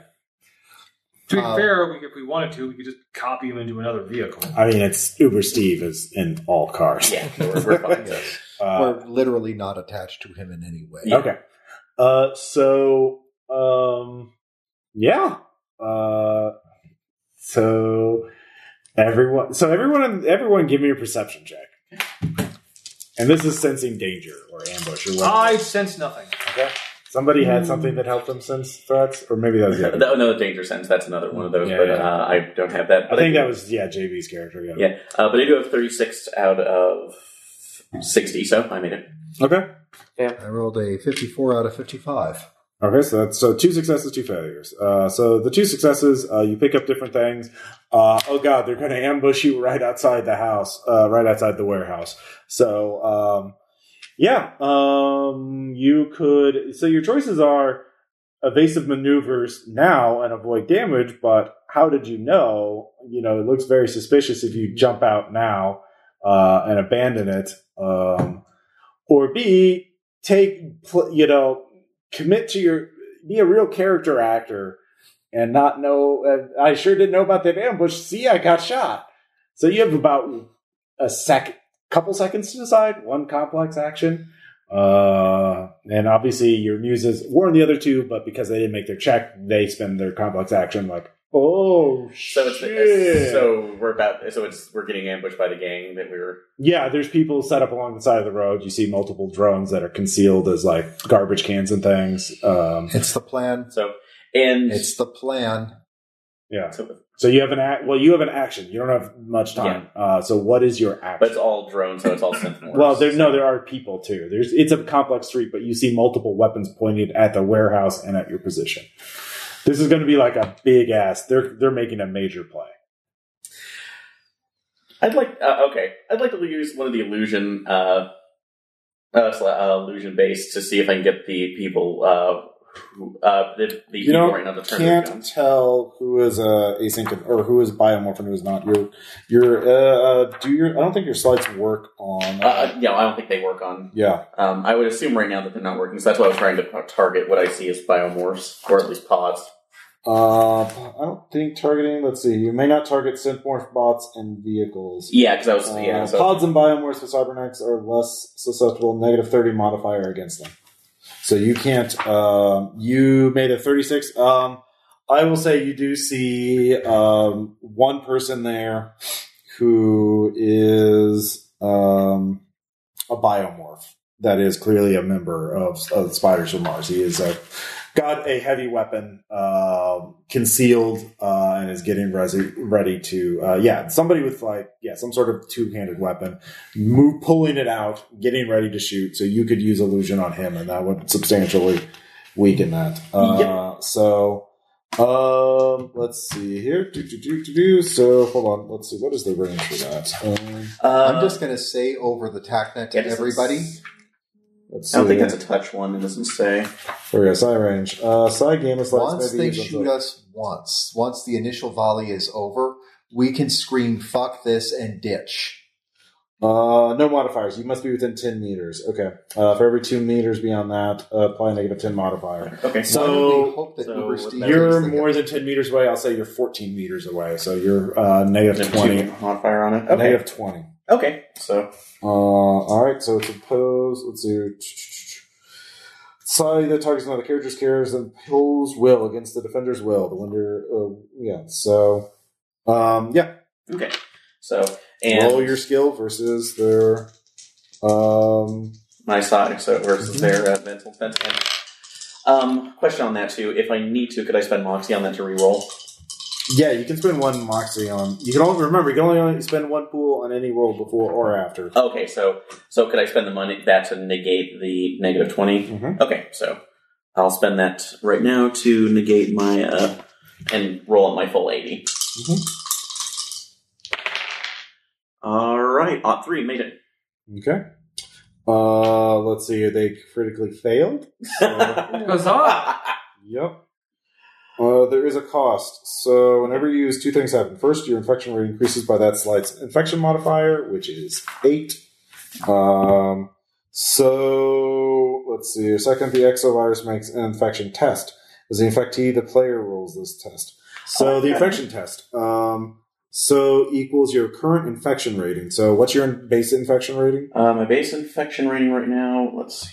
Speaker 5: To be
Speaker 6: Uh,
Speaker 5: fair, we, if we wanted to, we could just copy him into another vehicle.
Speaker 1: I mean, it's Uber Steve is in all cars.
Speaker 3: yeah, we're, we're fine.
Speaker 6: Yes.
Speaker 1: Uh,
Speaker 6: We're literally not attached to him in any way.
Speaker 3: Yeah.
Speaker 1: Okay. Uh, so, um, yeah. Uh, so everyone, so everyone, everyone, give me a perception check. And this is sensing danger or ambush or whatever.
Speaker 5: I sense nothing.
Speaker 1: Okay. Somebody had something that helped them sense threats, or maybe that was the other.
Speaker 3: That, oh, no, danger sense. That's another one of those,
Speaker 1: Yeah,
Speaker 3: but
Speaker 1: yeah.
Speaker 3: Uh, I don't have that.
Speaker 1: I
Speaker 3: But
Speaker 1: think
Speaker 3: do-
Speaker 1: that was yeah JV's character. Yeah.
Speaker 3: Yeah, uh, but I do have 36 out of 60, so I made it.
Speaker 1: Okay.
Speaker 6: I rolled a 54 out of 55.
Speaker 1: Okay, so that's so two successes, two failures. Uh, so the two successes, uh, you pick up different things. Uh, oh God, they're going to ambush you right outside the house, uh, right outside the warehouse. So um, yeah, um, you could. So your choices are evasive maneuvers now and avoid damage. But how did you know? You know, it looks very suspicious if you jump out now uh, and abandon it um, or B take pl- you know commit to your be a real character actor and not know. Uh, I sure didn't know about that ambush. See, I got shot. So you have about a sec, couple seconds to decide one complex action. Uh, and obviously your muses warn the other two, but because they didn't make their check, they spend their complex action like, oh
Speaker 3: So it's
Speaker 1: shit.
Speaker 3: so we're about so it's we're getting ambushed by the gang that we were.
Speaker 1: yeah, there's people set up along the side of the road. You see multiple drones that are concealed as like garbage cans and things. Um,
Speaker 6: It's the plan.
Speaker 3: So and
Speaker 6: It's the plan.
Speaker 1: yeah.
Speaker 3: so,
Speaker 1: So you have an act. Well, you have an action. You don't have much time. Uh, so what is your action?
Speaker 3: but it's all drones, so it's all synth wars.
Speaker 1: Well, there no, there are people too. There's it's a complex street, but you see multiple weapons pointed at the warehouse and at your position. This is going to be like a big ass. They're they're making a major play.
Speaker 3: I'd like uh, okay. I'd like to use one of the illusion uh, uh, sla- uh illusion base to see if I can get the people uh who, uh the, the
Speaker 1: You
Speaker 3: people
Speaker 1: know,
Speaker 3: right now to turn their
Speaker 1: Can't
Speaker 3: guns.
Speaker 1: tell who is a async or who is biomorph and who is not. Your your uh, uh, do your I don't think your slides work on.
Speaker 3: Uh, Uh, yeah, I don't think they work on.
Speaker 1: yeah,
Speaker 3: Um, I would assume right now that they're not working, so that's why I was trying to uh, target what I see as biomorphs or at least pods.
Speaker 1: uh, I don't think targeting. Let's see. You may not target synthmorph bots and vehicles.
Speaker 3: Yeah, because I was
Speaker 1: Uh,
Speaker 3: yeah. So
Speaker 1: Pods and biomorphs with cybernetics are less susceptible. Negative thirty modifier against them. So you can't. Um, you made a thirty-six. Um, I will say you do see um, one person there who is um, a biomorph that is clearly a member of, of the Spiders from Mars. He is a, got a heavy weapon um concealed uh, and is getting resi- ready to uh, yeah somebody with like yeah some sort of two handed weapon move pulling it out getting ready to shoot. So you could use illusion on him and that would substantially weaken that. Uh, So. Um, let's see here. Do, do, do, do, do. So hold on. Let's see. What is the range for that? Um,
Speaker 3: uh,
Speaker 6: I'm just going to say over the TACnet
Speaker 3: yeah,
Speaker 6: to
Speaker 3: this is-
Speaker 6: everybody.
Speaker 1: let's see.
Speaker 3: I don't think that's a touch one. It doesn't say.
Speaker 1: There we go. Psi range. Uh, psi gamma slash
Speaker 6: Once they shoot us once, once the initial volley is over, we can scream "fuck this" and ditch.
Speaker 1: Uh, no modifiers. You must be within ten meters. Okay. Uh, for every two meters beyond that, uh, apply a negative ten modifier.
Speaker 3: Okay.
Speaker 1: So-
Speaker 6: Why don't we hope that
Speaker 3: so
Speaker 6: Uber
Speaker 3: with
Speaker 6: Steve
Speaker 3: that-
Speaker 1: You're
Speaker 6: thinks they
Speaker 1: more
Speaker 6: got-
Speaker 1: than ten meters away. I'll say you're fourteen meters away. So you're uh, negative
Speaker 3: Negative
Speaker 1: twenty.
Speaker 3: two modifier on it. Okay.
Speaker 1: Negative twenty.
Speaker 3: Okay. So
Speaker 1: Uh, all right. So it's opposed. Let's do. Psi that targets another character's cares and pulls will against the defender's will. The winner. Uh, yeah. So. Um. Yeah.
Speaker 3: okay. So and
Speaker 1: roll your skill versus their um
Speaker 3: my side so versus
Speaker 6: Mhm.
Speaker 3: their uh, mental defense. And, um, question on that too. If I need to, could I spend Moxie on that to reroll?
Speaker 1: yeah you can spend one moxie on you can only remember you can only spend one pool on any roll before or after
Speaker 3: Okay. So so could I spend the money that to negate the negative twenty?
Speaker 1: Mhm.
Speaker 3: Okay. So I'll spend that right now to negate my uh and roll up my full
Speaker 1: Mhm.
Speaker 3: 80 Mm-hmm. All right. Ot three made it.
Speaker 1: okay uh let's see they critically failed So,
Speaker 5: Huzzah!
Speaker 1: yep uh, there is a cost. So, whenever you use two things happen. First, your infection rate increases by that slide's infection modifier, which is eight. Um, so, let's see. here. Second, the exovirus makes an infection test. As the infectee, the player rolls this test. So the
Speaker 3: Oh, Okay.
Speaker 1: infection test. Um, so equals your current infection rating. So what's your base infection rating?
Speaker 3: Uh, my base infection rating right now. Let's see.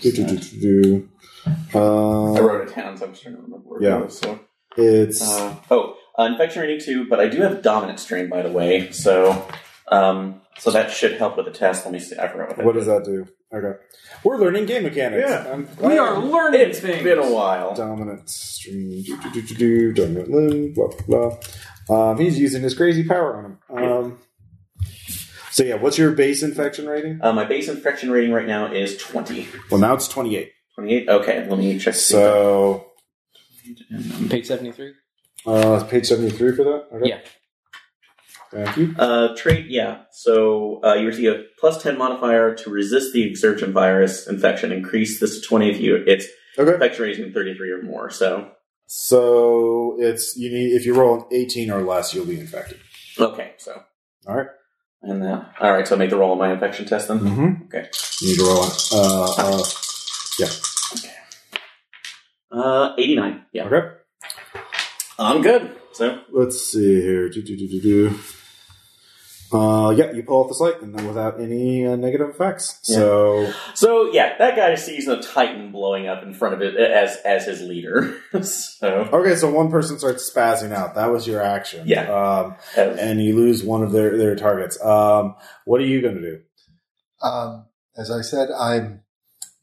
Speaker 1: Do,
Speaker 3: Where
Speaker 1: do, do,
Speaker 3: was that?
Speaker 1: do, do.
Speaker 3: I
Speaker 1: Uh,
Speaker 3: wrote it down, so I'm just trying to remember where
Speaker 1: Yeah.
Speaker 3: it was. So.
Speaker 1: it's
Speaker 3: Uh, oh, uh, infection rating two, but I do have dominant strain, by the way. So, um, so that should help with the test. Let me see. I forgot what that
Speaker 1: what does that do? Okay, we're learning game mechanics.
Speaker 5: Yeah.
Speaker 1: I'm glad.
Speaker 5: We are learning
Speaker 3: It's
Speaker 5: things.
Speaker 3: been a while.
Speaker 1: dominant stream. Do, do, do, do, do, dominant limb. Blah blah. blah. Um, he's using his crazy power on him. Um, so yeah, what's your base infection rating?
Speaker 3: Uh, my base infection rating right now is 20.
Speaker 1: Well, now it's twenty eight.
Speaker 3: 28? Okay, let me check. to see if
Speaker 1: So
Speaker 2: Page 73?
Speaker 1: Uh, page seventy-three for that. Okay.
Speaker 2: Yeah.
Speaker 1: Thank you.
Speaker 3: that- Uh, trait, yeah. So uh, you receive a plus 10 modifier to resist the exertion virus infection. Increase this to 20 if you its
Speaker 1: Okay.
Speaker 3: infection rating 33 or more. So,
Speaker 1: So it's you need if you roll an eighteen or less, you'll be infected.
Speaker 3: okay, so.
Speaker 1: All right.
Speaker 3: And that. All right, so I make the roll on my infection test then.
Speaker 1: Mm-hmm.
Speaker 3: Okay.
Speaker 1: You need to roll it. Uh, uh,
Speaker 3: Uh, 89. Yeah.
Speaker 1: okay.
Speaker 3: I'm good. So,
Speaker 1: Let's see here. Do, do, do, do, do. Uh, yeah, you pull off the slate, and then without any uh, negative effects.
Speaker 3: Yeah.
Speaker 1: So
Speaker 3: so yeah, that guy sees a titan blowing up in front of it uh, as as his leader. so,
Speaker 1: okay, so one person starts spazzing out. That was your action.
Speaker 3: Yeah.
Speaker 1: Um,
Speaker 3: uh,
Speaker 1: and you lose one of their their targets. Um, what are you going to do?
Speaker 6: Um, as I said, I'm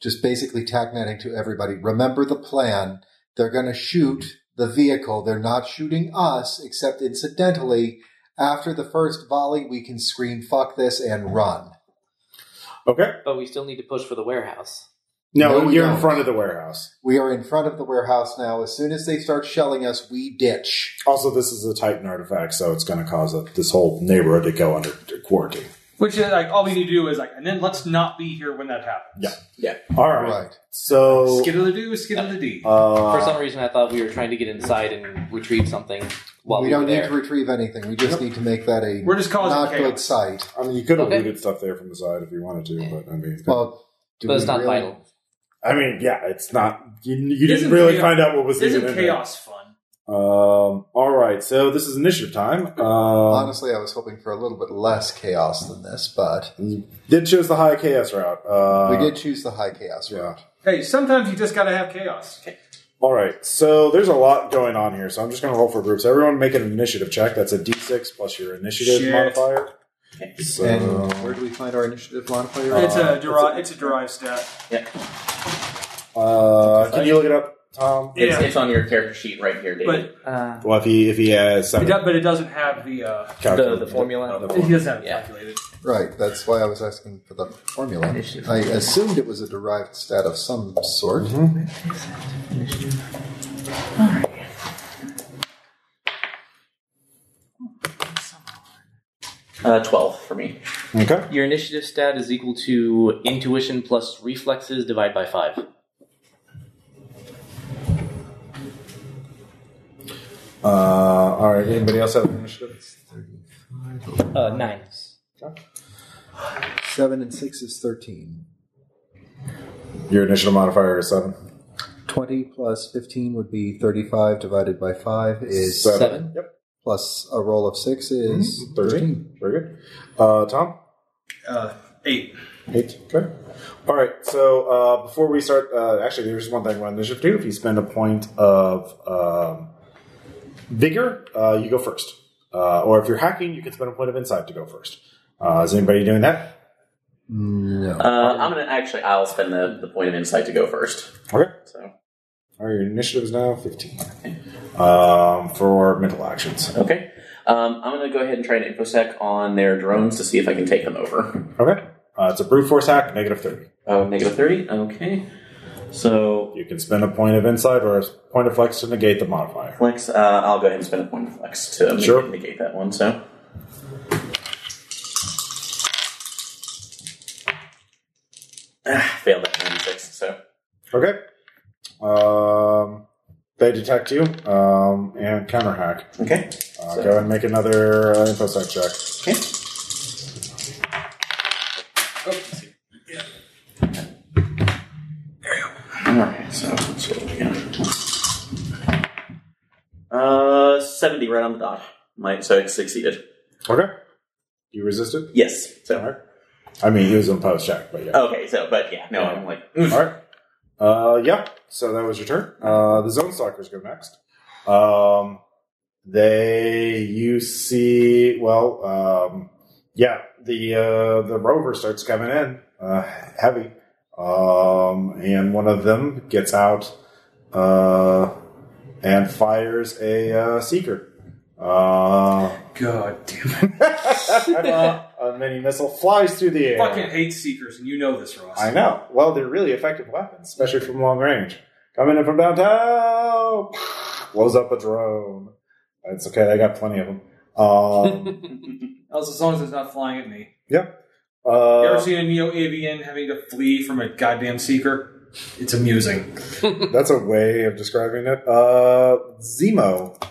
Speaker 6: just basically tack netting to everybody. Remember the plan. They're going to shoot the vehicle. They're not shooting us, except incidentally. After the first volley, we can scream "fuck this" and run.
Speaker 1: Okay.
Speaker 2: But we still need to push for the warehouse.
Speaker 1: No,
Speaker 6: No, we
Speaker 1: you're in
Speaker 6: don't.
Speaker 1: front of the warehouse.
Speaker 6: We are in front of the warehouse now. As soon as they start shelling us, we ditch.
Speaker 1: Also, this is a Titan artifact, so it's going to cause a, this whole neighborhood to go under quarantine.
Speaker 5: Which is like all we need to do is like, and then let's not be here when that happens.
Speaker 1: Yeah. All right.
Speaker 6: Right.
Speaker 1: So.
Speaker 5: Skittle the do, skittle the d.
Speaker 1: uh,
Speaker 2: For some reason, I thought we were trying to get inside and retrieve something while
Speaker 6: we
Speaker 2: we,
Speaker 6: don't
Speaker 2: were
Speaker 6: need
Speaker 2: there.
Speaker 6: to retrieve anything. We just need to make that a
Speaker 5: We're just causing
Speaker 6: not
Speaker 5: chaos.
Speaker 6: good sight.
Speaker 1: I mean, you could have
Speaker 2: Okay.
Speaker 1: looted stuff there from the side if you wanted to, but I mean,
Speaker 6: Well, do
Speaker 2: but
Speaker 6: we
Speaker 2: it's not
Speaker 6: really-
Speaker 2: vital.
Speaker 1: I mean, yeah, it's not. You, you didn't
Speaker 5: Isn't
Speaker 1: really
Speaker 5: chaos-
Speaker 1: find out what was even
Speaker 5: Isn't
Speaker 1: in there.
Speaker 5: chaos fun?
Speaker 1: Um, all right, so this is initiative time. Um,
Speaker 6: Honestly, I was hoping for a little bit less chaos than this, but
Speaker 1: did choose the high chaos route. Uh,
Speaker 6: we did choose the high chaos
Speaker 1: yeah.
Speaker 6: route.
Speaker 5: Hey, sometimes you just gotta have chaos.
Speaker 1: All right, so there's a lot going on here, so I'm just going to roll for groups. Everyone make an initiative check. That's a d6 plus your initiative
Speaker 5: Shit.
Speaker 1: modifier.
Speaker 3: Okay.
Speaker 1: So, um,
Speaker 6: and where do we find our initiative modifier?
Speaker 5: it's
Speaker 1: Uh,
Speaker 5: a derived. It's a derived stat.
Speaker 1: uh, can you look it up, Tom?
Speaker 5: Yeah.
Speaker 3: it's, it's on your character sheet right here, David.
Speaker 5: But
Speaker 2: Uh,
Speaker 1: Well, if he if he has
Speaker 5: it
Speaker 1: seven
Speaker 5: do- but it doesn't have the. Uh,
Speaker 2: the,
Speaker 1: calculated-
Speaker 2: the formula.
Speaker 1: The
Speaker 5: he
Speaker 1: form.
Speaker 5: doesn't have it
Speaker 2: Yeah.
Speaker 5: calculated.
Speaker 6: right, that's why I was asking for the formula.
Speaker 2: Initiative.
Speaker 6: I assumed it was a derived stat of some sort.
Speaker 1: Mm-hmm.
Speaker 3: Uh, 12 for me.
Speaker 1: Okay.
Speaker 2: Your initiative stat is equal to intuition plus reflexes divided by five.
Speaker 1: Uh, all right. Anybody else have an initiative?
Speaker 2: Uh, nine.
Speaker 6: Seven and six is thirteen.
Speaker 1: Your initiative modifier is seven.
Speaker 6: 20 plus 15 would be 35 divided by 5 is
Speaker 1: Seven.
Speaker 2: Seven.
Speaker 1: Yep.
Speaker 6: plus a roll of 6 is 13.
Speaker 1: Thirteen. Very good. Uh, Tom.
Speaker 5: Uh, eight.
Speaker 1: Eight. Okay. All right. So uh, before we start, uh, actually, there's one thing on initiative too. If you spend a point of um, vigor, uh, you go first. Uh, or if you're hacking, you can spend a point of insight to go first. Uh, is anybody doing that?
Speaker 6: No.
Speaker 3: Uh, I'm gonna actually, I'll spend the, the point of insight to go first.
Speaker 1: Okay.
Speaker 3: So,
Speaker 1: All right. Your initiative is now fifteen. Um, for mental actions.
Speaker 3: okay. Um, I'm gonna go ahead and try an infosec on their drones to see if I can take them over.
Speaker 1: Okay. Uh, it's a brute force hack, negative thirty.
Speaker 3: Oh, negative 30? Okay. So,
Speaker 1: You can spend a point of insight or a point of flex to negate the modifier.
Speaker 3: flex, uh, I'll go ahead and spend a point of flex to make-
Speaker 1: Sure.
Speaker 3: negate that one, so. Ah, failed at 96, so.
Speaker 1: Okay. Um, they detect you um, and counter hack.
Speaker 3: Okay.
Speaker 1: Uh,
Speaker 3: So-
Speaker 1: Go and make another uh, infosec check.
Speaker 3: Okay. Alright, so let's roll again. Uh, 70 right on the dot. My, so it succeeded.
Speaker 1: Okay. You resisted?
Speaker 3: Yes.
Speaker 1: All
Speaker 3: So
Speaker 1: right. I mean, it was an imposed check, but yeah.
Speaker 3: okay. So, but yeah, no, I'm like mm.
Speaker 1: All right. Uh, yeah. So that was your turn. Uh, the zone stalkers go next. Um, they you see well um, yeah the uh, the rover starts coming in uh, heavy um, and one of them gets out uh, and fires a uh, seeker. Uh,
Speaker 5: God damn. it.
Speaker 1: a mini missile flies through the air.
Speaker 5: Fucking hate seekers, and you know this, Ross.
Speaker 1: I know. Well, they're really effective weapons, especially from long range. Coming in from downtown, blows up a drone. It's okay. They got plenty of them. Um,
Speaker 5: Also, as long as it's not flying at me. You ever
Speaker 1: uh,
Speaker 5: seen a neo avian having to flee from a goddamn seeker? It's amusing.
Speaker 1: that's a way of describing it. Uh, Zemo. Mm-hmm.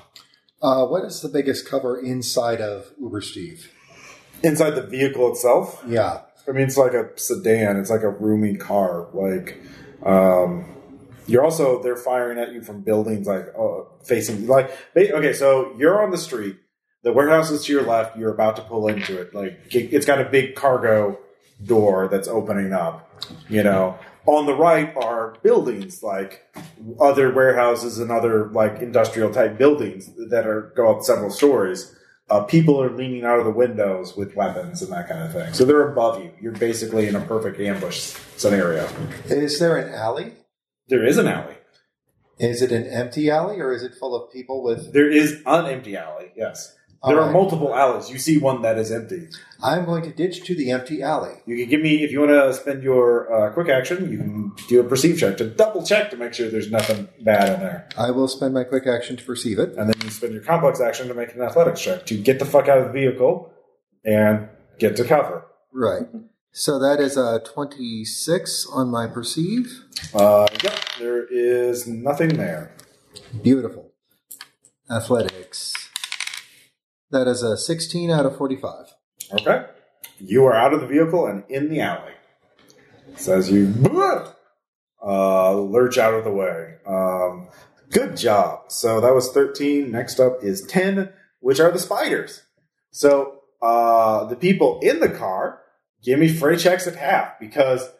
Speaker 6: Uh, what is the biggest cover inside of Uber Steve?
Speaker 1: inside the vehicle itself.
Speaker 6: Yeah.
Speaker 1: I mean, it's like a sedan. It's like a roomy car. Like, um, you're also they're firing at you from buildings, like uh, facing like. They, okay, so you're on the street. The warehouse is to your left. You're about to pull into it. Like, it's got a big cargo door that's opening up. You know, on the right are buildings like other warehouses and other like industrial type buildings that are go up several stories. Uh, people are leaning out of the windows with weapons and that kind of thing. So they're above you. You're basically in a perfect ambush scenario.
Speaker 6: Is there an alley?
Speaker 1: There is an alley.
Speaker 6: Is it an empty alley or is it full of people with?
Speaker 1: There is an empty alley. Yes. There
Speaker 6: All
Speaker 1: are
Speaker 6: right.
Speaker 1: multiple alleys. You see one that is empty.
Speaker 6: I'm going to ditch to the empty alley.
Speaker 1: You can give me if you want to spend your uh, quick action. You can do a perceive check to double check to make sure there's nothing bad in there,
Speaker 6: I will spend my quick action to perceive it.
Speaker 1: and then you spend your complex action to make an athletics check to get the fuck out of the vehicle and get to cover.
Speaker 6: Right. So that is a 26 on my perceive.
Speaker 1: Uh, yep, there is nothing there.
Speaker 6: Beautiful. Athletics. That is a 16 out of 45.
Speaker 1: Okay. You are out of the vehicle and in the alley. Says you uh, lurch out of the way. Um, good job. So that was 13. Next up is 10, which are the spiders. So uh, the people in the car give me fray checks at half because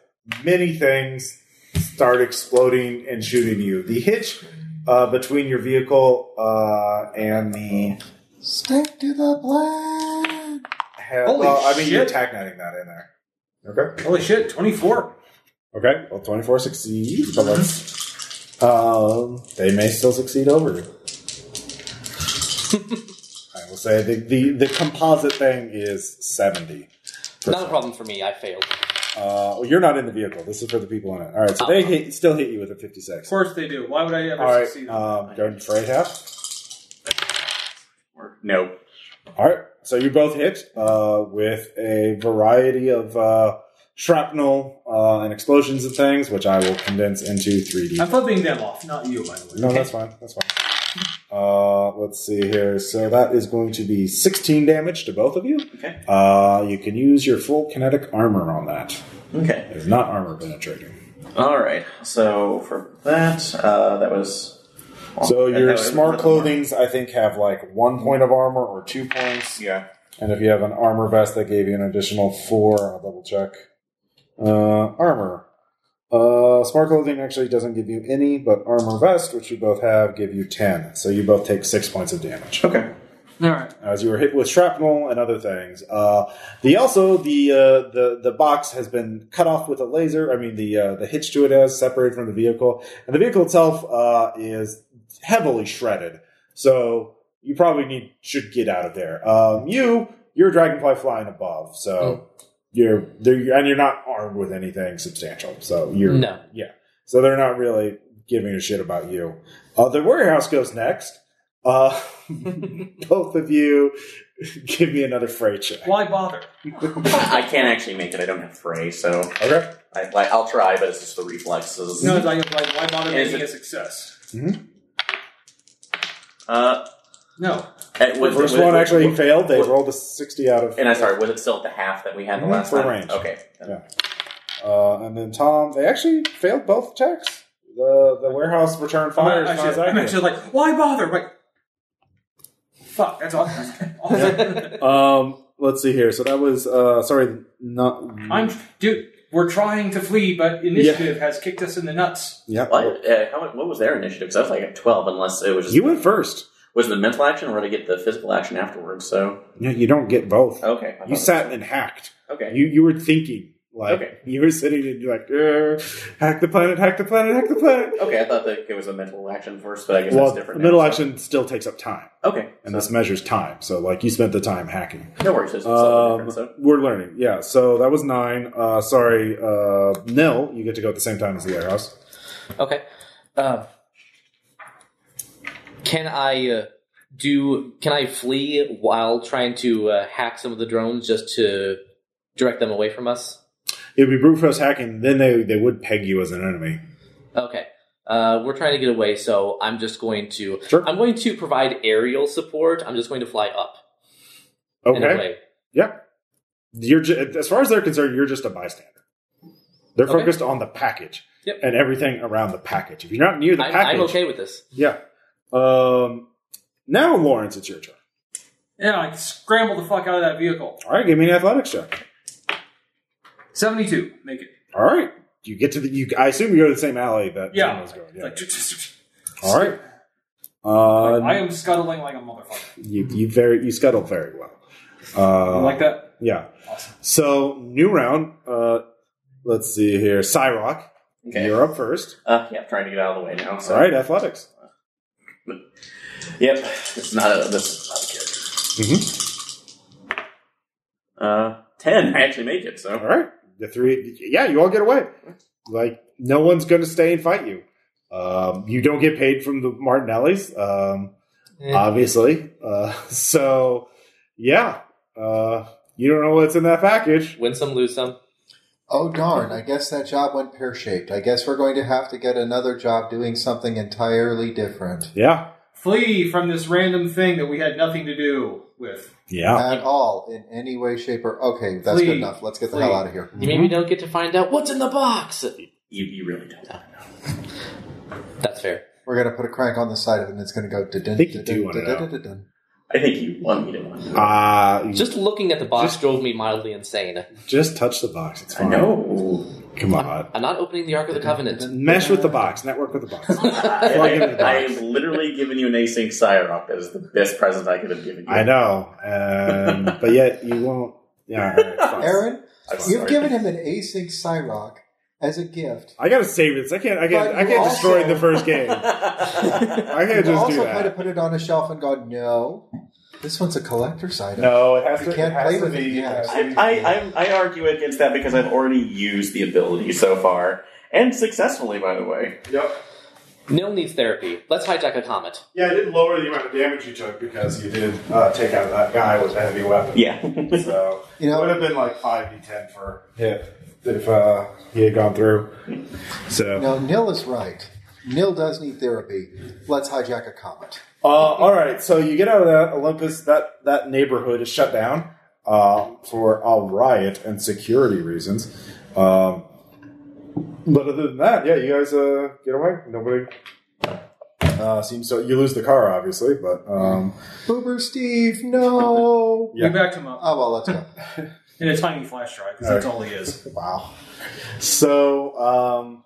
Speaker 1: many things start exploding and shooting you. The hitch uh, between your vehicle uh, and the
Speaker 6: Stick to the plan.
Speaker 1: have,
Speaker 5: Holy
Speaker 1: well, I mean, you're
Speaker 5: shit.
Speaker 1: tag netting that in there. Okay.
Speaker 5: Holy shit, 24.
Speaker 1: Okay. Well, 24 succeeds, but let's. Um, they may still succeed over you. I will say the, the, the composite thing is 70.
Speaker 2: Not a problem for me. I failed.
Speaker 1: Uh, well, you're not in the vehicle. This is for the people in it. All right. So they hit, still hit you with a
Speaker 5: Of
Speaker 1: 56. All
Speaker 5: course they do. Why would I ever
Speaker 1: right.
Speaker 5: succeed?
Speaker 1: Um, go ahead and fray half.
Speaker 3: Or- No.
Speaker 1: All right. So you both hit uh, with a variety of uh, shrapnel uh, and explosions and things, which I will condense into 3D.
Speaker 5: I'm flipping them off, not you, by the way.
Speaker 1: No, that's fine. That's fine. Uh, let's see here. So that is going to be 16 damage to both of you.
Speaker 3: Okay.
Speaker 1: Uh, you can use your full kinetic armor on that.
Speaker 3: Okay.
Speaker 1: It is not armor penetrating.
Speaker 3: All right. So for that, uh, that was.
Speaker 1: So
Speaker 3: that-
Speaker 1: your
Speaker 3: that was
Speaker 1: smart
Speaker 3: another one.
Speaker 1: clothings, I think, have like one point of armor or two points.
Speaker 3: Yeah.
Speaker 1: And if you have an armor vest, that gave you an additional four. I'll double check. Uh, armor. Uh, smart clothing actually doesn't give you any, but armor vest, which you both have, give you ten. So you both take six points of damage.
Speaker 3: Okay.
Speaker 5: All right.
Speaker 1: as you were hit with shrapnel and other things. Uh, the also the uh, the the box has been cut off with a laser. I mean the uh, the hitch to it has separated from the vehicle, and the vehicle itself uh, is heavily shredded. So you probably need should get out of there. Um, you you're a dragonfly flying above, so you're there and you're not armed with anything substantial. So you're
Speaker 2: No.
Speaker 1: yeah. So they're not really giving a shit about you. Uh, the warehouse goes next. Uh, both of you give me another freight check.
Speaker 5: Why bother?
Speaker 3: I can't actually make it. I don't have fray, so
Speaker 1: Okay.
Speaker 3: I, like, I'll try, but it's just the reflexes.
Speaker 5: No, it's like, like why bother
Speaker 3: Is
Speaker 5: making
Speaker 3: it-
Speaker 5: a success?
Speaker 3: Uh,
Speaker 5: No.
Speaker 3: and was-
Speaker 1: First
Speaker 3: was-
Speaker 1: one
Speaker 3: was-
Speaker 1: actually
Speaker 3: was-
Speaker 1: failed. They
Speaker 3: was-
Speaker 1: rolled a 60 out of.
Speaker 3: And I'm sorry, was it still at the half that we had the
Speaker 1: Mhm,
Speaker 3: last
Speaker 1: full
Speaker 3: time?
Speaker 1: range.
Speaker 3: Okay.
Speaker 1: Yeah. Uh, and then Tom, they actually failed both checks. The the warehouse returned fire.
Speaker 5: I'm
Speaker 1: as far as
Speaker 5: actually,
Speaker 1: I
Speaker 5: I'm
Speaker 1: knew.
Speaker 5: actually like, why bother? Like, fuck, that's all. That's all
Speaker 1: Um, let's see here. So that was uh, sorry, not.
Speaker 5: I'm, dude, we're trying to flee, but initiative has kicked us in the nuts.
Speaker 1: yeah.
Speaker 3: What? Uh, how, what was their initiative? 'Cause I was like at 12, unless it was just.
Speaker 1: You went first.
Speaker 3: was it the mental action or did I get the physical action afterwards? So.
Speaker 1: No, you don't get both.
Speaker 3: Okay. I
Speaker 1: You
Speaker 3: thought-
Speaker 1: sat and hacked.
Speaker 3: Okay.
Speaker 1: You you were thinking like
Speaker 3: Okay.
Speaker 1: you were sitting and you're like, "Er, hack the planet, hack the planet, hack the planet.
Speaker 3: okay, I thought that it was a mental action first, but I guess
Speaker 1: Well,
Speaker 3: that's
Speaker 1: the
Speaker 3: different.
Speaker 1: middle
Speaker 3: now, so-
Speaker 1: action still takes up time,
Speaker 3: Okay.
Speaker 1: and
Speaker 3: so-
Speaker 1: this measures time. So like you spent the time hacking.
Speaker 3: no worries. It's still
Speaker 1: Um,
Speaker 3: different, so.
Speaker 1: we're learning. Yeah. So that was nine. Uh, sorry, uh, nil. You get to go at the same time as the warehouse.
Speaker 2: Okay. Um, can I uh, do? Can I flee while trying to uh, hack some of the drones just to direct them away from us?
Speaker 1: It'd be brute force hacking. Then they they would peg you as an enemy.
Speaker 2: Okay. Uh, we're trying to get away, so I'm just going to.
Speaker 1: Sure.
Speaker 2: I'm going to provide aerial support. I'm just going to fly up and
Speaker 1: Okay.
Speaker 2: away.
Speaker 1: Yeah. you're just, as far as they're concerned, you're just a bystander. They're
Speaker 2: Okay.
Speaker 1: focused on the package
Speaker 2: Yep.
Speaker 1: and everything around the package. If you're not near the
Speaker 2: I'm,
Speaker 1: package,
Speaker 2: I'm okay with this.
Speaker 1: yeah. Um, now, Lawrence, it's your turn.
Speaker 5: Yeah, I scrambled the fuck out of that vehicle.
Speaker 1: All right, give me an athletics check.
Speaker 5: 72. Make it.
Speaker 1: All right, you get to the. You, I assume you go to the same alley that
Speaker 5: Yeah.
Speaker 1: Jim was going. Yeah.
Speaker 5: Like,
Speaker 1: All right. Uh,
Speaker 5: I am scuttling like a motherfucker.
Speaker 1: you, you very you scuttled very well. Uh,
Speaker 5: You like that?
Speaker 1: Yeah.
Speaker 5: Awesome.
Speaker 1: So new round. Uh, let's see here. Cyrock,
Speaker 3: Okay.
Speaker 1: you're up first.
Speaker 3: Uh, yeah, I'm trying to get out of the way now. So.
Speaker 1: All right, athletics.
Speaker 3: Yep. It's not a. This is not a character. Uh, ten. I actually make it.
Speaker 1: All
Speaker 3: So
Speaker 1: right, the three. Yeah, you all get away. Like no one's going to stay and fight you. Um, you don't get paid from the Martinellis, um,
Speaker 2: Eh.
Speaker 1: obviously. Uh, so yeah, uh, you don't know what's in that package.
Speaker 2: Win some, lose some.
Speaker 6: Oh darn! I guess that job went pear shaped. I guess we're going to have to get another job doing something entirely different
Speaker 1: Yeah,
Speaker 5: Flee from this random thing that we had nothing to do with.
Speaker 1: yeah.
Speaker 6: at all in any way, shape, or okay. That's
Speaker 5: Flee.
Speaker 6: good enough. Let's get the
Speaker 5: Flee.
Speaker 6: hell out of here.
Speaker 2: You maybe
Speaker 1: Mm-hmm.
Speaker 2: don't get to find out what's in the box.
Speaker 3: you you really don't.
Speaker 2: That's fair.
Speaker 6: We're gonna put a crank on the side of it, and it's gonna go. I
Speaker 1: think you do wanna know.
Speaker 3: I think you want me to want. to.
Speaker 1: Uh, you just,
Speaker 2: Just looking at the box
Speaker 1: Just-
Speaker 2: drove me mildly insane.
Speaker 1: touch the box. It's
Speaker 3: I
Speaker 1: fine.
Speaker 3: know.
Speaker 1: Come on.
Speaker 2: I'm not opening the Ark
Speaker 1: Mm-hmm.
Speaker 2: of the Covenant.
Speaker 1: Mesh with the box. Network with the box.
Speaker 3: I,
Speaker 1: Plug into the box.
Speaker 3: I have literally given you an async Cyrock. That is the best present I could have given you.
Speaker 1: I know, um, but yet you won't. Yeah, all right, fine.
Speaker 6: Aaron,
Speaker 3: I'm sorry.
Speaker 6: you've given him an async Cyrock as a gift.
Speaker 1: I gotta save this. I can't. I can't.
Speaker 6: But
Speaker 1: I
Speaker 6: you
Speaker 1: can't
Speaker 6: also-
Speaker 1: destroy the first game. I can't just
Speaker 6: You also
Speaker 1: do
Speaker 6: kind
Speaker 1: that.
Speaker 6: of put it on a shelf and gone, no, this one's a collector's item.
Speaker 4: No, it has
Speaker 6: You
Speaker 4: to.
Speaker 6: can't
Speaker 4: it has
Speaker 6: play
Speaker 4: to
Speaker 6: with it,
Speaker 4: be.
Speaker 6: yeah.
Speaker 4: has to
Speaker 3: I,
Speaker 4: be-
Speaker 3: I, I'm- I argue against that because I've already used the ability so far. And successfully, by the way.
Speaker 4: Yep.
Speaker 2: Nil needs therapy. Let's hijack a comet.
Speaker 4: Yeah, I did lower the amount of damage you took because you did uh, take out that guy with a heavy weapon.
Speaker 3: Yeah.
Speaker 4: So
Speaker 6: You know-
Speaker 4: it would have been like five d10 for hit if uh, he had gone through.
Speaker 1: So,
Speaker 6: No, Nil is right. Nil does need therapy. Let's hijack a comet.
Speaker 1: uh, all right. So you get out of that Olympus. That that neighborhood is shut down uh, for a riot and security reasons. Um, but other than that, yeah, you guys uh, get away. Nobody uh, seems so. You lose the car, obviously, but um,
Speaker 6: Boober Steve, no.
Speaker 1: Yeah.
Speaker 5: We backed him up
Speaker 6: Oh, well, let's go.
Speaker 5: in a tiny flash drive because that's all he is.
Speaker 1: Wow. So, um,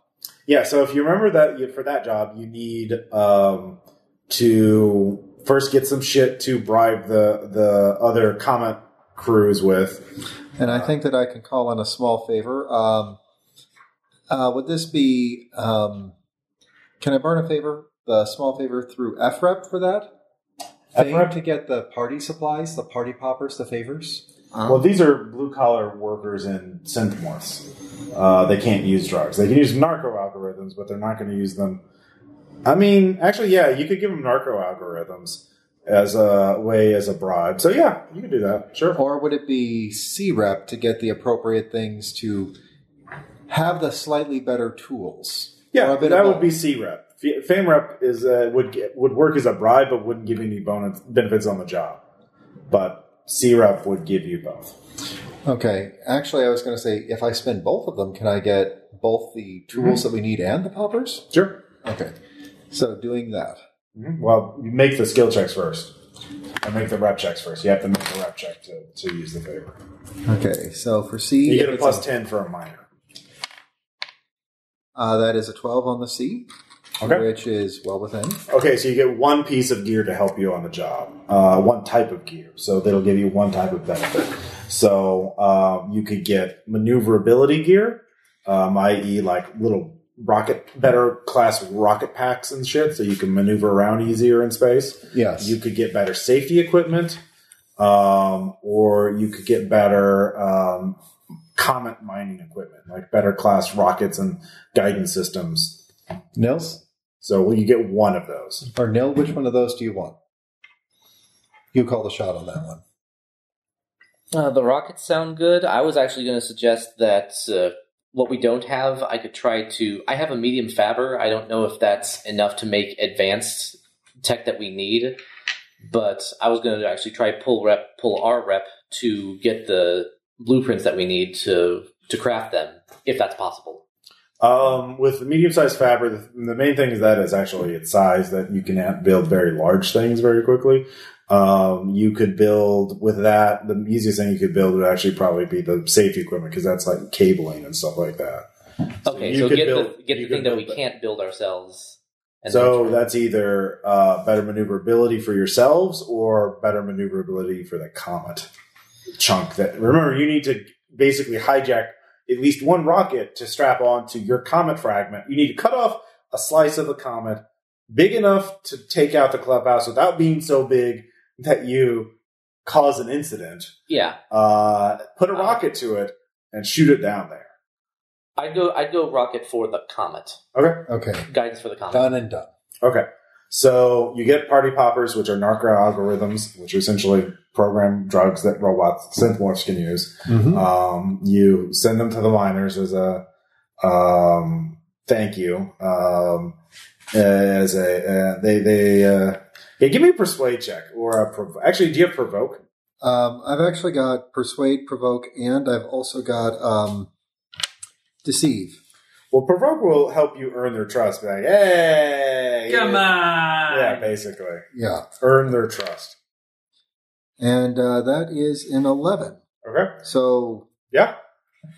Speaker 1: yeah. So if you remember that you, for that job, you need um, to first get some shit to bribe the the other comet crews with.
Speaker 6: And I think that I can call on a small favor. Um, uh, would this be? Um, can I burn a favor, the small favor through FREP for that? FREP to get the party supplies, the party poppers, the favors.
Speaker 1: Well, these are blue collar workers in synthmorphs. Uh, they can't use drugs. They can use narco algorithms, but they're not going to use them. I mean, actually, yeah, you could give them narco algorithms as a way as a bribe. So yeah, you could do that. Sure.
Speaker 6: Or would it be CREP to get the appropriate things to have the slightly better tools?
Speaker 1: Yeah,
Speaker 6: Or a bit
Speaker 1: that
Speaker 6: of
Speaker 1: would be
Speaker 6: both.
Speaker 1: C rep. F- Fame rep is uh, would get, would work as a bribe, but wouldn't give you any bonus benefits on the job. But C rep would give you both.
Speaker 6: Okay. Actually, I was going to say if I spend both of them, can I get both the tools
Speaker 1: Mm-hmm.
Speaker 6: that we need and the poppers?
Speaker 1: Sure.
Speaker 6: Okay. So doing that.
Speaker 1: Mm-hmm. Well, you make the skill checks first, and make the rep checks first. You have to make the rep check to, to use the favor.
Speaker 6: Okay. So for C,
Speaker 1: You
Speaker 6: if
Speaker 1: get a
Speaker 6: it's
Speaker 1: plus ten for a minor.
Speaker 6: Uh, that is a 12 on the C,
Speaker 1: Okay.
Speaker 6: which is well within.
Speaker 1: Okay, so you get one piece of gear to help you on the job, uh, one type of gear. So that'll give you one type of benefit. So um, you could get maneuverability gear, um, i.e., like little rocket, better class rocket packs and shit, so you can maneuver around easier in space.
Speaker 6: Yes.
Speaker 1: You could get better safety equipment, um, or you could get better um, comet mining equipment, like better class rockets and guidance systems.
Speaker 6: Nils?
Speaker 1: So well, you get one of those.
Speaker 6: Or Nil, which one of those do you want? You call the shot on that one.
Speaker 2: Uh, the rockets sound good. I was actually going to suggest that uh, what we don't have, I could try to. I have a medium Faber. I don't know if that's enough to make advanced tech that we need, but I was going to actually try pull rep, pull R rep to get the blueprints that we need to to craft them, if that's possible.
Speaker 1: Um, with the medium-sized fabric, the, the main thing is that is actually its size that you can ha- build very large things very quickly. Um, you could build with that. The easiest thing you could build would actually probably be the safety equipment because that's like cabling and stuff like that.
Speaker 2: Okay,
Speaker 1: you
Speaker 2: so
Speaker 1: could
Speaker 2: get the
Speaker 1: build-
Speaker 2: get
Speaker 1: you
Speaker 2: the
Speaker 1: could
Speaker 2: thing that
Speaker 1: build
Speaker 2: we
Speaker 1: that.
Speaker 2: can't build ourselves.
Speaker 1: so
Speaker 2: then-
Speaker 1: that's either uh, better maneuverability for yourselves or better maneuverability for the comet chunk. That remember, you need to basically hijack at least one rocket to strap on to your comet fragment. You need to cut off a slice of the comet big enough to take out the clubhouse without being so big that you cause an incident.
Speaker 2: yeah,
Speaker 1: Uh, put a rocket to it and shoot it down there.
Speaker 2: I'd go I'd go rocket for the comet.
Speaker 1: Okay.
Speaker 6: Okay,
Speaker 2: Guidance for the comet.
Speaker 6: done and done.
Speaker 1: Okay. So you get party poppers, which are narco algorithms, which are essentially program drugs that robots, synth morphs can use.
Speaker 6: Mhm.
Speaker 1: Um, you send them to the miners as a um, thank you. Um, as a uh, they they uh, yeah, give me a persuade check or a prov- actually do you have provoke?
Speaker 6: Um, I've actually got persuade, provoke, and I've also got um, deceive.
Speaker 1: Well, provoke will help you earn their trust. Be like, hey,
Speaker 5: Come on.
Speaker 1: yeah, basically
Speaker 6: Yeah,
Speaker 1: earn their trust.
Speaker 6: and uh, that is an eleven.
Speaker 1: Okay,
Speaker 6: So
Speaker 1: Yeah.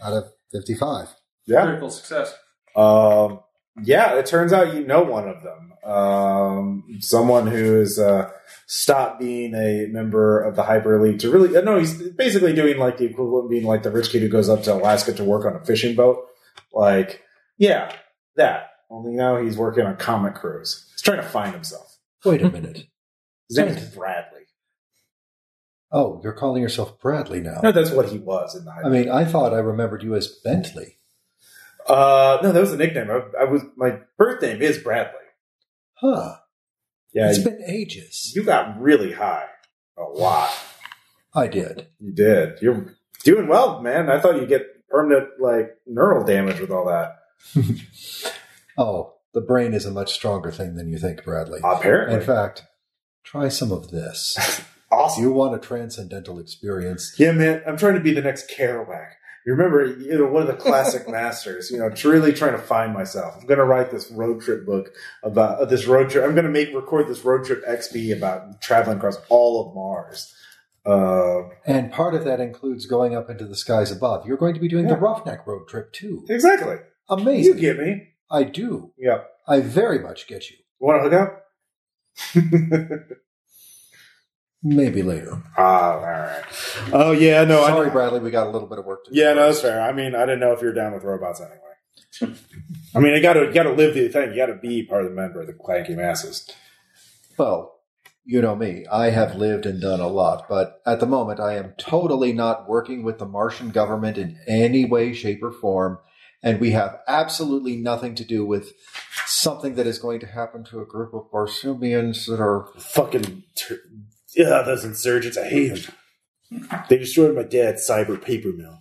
Speaker 6: out of fifty-five.
Speaker 1: yeah.
Speaker 5: Critical success.
Speaker 1: Um, yeah, it turns out you know one of them. Um, someone who has uh, stopped being a member of the Hyper League to really. uh, No, he's basically doing like the equivalent of being like the rich kid who goes up to Alaska to work on a fishing boat. Like, yeah, that. Only now he's working on Comet Cruise. He's trying to find himself.
Speaker 6: Wait a minute.
Speaker 1: His name
Speaker 6: Hmm.
Speaker 1: is Bradley.
Speaker 6: Oh, you're calling yourself Bradley now.
Speaker 1: No, that's what he was in the Hyper
Speaker 6: I mean, I thought I remembered you as Bentley.
Speaker 1: Uh, no, that was a nickname. I, I was My birth name is Bradley.
Speaker 6: Huh.
Speaker 1: Yeah,
Speaker 6: it's
Speaker 1: you,
Speaker 6: been ages.
Speaker 1: you got really high. A lot.
Speaker 6: I did.
Speaker 1: You did. You're doing well, man. I thought you'd get permanent like neural damage with all that.
Speaker 6: Oh, the brain is a much stronger thing than you think, Bradley. In
Speaker 1: Apparently.
Speaker 6: fact, try some of this.
Speaker 1: Awesome.
Speaker 6: You want a transcendental experience.
Speaker 1: Yeah, man. I'm trying to be the next Kerouac. You remember, you know, one of the classic masters. You know, tr- really trying to find myself. I'm going to write this road trip book about uh, this road trip. I'm going to make record this road trip XP about traveling across all of Mars. Uh,
Speaker 6: And part of that includes going up into the skies above. You're going to be doing the
Speaker 1: Yeah.
Speaker 6: Roughneck road trip too.
Speaker 1: exactly. You
Speaker 6: Amazing.
Speaker 1: get me.
Speaker 6: I do.
Speaker 1: Yeah.
Speaker 6: I very much get you.
Speaker 1: Want to hook up?
Speaker 6: Maybe later.
Speaker 1: Ah, all right. Oh yeah, no. I-
Speaker 6: Sorry, Bradley, we got a little bit of work to do.
Speaker 1: Yeah, no, that's fair. I mean, I didn't know if you were down with robots anyway. I mean, you gotta you gotta live the thing. You gotta be part of the member of the clanky masses.
Speaker 6: Well, you know me. I have lived and done a lot, but at the moment I am totally not working with the Martian government in any way, shape, or form. And we have absolutely nothing to do with something that is going to happen to a group of Marsumians that are.
Speaker 1: Fucking tur- yeah, those insurgents. I hate them. They destroyed my dad's cyber paper mill.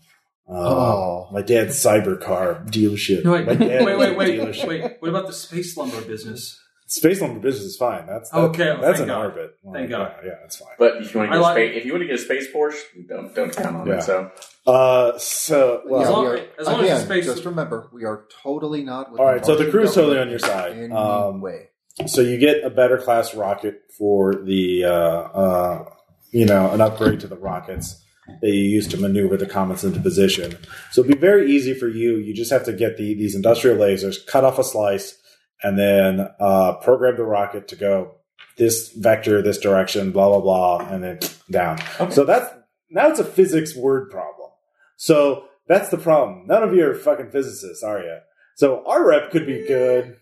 Speaker 1: Uh,
Speaker 6: Oh.
Speaker 1: My dad's cyber car dealership.
Speaker 5: No, Wait,
Speaker 1: my
Speaker 5: wait,
Speaker 1: dad's
Speaker 5: wait, wait, wait,
Speaker 1: dealership.
Speaker 5: wait. What about the space lumber business?
Speaker 1: Space lumber business is fine. That's that,
Speaker 5: Okay, well,
Speaker 1: That's
Speaker 5: thank
Speaker 1: an
Speaker 5: God.
Speaker 1: orbit.
Speaker 5: Thank
Speaker 1: yeah,
Speaker 5: God.
Speaker 1: Yeah, that's fine.
Speaker 3: But if you want
Speaker 5: I
Speaker 3: to get
Speaker 5: like-
Speaker 3: a space, if you want to get a space force, don't don't count on
Speaker 1: Yeah.
Speaker 3: it. So
Speaker 1: Uh, so well,
Speaker 5: As long-
Speaker 6: we
Speaker 5: as long as
Speaker 6: again,
Speaker 5: the space-
Speaker 6: just remember, we are totally not. With
Speaker 1: All right, so the
Speaker 6: Martian
Speaker 1: crew's totally
Speaker 6: government
Speaker 1: on your side.
Speaker 6: in any
Speaker 1: Um,
Speaker 6: way.
Speaker 1: so you get a better class rocket for the uh, uh, you know an upgrade to the rockets that you use to maneuver the comets into position so it'd be very easy for you you just have to get the these industrial lasers cut off a slice and then uh, program the rocket to go this vector this direction blah blah blah and then down so that's now it's a physics word problem so that's the problem none of you are fucking physicists are you so our rep could be good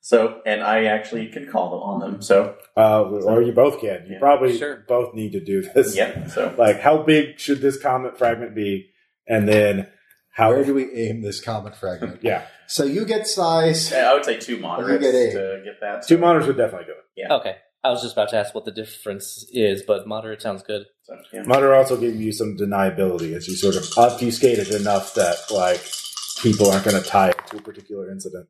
Speaker 3: so and I actually can call on them. So
Speaker 1: Uh, or you both can. You
Speaker 3: Yeah.
Speaker 1: probably
Speaker 2: Sure.
Speaker 1: both need to do this.
Speaker 3: yeah. So
Speaker 1: Like, how big should this comet fragment be? And then how?
Speaker 6: Where do we aim this comet fragment?
Speaker 1: yeah,
Speaker 6: so you get size.
Speaker 3: I would say two moderates
Speaker 6: You get eight.
Speaker 3: to get that.
Speaker 1: two monitors would definitely do it.
Speaker 2: Okay. I was just about to ask what the difference is, but moderate sounds good.
Speaker 3: So, yeah.
Speaker 1: Monitor also gave you some deniability as you sort of obfuscate it enough that like people aren't going to tie it to a particular incident.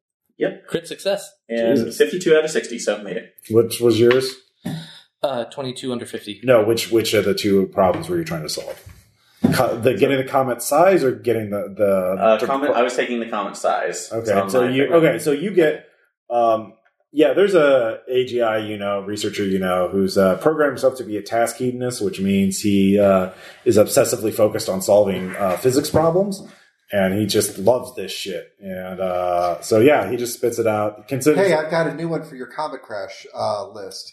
Speaker 2: Crit success.
Speaker 3: And
Speaker 1: Jesus.
Speaker 3: fifty-two out of sixty, so made it.
Speaker 1: Which was yours?
Speaker 2: Uh, 22 under 50.
Speaker 3: Mm-hmm.
Speaker 1: No. Which which of the two problems were you trying to solve? co- the getting the comet size or getting the the
Speaker 3: Uh,
Speaker 1: to-
Speaker 3: comet, I was taking the comet size.
Speaker 1: Okay, so you okay, so you get um yeah, there's a AGI you know researcher you know who's uh, programmed himself to be a task hedonist, which means he uh, is obsessively focused on solving uh, physics problems, and he just loves this shit. And uh, so yeah, he just spits it out. Considers
Speaker 6: Hey, I've got a new one for your Comet Crash uh, list.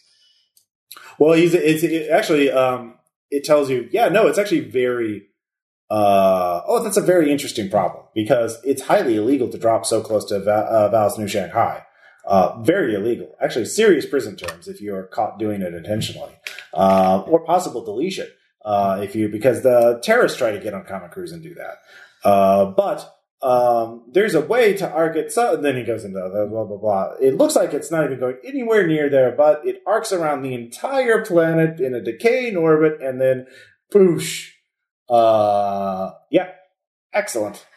Speaker 1: Well, he's it's it actually um, it tells you, yeah, no, it's actually very. Uh, oh, that's a very interesting problem because it's highly illegal to drop so close to Va- uh, Val's New Shanghai. Uh, very illegal, actually, serious prison terms if you are caught doing it intentionally, uh, or possible deletion uh, if you because the terrorists try to get on Common Cruise and do that. Uh, but um, there's a way to arc it. So and then he goes into the blah blah blah. It looks like it's not even going anywhere near there, but it arcs around the entire planet in a decaying orbit, and then poosh. Uh, yeah, excellent.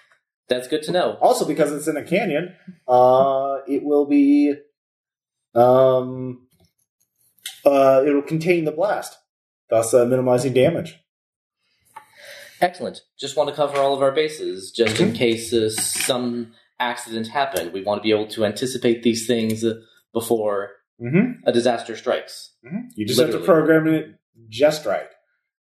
Speaker 2: That's good to know.
Speaker 1: Also, because it's in a canyon, uh, it will be, um, uh, it'll contain the blast, thus uh, minimizing damage.
Speaker 2: Excellent. Just want to cover all of our bases, just in case uh, some accident happened. We want to be able to anticipate these things uh, before
Speaker 1: Mm-hmm.
Speaker 2: a disaster strikes.
Speaker 1: You just have to
Speaker 2: Literally.
Speaker 1: program it just right,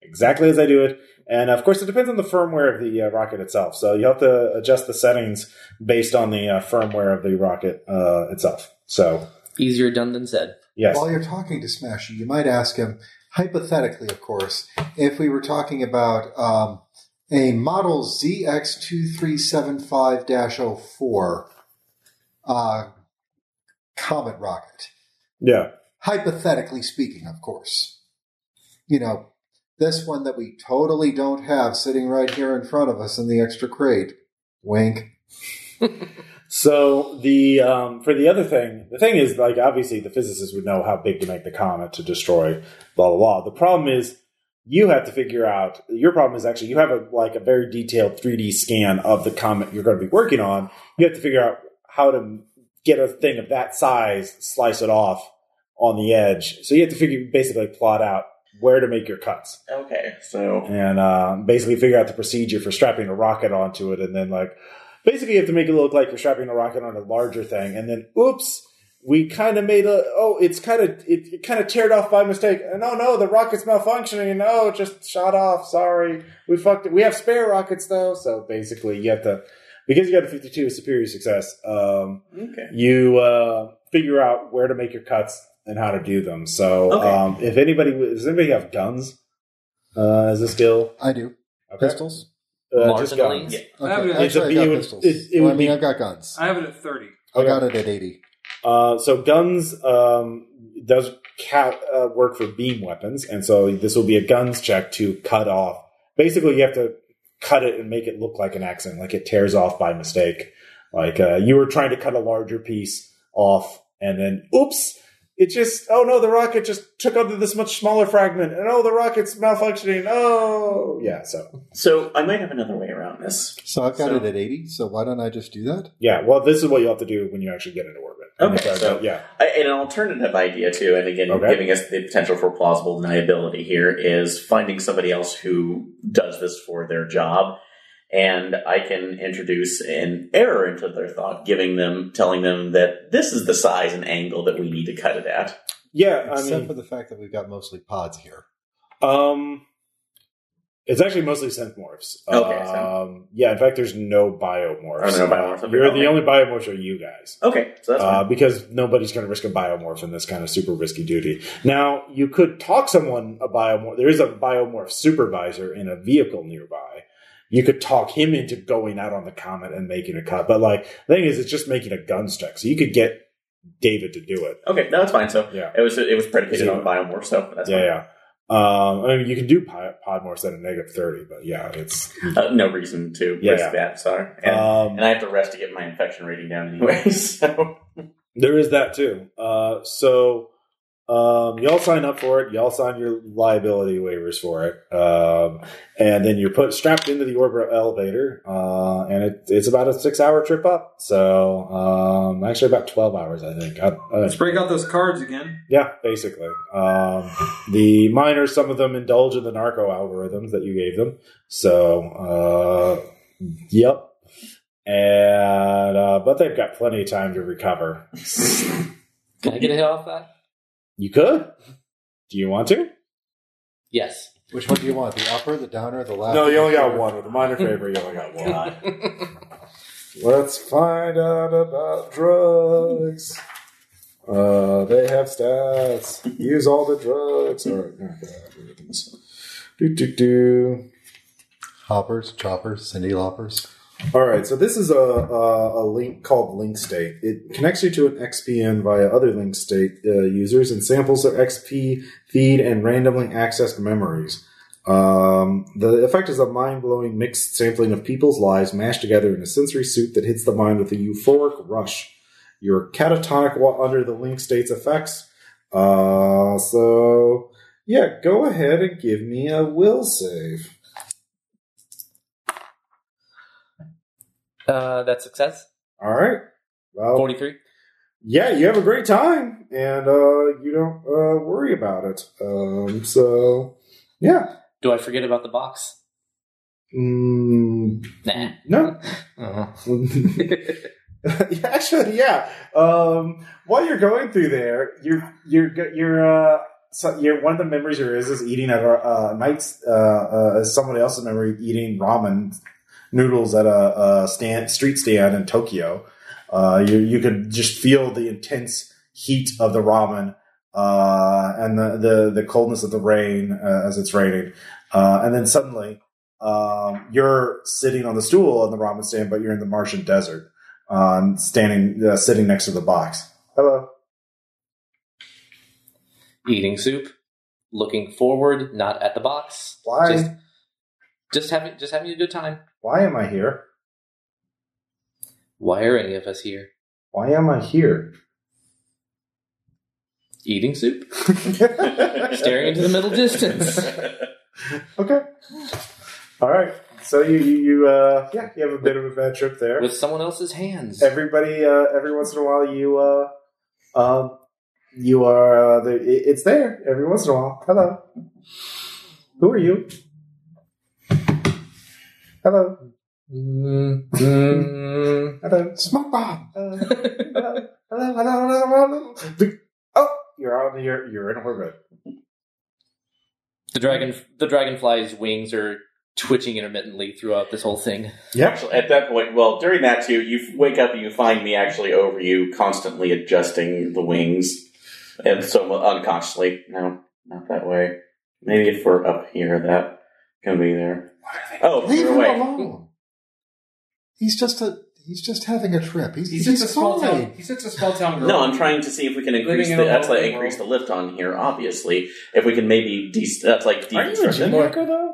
Speaker 1: exactly as I do it. And of course, it depends on the firmware of the uh, rocket itself. So you have to adjust the settings based on the uh, firmware of the rocket uh, itself. So
Speaker 2: Easier done than said.
Speaker 1: yes,
Speaker 6: While you're talking to Smashy, you might ask him, hypothetically, of course, if we were talking about um, a model ZX2375 04 uh, Comet rocket.
Speaker 1: yeah,
Speaker 6: Hypothetically speaking, of course. You know, this one that we totally don't have sitting right here in front of us in the extra crate. Wink.
Speaker 1: So the um, for the other thing, the thing is like obviously the physicists would know how big to make the comet to destroy blah blah blah. The problem is you have to figure out your problem is actually you have a like a very detailed 3D scan of the comet you're going to be working on. You have to figure out how to get a thing of that size, slice it off on the edge. So you have to figure basically plot out where to make your cuts
Speaker 3: Okay, so
Speaker 1: and uh, basically figure out the procedure for strapping a rocket onto it, and then like basically you have to make it look like you're strapping a rocket on a larger thing, and then oops, we kind of made a oh it's kind of it, it kind of teared off by mistake, and oh no the rocket's malfunctioning, and oh it just shot off, sorry we fucked it. We have spare rockets though, so basically you have to because you got a 52 superior success. Um,
Speaker 3: okay.
Speaker 1: you uh, figure out where to make your cuts and how to do them. So,
Speaker 3: Okay.
Speaker 1: um, if anybody does anybody have guns uh, as a skill?
Speaker 6: I do.
Speaker 1: Okay.
Speaker 6: Pistols?
Speaker 1: Uh, just
Speaker 2: Marginally.
Speaker 1: guns.
Speaker 3: Yeah.
Speaker 5: would-
Speaker 6: Okay.
Speaker 5: It's
Speaker 1: a-
Speaker 6: Actually,
Speaker 1: it
Speaker 6: I got
Speaker 1: would-
Speaker 6: pistols.
Speaker 1: it- it
Speaker 6: Well, I
Speaker 1: would
Speaker 6: mean,
Speaker 1: be-
Speaker 6: I've got guns.
Speaker 5: I have it at 30.
Speaker 6: I got it at 80.
Speaker 1: Uh, so guns um, does ca- uh, work for beam weapons, and so this will be a guns check to cut off. Basically, you have to cut it and make it look like an accident, like it tears off by mistake. Like uh, you were trying to cut a larger piece off, and then oops, it just oh no, the rocket just took onto this much smaller fragment, and oh the rocket's malfunctioning. Oh yeah, so
Speaker 3: So I might have another way around this.
Speaker 6: So I've got
Speaker 3: So-
Speaker 6: it at 80, so why don't I just do that?
Speaker 1: Yeah, well, this is what you have to do when you actually get into orbit. And
Speaker 3: Okay,
Speaker 1: it's, uh,
Speaker 3: so-
Speaker 1: yeah,
Speaker 3: I- And an alternative idea too, and again,
Speaker 1: Okay.
Speaker 3: giving us the potential for plausible deniability here is finding somebody else who does this for their job, and I can introduce an error into their thought, giving them, telling them that this is the size and angle that we need to cut it at.
Speaker 1: yeah. I
Speaker 6: Except
Speaker 1: mean,
Speaker 6: for the fact that we've got mostly pods here.
Speaker 1: um, it's actually mostly synthmorphs.
Speaker 3: Okay,
Speaker 1: Um, yeah, in fact, there's no biomorphs.
Speaker 3: Oh, no biomorphs.
Speaker 1: Uh, You're
Speaker 3: Okay.
Speaker 1: the only biomorphs are you guys.
Speaker 3: Okay, so that's fine.
Speaker 1: Uh, because nobody's going to risk a biomorph in this kind of super risky duty. Now, you could talk someone a biomorph. There is a biomorph supervisor in a vehicle nearby. You could talk him into going out on the comet and making a cut. But like, the thing is, it's just making a guns check. So you could get David to do it.
Speaker 3: okay, no, that's fine. So
Speaker 1: Yeah.
Speaker 3: it was it was predicated
Speaker 1: Yeah.
Speaker 3: on biomorph, so that's
Speaker 1: yeah,
Speaker 3: fine.
Speaker 1: yeah. Um, I mean, you can do pod, podmorphs at a negative thirty, but yeah, it's
Speaker 3: Uh, no reason to
Speaker 1: Yeah,
Speaker 3: risk
Speaker 1: yeah.
Speaker 3: that. Sorry, and,
Speaker 1: um,
Speaker 3: and I have to rest to get my infection rating down anyway. So
Speaker 1: there is that too. Uh, so Um, y'all sign up for it. Y'all sign your liability waivers for it, um, and then you're put strapped into the orbital elevator, uh, and it, it's about a six-hour trip up. So, um, actually, about twelve hours, I think. I, I,
Speaker 5: Let's break out those cards again.
Speaker 1: yeah, basically. Um, the miners, some of them indulge in the narco algorithms that you gave them. So, uh, yep. And uh, but they've got plenty of time to recover.
Speaker 2: Can I get a hit off that?
Speaker 1: You could. Do you want to?
Speaker 2: Yes.
Speaker 6: Which one do you want? The upper, the downer, the left?
Speaker 1: No, you only got one. With a minor favor, you only got one. Let's find out about drugs. Uh, they have stats. Use all the drugs. All right. oh, God, everything's- Do, do, do.
Speaker 6: Hoppers, choppers, Cindy Loppers.
Speaker 1: All right, so this is a, a, a link called Link State. It connects you to an XPN via other Link State uh, users and samples their XP feed and randomly accessed memories. Um, the effect is a mind blowing mixed sampling of people's lives mashed together in a sensory soup that hits the mind with a euphoric rush. You're catatonic while under the Link State's effects. Uh, so, yeah, go ahead and give me a will save.
Speaker 2: Uh, that's success.
Speaker 1: All right. Well,
Speaker 2: Forty-three.
Speaker 1: yeah, you have a great time, and uh, you don't uh, worry about it. Um, so, yeah,
Speaker 2: Do I forget about the box?
Speaker 1: mm,
Speaker 2: Nah.
Speaker 1: no,
Speaker 2: Uh-huh.
Speaker 1: actually, yeah. Um, while you're going through there, you're you're go- you're uh, so you're one of the memories there is is eating at a uh, Mike's uh, uh, is somebody else's memory eating ramen noodles at a, a stand street stand in Tokyo. Uh, you you could just feel the intense heat of the ramen uh, and the, the the coldness of the rain uh, as it's raining, uh, and then suddenly um, you're sitting on the stool on the ramen stand, but you're in the Martian desert, um, standing uh, sitting next to the box. Hello.
Speaker 2: Eating soup. Looking forward, not at the box.
Speaker 1: Why
Speaker 2: Just, just having just having a good time.
Speaker 1: why am I here?
Speaker 2: Why are any of us here?
Speaker 1: Why am I here?
Speaker 2: Eating soup. Staring into the middle distance.
Speaker 1: Okay. All right. So you you, you uh, yeah you have a bit of a bad trip there.
Speaker 2: With someone else's hands.
Speaker 1: everybody uh, every once in a while you uh um you are uh, the, it- it's there every once in a while hello who are you hello
Speaker 2: Mm, mm.
Speaker 1: hello
Speaker 6: Smoke bomb.
Speaker 1: hello hello hello hello, hello, hello. oh you're on you're, you're in orbit
Speaker 2: the dragon the dragonfly's wings are twitching intermittently throughout this whole thing.
Speaker 3: Actually, at that point, well, during that too, you f- wake up and you find me actually over you, constantly adjusting the wings, and so unconsciously. No, not that way. Maybe if we're up here, that can be there. Oh,
Speaker 6: Leave
Speaker 3: you're
Speaker 6: him
Speaker 3: away.
Speaker 6: alone. He's just a. He's just having a trip. He's,
Speaker 5: He's
Speaker 6: he's,
Speaker 5: just a small town.
Speaker 6: fine.
Speaker 5: He's just a small town girl.
Speaker 3: No, I'm trying to see if we can increase
Speaker 5: in
Speaker 3: the.
Speaker 5: a
Speaker 3: That's like
Speaker 5: lonely
Speaker 3: increase the
Speaker 5: world.
Speaker 3: lift on here. Obviously, if we can maybe de- that's like
Speaker 1: are you a
Speaker 3: deconstruct.
Speaker 1: gym
Speaker 3: it.
Speaker 1: worker though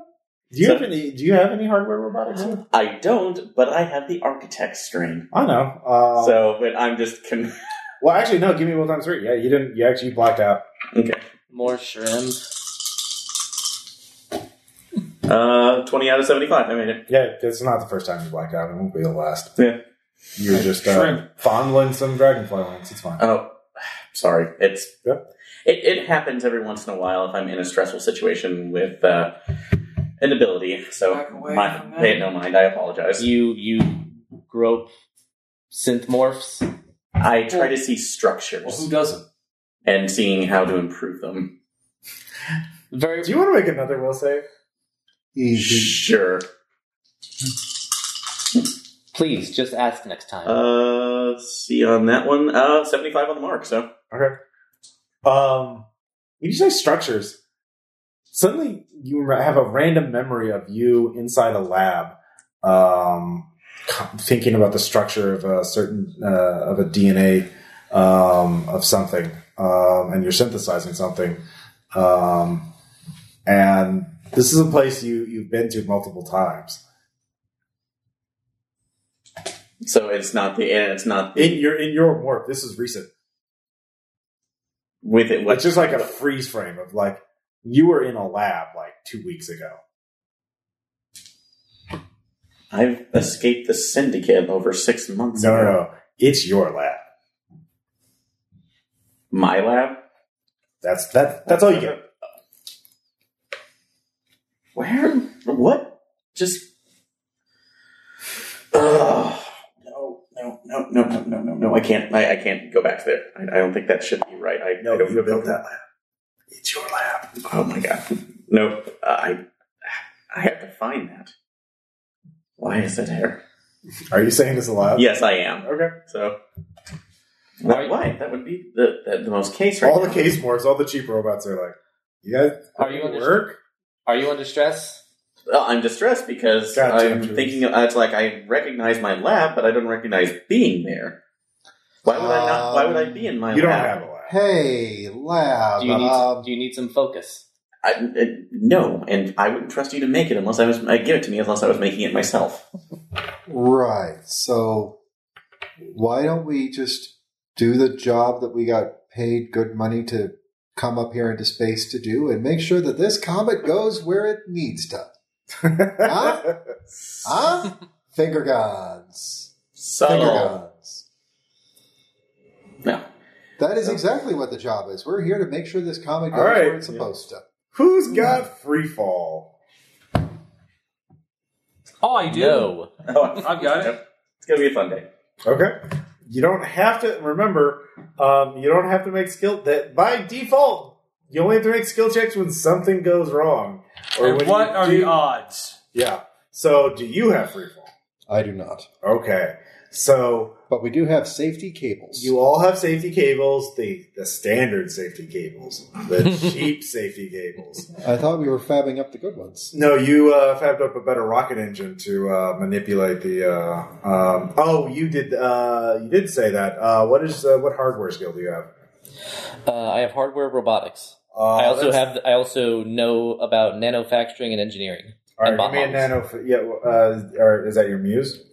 Speaker 1: do you
Speaker 3: So-
Speaker 1: have any do you have any hardware robotics here?
Speaker 3: I don't, but I have the architect string.
Speaker 1: i know
Speaker 6: Oh.
Speaker 1: uh
Speaker 3: So, but I'm just con-
Speaker 1: well actually no give me one times three yeah you didn't you actually blacked out
Speaker 2: More shrimp.
Speaker 3: uh, 20 out of 75. I made it.
Speaker 1: Yeah, it's not the first time you blacked out. It won't be the last.
Speaker 3: Yeah.
Speaker 1: You were just uh,
Speaker 5: Shrimp.
Speaker 1: fondling some dragonfly wings. It's fine.
Speaker 3: Oh, sorry. It's
Speaker 1: Yeah.
Speaker 3: it, it happens every once in a while if I'm in a stressful situation with uh, an ability. So
Speaker 5: Back away
Speaker 3: my,
Speaker 5: from that.
Speaker 3: pay it no mind. I apologize.
Speaker 2: You you grope synth morphs.
Speaker 3: I try to see
Speaker 5: Well, who
Speaker 3: structures
Speaker 5: doesn't?
Speaker 3: and seeing how to improve them.
Speaker 2: Very
Speaker 1: Do you want to make another will save?
Speaker 6: Easy.
Speaker 3: Sure.
Speaker 2: please just ask next time.
Speaker 3: Uh, let's see on that one. Uh, 75 on the mark. So
Speaker 1: Um, when you say structures, suddenly you ra- have a random memory of you inside a lab, um, co- thinking about the structure of a certain uh, of a DNA um, of something, um, and you're synthesizing something. Um, and this is a place you you've been to multiple times.
Speaker 3: so it's not the and it's not the
Speaker 1: In your in your work, this is recent.
Speaker 3: with it.
Speaker 1: it's just like a freeze frame of like you were in a lab like two weeks ago.
Speaker 3: I've escaped the syndicate over six months.
Speaker 1: No, no,
Speaker 3: ago.
Speaker 1: no. It's your lab.
Speaker 3: My lab?
Speaker 1: That's that. That's all you get.
Speaker 3: Where? What? Just. Ugh. No, no, no, no, no, no, no, no. I can't. I, I can't go back there. I, I don't think that should be right. I I
Speaker 1: No,
Speaker 3: don't
Speaker 1: you built that lab. It's your lab.
Speaker 3: Oh my god. No, I. I have to find that. Why is it here?
Speaker 1: Are you saying this aloud?
Speaker 3: Yes, I am.
Speaker 1: Okay.
Speaker 3: So.
Speaker 2: Right.
Speaker 3: Why? That would be the, the, the most case right
Speaker 1: All the
Speaker 3: now.
Speaker 1: case morphs, all the cheap robots are like, you guys
Speaker 2: Are you under-
Speaker 1: work?
Speaker 2: Are you under stress?
Speaker 3: Well, I'm distressed because
Speaker 1: Gotcha,
Speaker 3: I'm
Speaker 1: Jules.
Speaker 3: thinking uh, it's like I recognize my lab, but I don't recognize being there. Why would I not? Why would I be in my
Speaker 1: You don't
Speaker 3: lab?
Speaker 1: have a lab.
Speaker 6: Hey, lab.
Speaker 2: Do you need
Speaker 1: uh,
Speaker 6: um,
Speaker 2: do you need some focus?
Speaker 3: I, uh, no, and I wouldn't trust you to make it unless I was uh, give it to me unless I was making it myself.
Speaker 6: Right. So why don't we just do the job that we got paid good money to come up here into space to do and make sure that this comet goes where it needs to? Huh? Huh? Finger guns. Finger
Speaker 3: So
Speaker 6: guns.
Speaker 3: no,
Speaker 6: That is exactly what the job is. We're here to make sure this comet goes
Speaker 1: All right.
Speaker 6: where it's supposed
Speaker 1: Who's got free fall?
Speaker 5: Oh, I do.
Speaker 2: No.
Speaker 5: I've got it.
Speaker 3: It's gonna be a fun day.
Speaker 1: Okay. You don't have to remember. Um, you don't have to make skill that by default. You only have to make skill checks when something goes wrong,
Speaker 5: And what
Speaker 1: you
Speaker 5: are
Speaker 1: do-
Speaker 5: the odds?
Speaker 1: Yeah. So, do you have free fall?
Speaker 6: to. I do not.
Speaker 1: Okay. So
Speaker 6: But we do have safety cables.
Speaker 1: you all have safety cables, the the standard safety cables, the cheap safety cables.
Speaker 6: I thought we were fabbing up the good ones.
Speaker 1: No, you uh, fabbed up a better rocket engine to uh, manipulate the. Uh, um, oh, you did. Uh, you did say that. Uh, what is uh, what hardware skill do you have?
Speaker 2: Uh, I have hardware robotics.
Speaker 1: Uh,
Speaker 2: I also
Speaker 1: that's-
Speaker 2: have I also know about nanofacturing and engineering.
Speaker 1: All
Speaker 2: and
Speaker 1: right, give me a nano.
Speaker 2: Bahamut.
Speaker 1: Yeah, uh, or is that your muse?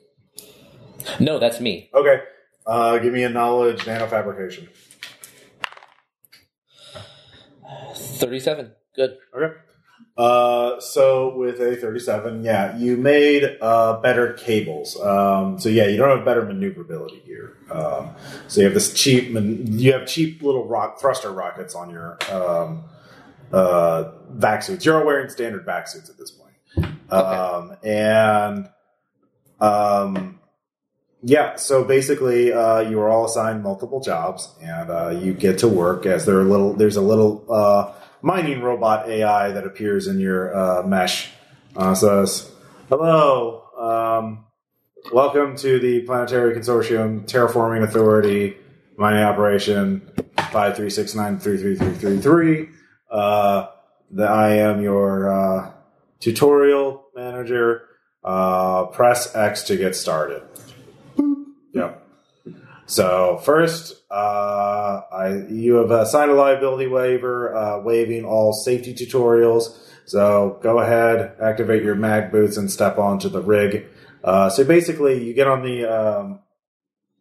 Speaker 2: No, that's me.
Speaker 1: Okay, uh, give me a knowledge nanofabrication.
Speaker 2: Thirty-seven. Good.
Speaker 1: Okay. Uh, so with a 37, yeah, you made uh, better cables. Um, so yeah, you don't have better maneuverability here. Um, so you have this cheap, man- you have cheap little rock thruster rockets on your um, uh, vac suits. You're all wearing standard vac suits at this point. Um, and um, yeah, so basically, uh, you are all assigned multiple jobs, and uh, you get to work as there are little. There's a little uh, mining robot AI that appears in your uh, mesh. Uh, says, "Hello, um, welcome to the Planetary Consortium Terraforming Authority Mining Operation Five Three Six Nine Three Three Three Three Three. Uh, I am your uh, tutorial manager. Uh, press X to get started." Yep. So first, uh, I you have uh, signed a liability waiver, uh, waiving all safety tutorials. So go ahead, activate your mag boots, and step onto the rig. Uh, so basically, you get on the um,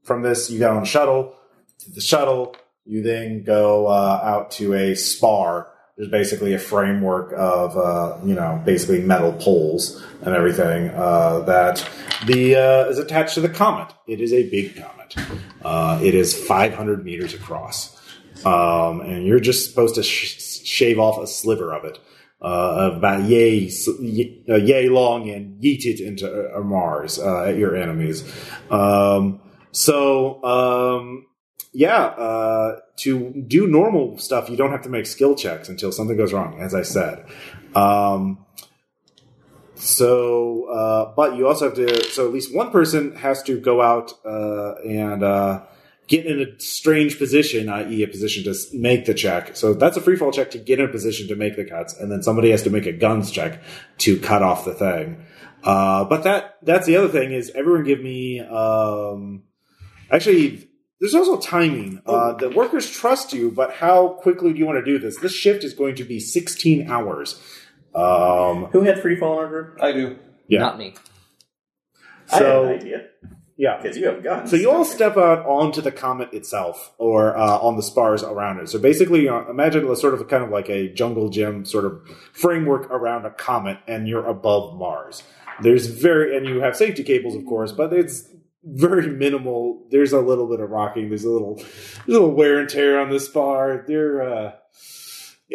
Speaker 1: from this, you get on shuttle. To the shuttle, you then go uh, out to a spar. There's basically a framework of uh, you know basically metal poles and everything uh, that the uh, is attached to the comet. It is a big comet. Uh, it is 500 meters across, um, and you're just supposed to sh- shave off a sliver of it, uh, about yay, s- y- uh, yay long, and yeet it into uh, Mars uh, at your enemies. Um, so um, yeah, uh, to do normal stuff, you don't have to make skill checks until something goes wrong, as I said. Um, so, uh, but you also have to, so at least one person has to go out uh, and uh, get in a strange position, i.e., a position to s- make the check. So that's a free fall check to get in a position to make the cuts, and then somebody has to make a guns check to cut off the thing. Uh, but that that's the other thing is everyone give me um, Actually, there's also timing. Uh, the workers trust you, but how quickly do you want to do this? This shift is going to be 16 hours. Um,
Speaker 3: Who had free fall in our group?
Speaker 5: I do.
Speaker 1: Yeah.
Speaker 2: Not me.
Speaker 3: I had an
Speaker 1: so
Speaker 3: idea.
Speaker 1: Yeah.
Speaker 3: because you have guns.
Speaker 1: So you all step out onto the comet itself, or uh, on the spars around it. So basically, you know, imagine a sort of kind of like a jungle gym sort of framework around a comet, and you're above Mars. There's very and you have safety cables, of course, but it's very minimal. There's a little bit of rocking. There's a little, there's a little wear and tear on this spar. There. Uh,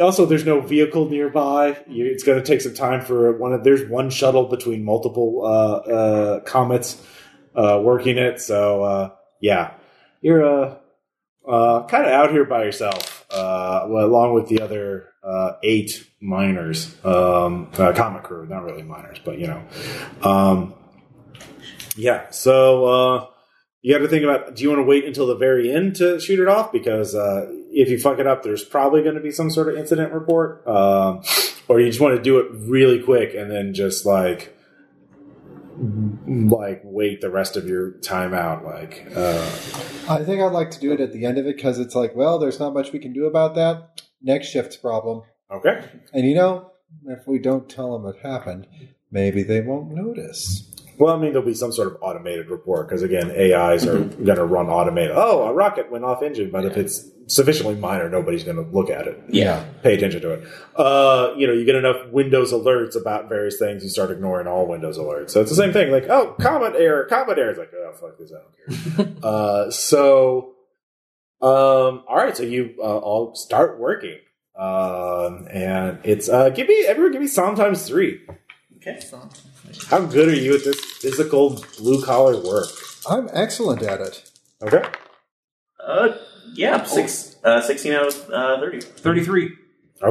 Speaker 1: also, there's no vehicle nearby. You, it's going to take some time for one. Of, there's one shuttle between multiple uh, uh, comets uh, working it. So uh, yeah, you're uh, uh, kind of out here by yourself, uh, well, along with the other uh, eight miners, um, uh, comic crew. Not really miners, but you know, um, yeah. So uh, you got to think about: Do you want to wait until the very end to shoot it off? Because uh, if you fuck it up, there's probably going to be some sort of incident report. Um, or you just want to do it really quick and then just like like wait the rest of your time out like uh
Speaker 6: I think I'd like to do it at the end of it because it's like, well, there's not much we can do about that. Next shift's problem.
Speaker 1: okay
Speaker 6: And you know, if we don't tell them it happened, maybe they won't notice.
Speaker 1: well i mean there'll be some sort of automated report because again ais are going to run automated oh a rocket went off engine but if it's sufficiently minor nobody's going to look at it
Speaker 3: Yeah.
Speaker 1: pay attention to it uh you know you get enough windows alerts about various things you start ignoring all windows alerts so it's the same thing like oh comet error comet error it's like oh fuck this i don't care Uh, so, um, all right. So you uh, all start working, um, and it's uh, give me everyone give me Psalm times three.
Speaker 3: okay.
Speaker 1: How good are you at this physical blue collar work?
Speaker 6: I'm excellent at it.
Speaker 1: Okay.
Speaker 3: Uh, yeah, six, uh, 16 out of uh, 30.
Speaker 5: 33.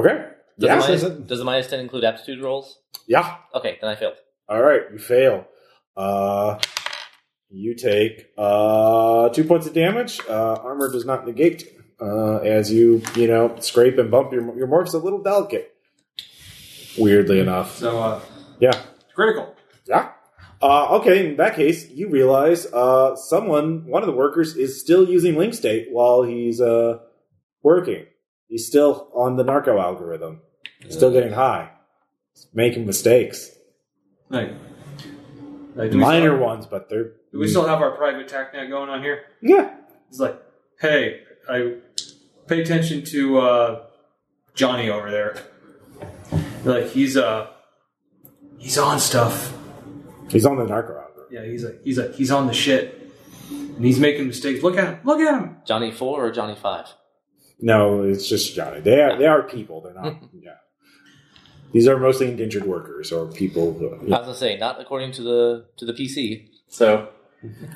Speaker 1: Okay.
Speaker 2: Does,
Speaker 1: Yeah.
Speaker 2: the minus,
Speaker 6: isn't-
Speaker 2: does the minus 10 include aptitude rolls?
Speaker 1: Yeah.
Speaker 2: Okay, then I failed.
Speaker 1: All right. You fail. Uh, you take uh two points of damage. Uh, armor does not negate. Uh, as you you know scrape and bump your your morph's a little delicate. Weirdly enough.
Speaker 5: So, uh,
Speaker 1: Yeah.
Speaker 5: critical.
Speaker 1: Yeah. Uh, okay, in that case, you realize uh, someone, one of the workers, is still using link state while he's uh, working. He's still on the narco algorithm, still getting high, making mistakes.
Speaker 5: Like, like, do we
Speaker 1: Minor
Speaker 5: still-
Speaker 1: ones, but they're.
Speaker 5: Do we still have our private tack now going on here?
Speaker 1: Yeah.
Speaker 5: It's like, hey, I pay attention to uh, Johnny over there. Like he's uh he's on stuff.
Speaker 1: He's on the narco algorithm.
Speaker 5: Yeah, he's like he's like he's on the shit. And he's making mistakes. Look at him. Look at him.
Speaker 2: Johnny 4 or Johnny 5?
Speaker 1: No, it's just Johnny. They are, they are people. They're not. yeah. These are mostly indentured workers or people. Who,
Speaker 2: I was gonna say, not according to the to the PC.
Speaker 3: So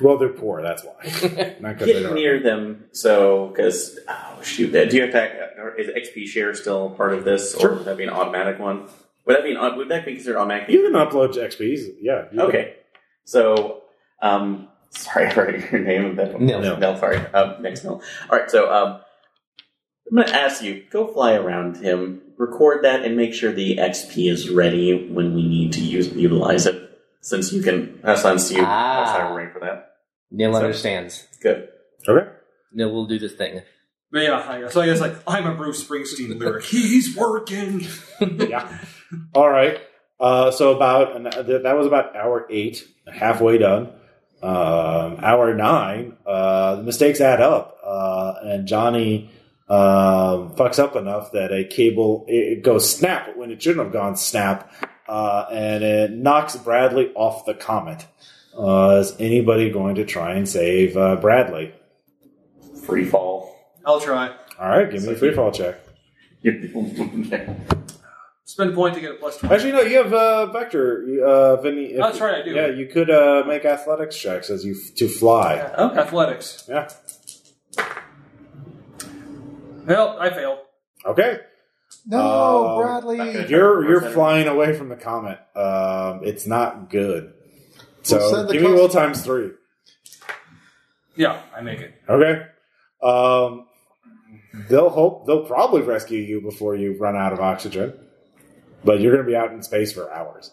Speaker 1: Well, they're poor. That's why. Not because they
Speaker 3: get
Speaker 1: don't.
Speaker 3: near them. So, because, oh, shoot. Do you have to, or is XP share still part of this? Or would that be an automatic one? Would that be, an, au- would that be considered automatic?
Speaker 1: You can upload to XPs. Yeah. you can-
Speaker 3: Okay. So, um, sorry, I forgot your name. That
Speaker 2: Nil.
Speaker 1: Nil.
Speaker 3: sorry. Um, next Nil. All right, so um, I'm going to ask you go fly around him, record that, and make sure the XP is ready when we need to use utilize it. Since you can, uh, since you
Speaker 2: Ah.
Speaker 3: have cyber ring for that.
Speaker 2: Neil
Speaker 3: So-
Speaker 2: understands.
Speaker 3: Good.
Speaker 1: Okay.
Speaker 2: Neil will do this thing.
Speaker 5: But yeah, I- so I guess like I'm a Bruce Springsteen lyric. He's working.
Speaker 1: yeah. All right. Uh, so about an, th- that was about hour eight, halfway done. Um, hour nine, uh, the mistakes add up, uh, and Johnny um fucks up enough that a cable it, it goes snap when it shouldn't have gone snap, uh, and it knocks Bradley off the comet. Uh, is anybody going to try and save uh, Bradley?
Speaker 3: Free fall.
Speaker 5: I'll try.
Speaker 1: All right, give me a free fall check.
Speaker 3: You're-
Speaker 5: Spend a point to get a plus twenty.
Speaker 1: Actually, no. You have uh, vector. you- Uh, Vinny, if-
Speaker 5: That's right, I do.
Speaker 1: Yeah, you could uh, make athletics checks as you f- to fly.
Speaker 5: Oh, athletics.
Speaker 1: Yeah.
Speaker 5: Well, I failed.
Speaker 1: Okay.
Speaker 6: No,
Speaker 1: Oh.
Speaker 6: Bradley.
Speaker 1: You're you're flying away from the comet. Um, it's not good. So
Speaker 6: Well, send the
Speaker 1: give me
Speaker 6: cost-
Speaker 1: will times three.
Speaker 5: Yeah, I make it.
Speaker 1: Okay. Um, they'll hope they'll probably rescue you before you run out of oxygen, but you're going to be out in space for hours.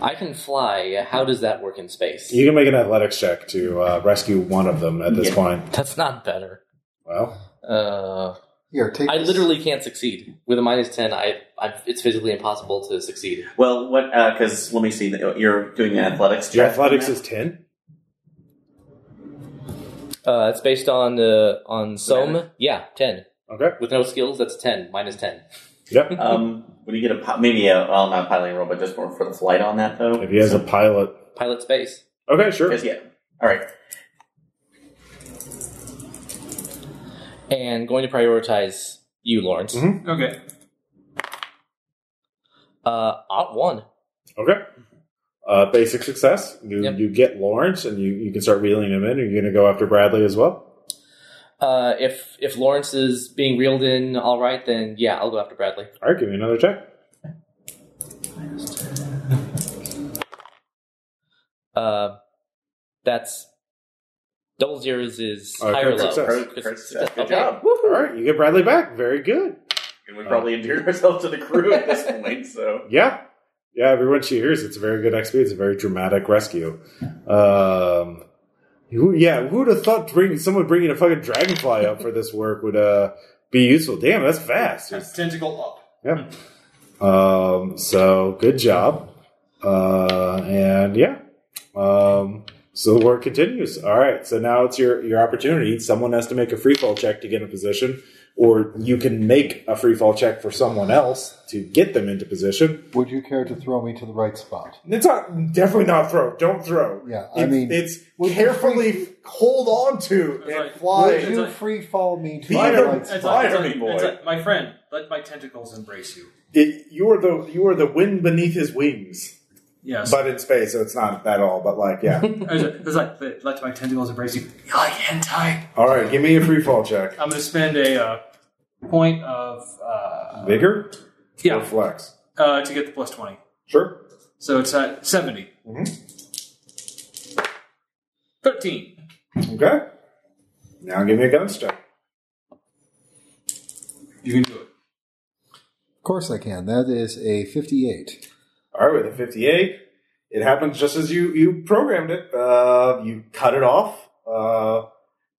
Speaker 2: I can fly. How does that work in space?
Speaker 1: You can make an athletics check to uh, rescue one of them at this
Speaker 3: Yeah.
Speaker 1: point.
Speaker 2: That's not better.
Speaker 1: Well,
Speaker 2: Uh,
Speaker 6: Here, take
Speaker 2: I
Speaker 6: this.
Speaker 2: literally can't succeed with a minus ten. I, I it's physically impossible to succeed.
Speaker 3: Well, what? Because let me see. You're doing athletics.
Speaker 1: Your
Speaker 3: check.
Speaker 1: athletics is ten.
Speaker 2: Uh, it's based on uh, on some
Speaker 3: Semantic.
Speaker 2: yeah ten
Speaker 1: Okay.
Speaker 2: with no skills. That's ten minus ten.
Speaker 1: Yep.
Speaker 3: Um, when you get a pi- maybe a well, not piloting roll, but just for, for the flight on that though.
Speaker 1: If he has a pilot.
Speaker 2: Pilot space.
Speaker 1: Okay, sure.
Speaker 3: Because yeah. All right.
Speaker 2: And going to prioritize you, Lawrence.
Speaker 1: Mhm.
Speaker 5: Okay.
Speaker 2: Uh, ot one.
Speaker 1: Okay. Uh, basic success. You,
Speaker 2: Yep.
Speaker 1: you get Lawrence, and you, you can start reeling him in. Are you going to go after Bradley as well?
Speaker 2: Uh, if if Lawrence is being reeled in, all right, then yeah, I'll go after Bradley.
Speaker 1: All right, give me another check.
Speaker 2: Uh, that's double zeros is
Speaker 1: Uh,
Speaker 2: higher
Speaker 1: crit
Speaker 2: low.
Speaker 1: success.
Speaker 3: Kurt- Kurt success. Good
Speaker 2: Okay.
Speaker 3: job.
Speaker 1: All right, you get Bradley back. Very good.
Speaker 3: And we probably endeared ourselves to the crew at this point. So
Speaker 1: Yeah. Yeah, everyone she hears, it's a very good XP. It's a very dramatic rescue. Um, who, yeah, who would have thought bring, someone bringing a fucking dragonfly up for this work would uh, be useful? Damn, that's fast.
Speaker 5: That's tentacle up.
Speaker 1: Yeah. Um, so good job. Uh, and yeah. Um, so the work continues. All right. So now it's your, your opportunity. Someone has to make a free fall check to get in position, or you can make a free fall check for someone else to get them into position.
Speaker 6: Would you care to throw me to the right spot?
Speaker 1: It's not definitely not throw. Don't throw.
Speaker 6: Yeah, I
Speaker 1: It's-
Speaker 6: mean-
Speaker 1: it's
Speaker 6: Would you
Speaker 1: carefully hold on to
Speaker 5: That's right.
Speaker 1: fly.
Speaker 6: Would
Speaker 5: it's
Speaker 6: you
Speaker 5: like-
Speaker 6: free fall me to the
Speaker 1: Fire-
Speaker 6: right
Speaker 1: it's
Speaker 5: It's
Speaker 6: spot?
Speaker 5: like,
Speaker 3: Fire
Speaker 5: it's like,
Speaker 3: me, boy.
Speaker 5: it's like, my friend, let my tentacles embrace you.
Speaker 1: It, you are the you are the wind beneath his wings,
Speaker 5: Yes.
Speaker 1: but in space, so it's not that all. But like, yeah.
Speaker 5: It's like- it's like, let- let my tentacles embrace you. You like hentai?
Speaker 1: all right, give me a free fall check.
Speaker 5: I'm going to spend a uh, point of. Uh,
Speaker 1: Vigor. or
Speaker 5: yeah,
Speaker 1: flex.
Speaker 5: uh, to get the plus 20.
Speaker 1: Sure.
Speaker 5: So it's at 70. 13.
Speaker 1: Okay. Now give me a gun check.
Speaker 5: You can do it.
Speaker 6: Of course I can. That is a 58.
Speaker 1: All right, with a 58, it happens just as you you programmed it. Uh, you cut it off uh,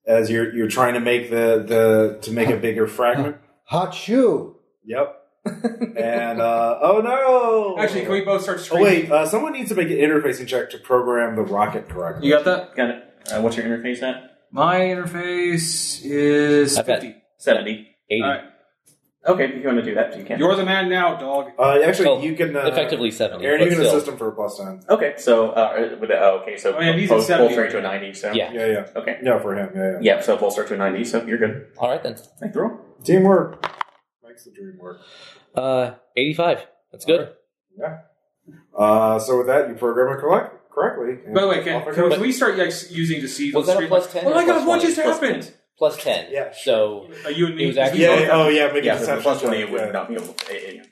Speaker 1: as you're you're trying to make the the to make a bigger fragment.
Speaker 6: Hot shoe!
Speaker 1: Yep. And uh, oh no!
Speaker 5: Actually, can we both start
Speaker 1: Oh
Speaker 5: streaming?
Speaker 1: wait, uh, someone needs to make an interfacing check to program the rocket correctly.
Speaker 5: You got that?
Speaker 3: got it. Uh, what's your interface at?
Speaker 5: My interface is
Speaker 2: I've got-
Speaker 5: 50.
Speaker 3: Seventy.
Speaker 2: Eighty.
Speaker 5: All right.
Speaker 3: Okay, if you want to do that, you can.
Speaker 5: You're the man now, dog.
Speaker 1: Uh, actually,
Speaker 5: Oh,
Speaker 2: Well,
Speaker 1: you can uh,
Speaker 2: Effectively seventy.
Speaker 1: Aaron,
Speaker 2: but
Speaker 1: you can
Speaker 2: still.
Speaker 1: assist him for a plus ten.
Speaker 3: okay, so uh, with the, oh, okay, so
Speaker 5: I mean, he's at
Speaker 3: both,
Speaker 5: 70
Speaker 3: both straight
Speaker 5: right
Speaker 3: to a
Speaker 5: now.
Speaker 3: ninety. So
Speaker 2: Yeah.
Speaker 1: Yeah, yeah,
Speaker 3: Okay.
Speaker 1: yeah, for him. Yeah, yeah.
Speaker 3: Yeah, so both start to a ninety. So you're good.
Speaker 2: All right then.
Speaker 3: Thank you. Roll.
Speaker 1: Teamwork makes the dream work.
Speaker 2: Uh, eighty-five. That's good.
Speaker 1: Uh, so with that, you program it correct, correctly. and
Speaker 5: By the way, can,
Speaker 1: off it
Speaker 5: can
Speaker 1: goes.
Speaker 5: we start like, using to see
Speaker 2: Was
Speaker 5: the
Speaker 2: that a
Speaker 5: stream?
Speaker 2: plus 10
Speaker 5: Oh
Speaker 2: or
Speaker 5: my
Speaker 2: plus
Speaker 5: god, what
Speaker 2: 20?
Speaker 5: just
Speaker 3: Plus
Speaker 5: happened?
Speaker 2: Plus ten.
Speaker 1: Yeah,
Speaker 2: So
Speaker 5: Uh, you and me.
Speaker 2: It was actually-
Speaker 1: yeah, yeah, oh yeah, make
Speaker 3: Yeah,
Speaker 1: a
Speaker 3: so the
Speaker 1: deception
Speaker 3: plus
Speaker 1: check,
Speaker 3: twenty it
Speaker 1: yeah.
Speaker 3: would not be able. To, eh, eh,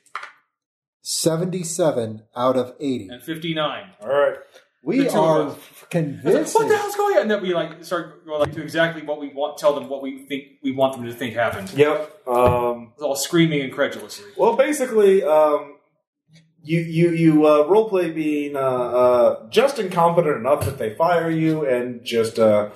Speaker 6: 77 out of 80.
Speaker 5: and 59.
Speaker 1: All right,
Speaker 6: We
Speaker 5: the two of
Speaker 6: are
Speaker 5: us. I was like,
Speaker 6: convinced.
Speaker 5: what the hell's going on? And then we like start going like to exactly what we want, tell them what we think we want them to think happened.
Speaker 1: yep. Um,
Speaker 5: It's all screaming incredulously.
Speaker 1: well, basically, um, you you you uh, roleplay being uh, uh, just incompetent enough that they fire you and just uh,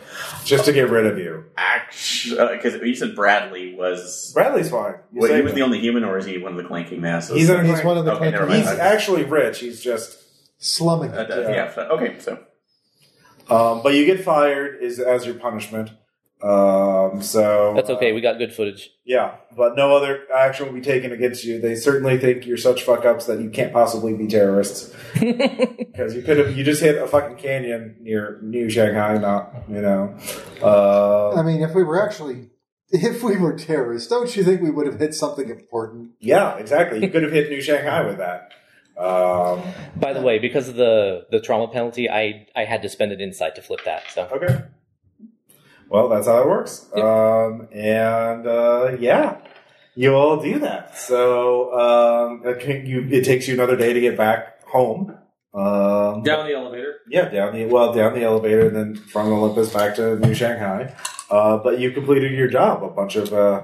Speaker 1: just to get rid of you.
Speaker 3: Actually, because uh, you said Bradley was.
Speaker 1: Bradley's fine. You
Speaker 3: Wait, he
Speaker 1: saved
Speaker 3: was
Speaker 1: him.
Speaker 3: the only human, or is he one of the clanking masses?
Speaker 1: He's a-
Speaker 6: He's one of the
Speaker 3: Okay, never
Speaker 6: countries
Speaker 1: He's
Speaker 3: mind.
Speaker 1: actually rich. He's just
Speaker 6: slumming.
Speaker 3: Uh,
Speaker 6: it.
Speaker 3: yeah. yeah, so- Okay, so
Speaker 1: um, but you get fired is as your punishment. Um, so
Speaker 2: that's
Speaker 1: uh,
Speaker 2: okay. We got good footage.
Speaker 1: Yeah, but no other action will be taken against you. They certainly think you're such fuck ups that you can't possibly be terrorists because you could have you just hit a fucking canyon near New Shanghai, not you know.
Speaker 6: I
Speaker 1: Uh,
Speaker 6: mean, if we were actually, if we were terrorists, don't you think we would have hit something important?
Speaker 1: yeah, exactly. You could have hit New Shanghai with that. Um,
Speaker 2: By the way, because of the the trauma penalty, I I had to spend an insight to flip that. So
Speaker 1: okay. Well, that's how it works. Um, and uh, yeah, you all do that. So um, it can- you, it takes you another day to get back home. Um,
Speaker 5: Down the elevator.
Speaker 1: Yeah, down the well, down the elevator, and then from Olympus back to New Shanghai. Uh, but you completed your job. A bunch of uh,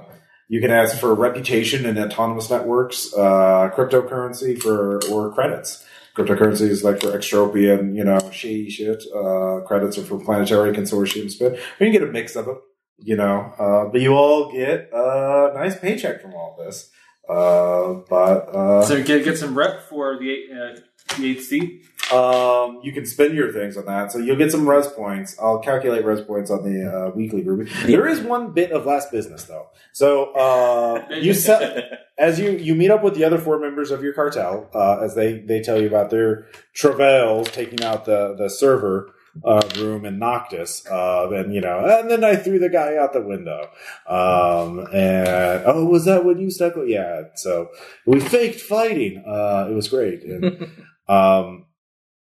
Speaker 1: you can ask for reputation in autonomous networks, uh, cryptocurrency for or credits. Cryptocurrency is like for extropian, you know, she shit. Uh, credits are for planetary consortiums, but you can get a mix of it. you know, uh, but you all get a nice paycheck from all this. Uh, but uh,
Speaker 5: So get get some rep for the eight, uh, the eighth seat.
Speaker 1: Um, you can spend your things on that, so you'll get some res points. I'll calculate res points on the uh, weekly ruby. There is one bit of last business though. So uh, you set as you you meet up with the other four members of your cartel uh, as they they tell you about their travails taking out the the server. Uh, room in Noctis, uh, and you know, and then I threw the guy out the window. Um, and oh, was that when you stuck? with-" Yeah, so we faked fighting. Uh, it was great. And, um,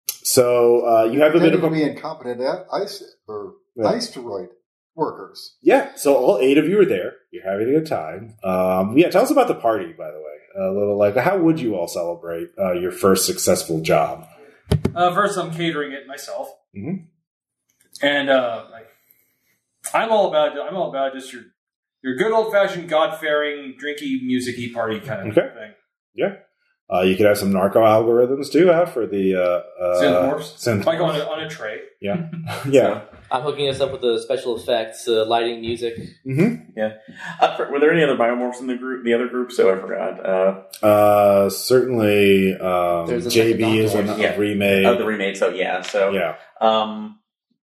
Speaker 1: so uh, you have a bit
Speaker 6: Pretending
Speaker 1: of
Speaker 6: to
Speaker 1: a
Speaker 6: be incompetent at ice or
Speaker 1: Yeah.
Speaker 6: asteroid workers.
Speaker 1: yeah. So all eight of you are there. You're having a good time. Um, yeah, tell us about the party, by the way. A little like how would you all celebrate uh, your first successful job?
Speaker 5: Uh, first, I'm catering it myself,
Speaker 1: Mhm.
Speaker 5: and uh, like, I'm all about I'm all about just your your good old fashioned god faring drinky musicy party kind of
Speaker 1: Okay.
Speaker 5: thing.
Speaker 1: Uh, you could have some narco algorithms too, huh? For the uh, uh,
Speaker 5: Synthmorphs?
Speaker 1: synth-
Speaker 5: Like on a, on a tray.
Speaker 1: yeah.
Speaker 2: I'm hooking us up with the special effects, uh, lighting, music.
Speaker 1: hmm
Speaker 3: I for- were there any other biomorphs in the group? The other group, so I forgot. Uh,
Speaker 1: Uh, certainly, um,
Speaker 2: There's a
Speaker 1: JB is
Speaker 2: second
Speaker 1: an,
Speaker 3: Yeah.
Speaker 1: a remake.
Speaker 3: oh, the remade. So yeah. So
Speaker 1: yeah.
Speaker 3: Um,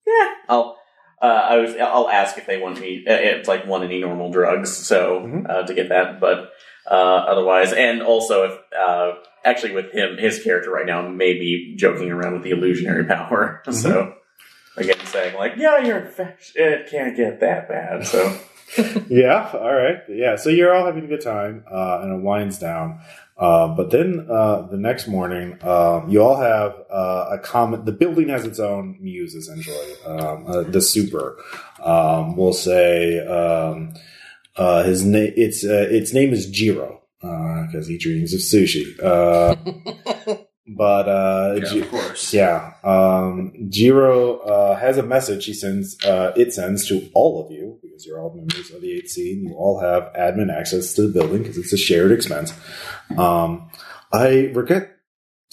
Speaker 3: yeah, I'll. Uh, I was. I'll ask if they want me. uh, If like want any normal drugs, so
Speaker 1: Mhm.
Speaker 3: uh, to get that. But uh, otherwise, and also if uh, actually with him, his character right now may be joking around with the illusionary power. So
Speaker 1: Mm-hmm.
Speaker 3: again, saying like, yeah, you're infectious. It can't get that bad. So
Speaker 1: Yeah, all right. Yeah, so you're all having a good time, uh, and it winds down. Uh, but then uh, the next morning, um, you all have uh, a common. The building has its own muse, essentially. Um, uh, the super, um, we'll say um, uh, his name. Its uh, its name is Jiro because he dreams of sushi. Uh, but uh, Ji-
Speaker 5: of course.
Speaker 1: yeah. Um, Jiro uh, has a message he sends. Uh, it sends to all of you because you're all members of the 8C and you all have admin access to the building because it's a shared expense. Um, I regret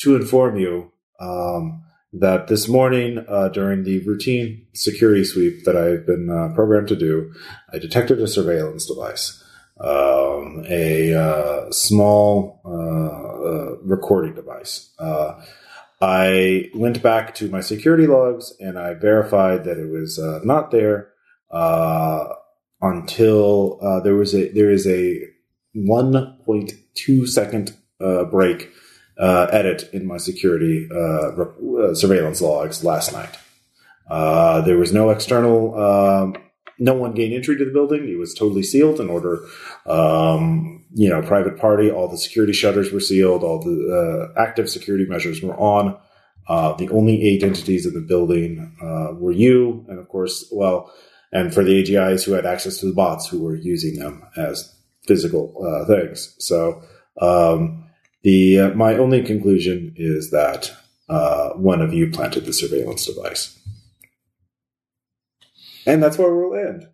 Speaker 1: to inform you um, that this morning uh, during the routine security sweep that I've been uh, programmed to do, I detected a surveillance device. Um, a uh, small uh, uh, recording device. Uh, I went back to my security logs and I verified that it was uh, not there uh, until uh, there was a there is a 1.2 second uh, break uh, edit in my security uh, re- uh, surveillance logs last night. Uh, there was no external. Um, no one gained entry to the building. It was totally sealed in order, um, you know, private party. All the security shutters were sealed. All the uh, active security measures were on. Uh, the only eight entities in the building uh, were you, and of course, well, and for the AGIs who had access to the bots who were using them as physical uh, things. So um, the uh, my only conclusion is that uh, one of you planted the surveillance device. And that's where we'll end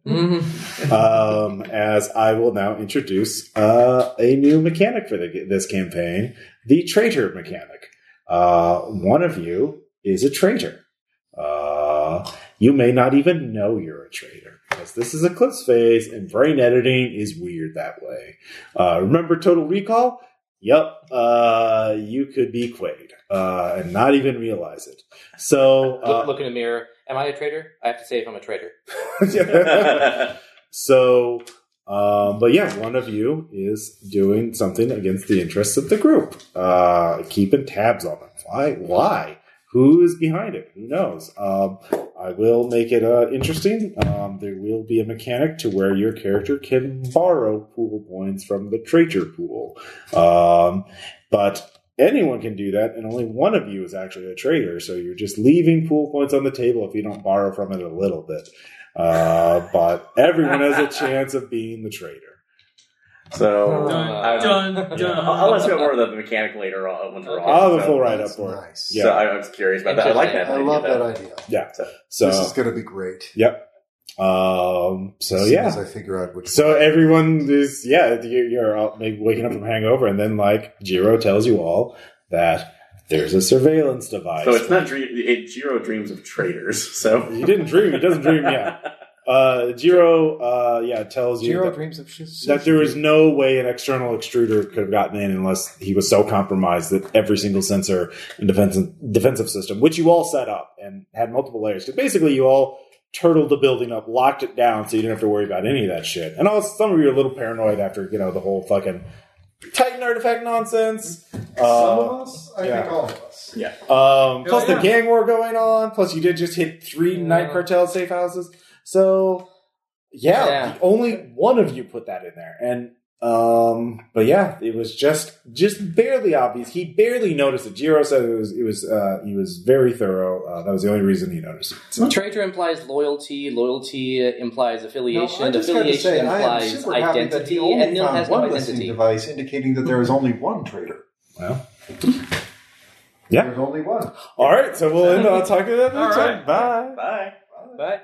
Speaker 1: um, as I will now introduce uh, a new mechanic for the, this campaign the traitor mechanic. Uh, one of you is a traitor. Uh, you may not even know you're a traitor because this is Eclipse phase and brain editing is weird that way. Uh, remember Total Recall? Yep, uh, you could be Quaid uh, and not even realize it. So,
Speaker 2: Look,
Speaker 1: uh,
Speaker 2: look in the mirror. Am I a traitor? I have to say if I'm a traitor.
Speaker 1: uh, So, um, but yeah, one of you is doing something against the interests of the group, uh, keeping tabs on them. Why? Why? Who is behind it? Who knows? Um, I will make it uh, interesting. Um, there will be a mechanic to where your character can borrow pool points from the traitor pool, um, but. Anyone can do that, and only one of you is actually a traitor. So you're just leaving pool points on the table if you don't borrow from it a little bit. Uh, but everyone has a chance of being the traitor.
Speaker 2: Um,
Speaker 3: so
Speaker 5: Dun,
Speaker 3: Uh,
Speaker 5: dun,
Speaker 3: I'll,
Speaker 5: dun.
Speaker 3: I'll ask you about more of the mechanic later on. uh, Once we're
Speaker 1: I'll
Speaker 3: off,
Speaker 1: have a
Speaker 3: so-
Speaker 1: full write up
Speaker 6: That's
Speaker 1: for it.
Speaker 6: nice.
Speaker 1: Yeah.
Speaker 3: So I was curious about that. I like that.
Speaker 6: I
Speaker 3: idea,
Speaker 6: love
Speaker 3: though.
Speaker 6: that idea.
Speaker 1: So,
Speaker 6: this is going to be great.
Speaker 1: um, so
Speaker 6: as soon
Speaker 1: yeah.
Speaker 6: as I figure out which.
Speaker 1: So everyone is yeah, you- you're all maybe waking up from a hangover, and then like Jiro tells you all that there's a surveillance device.
Speaker 3: So it's not dream. It, Jiro dreams of traitors. So
Speaker 1: He didn't dream. He doesn't dream yet. Uh, Jiro, uh, yeah, tells you
Speaker 6: Jiro
Speaker 1: that-
Speaker 6: dreams of sushi.
Speaker 1: that there is no way an external extruder could have gotten in unless he was so compromised that every single sensor and defensive defensive system, which you all set up and had multiple layers, because basically you all turtled the building up, locked it down, so you didn't have to worry about any of that shit. And also, some of you are a little paranoid after you know the whole fucking Titan artifact nonsense.
Speaker 4: Some
Speaker 1: Uh,
Speaker 4: of us, I
Speaker 1: yeah.
Speaker 4: think all of us.
Speaker 1: um, plus
Speaker 5: Oh, yeah.
Speaker 1: the gang war going on. Plus you did just hit three night cartel safe houses. So yeah,
Speaker 2: Yeah.
Speaker 1: the only one of you put that in there, and um, but yeah, it was just just barely obvious. He barely noticed it. Jiro said it was it was uh, he was very thorough. Uh, that was the only reason he noticed it. So,
Speaker 2: Traitor implies loyalty. Loyalty uh, implies affiliation.
Speaker 6: No, I just got to
Speaker 2: affiliation
Speaker 6: say, I am
Speaker 2: implies
Speaker 6: super happy that he
Speaker 2: identity,
Speaker 6: only
Speaker 2: and Nil
Speaker 6: found
Speaker 2: has no
Speaker 6: one listening
Speaker 2: identity.
Speaker 6: device, indicating that there is only one traitor.
Speaker 1: well, Yeah.
Speaker 6: There's only one.
Speaker 1: all right. So we'll end on talking about that
Speaker 5: All
Speaker 1: next time.
Speaker 5: right.
Speaker 1: Bye.
Speaker 3: Bye.
Speaker 2: Right?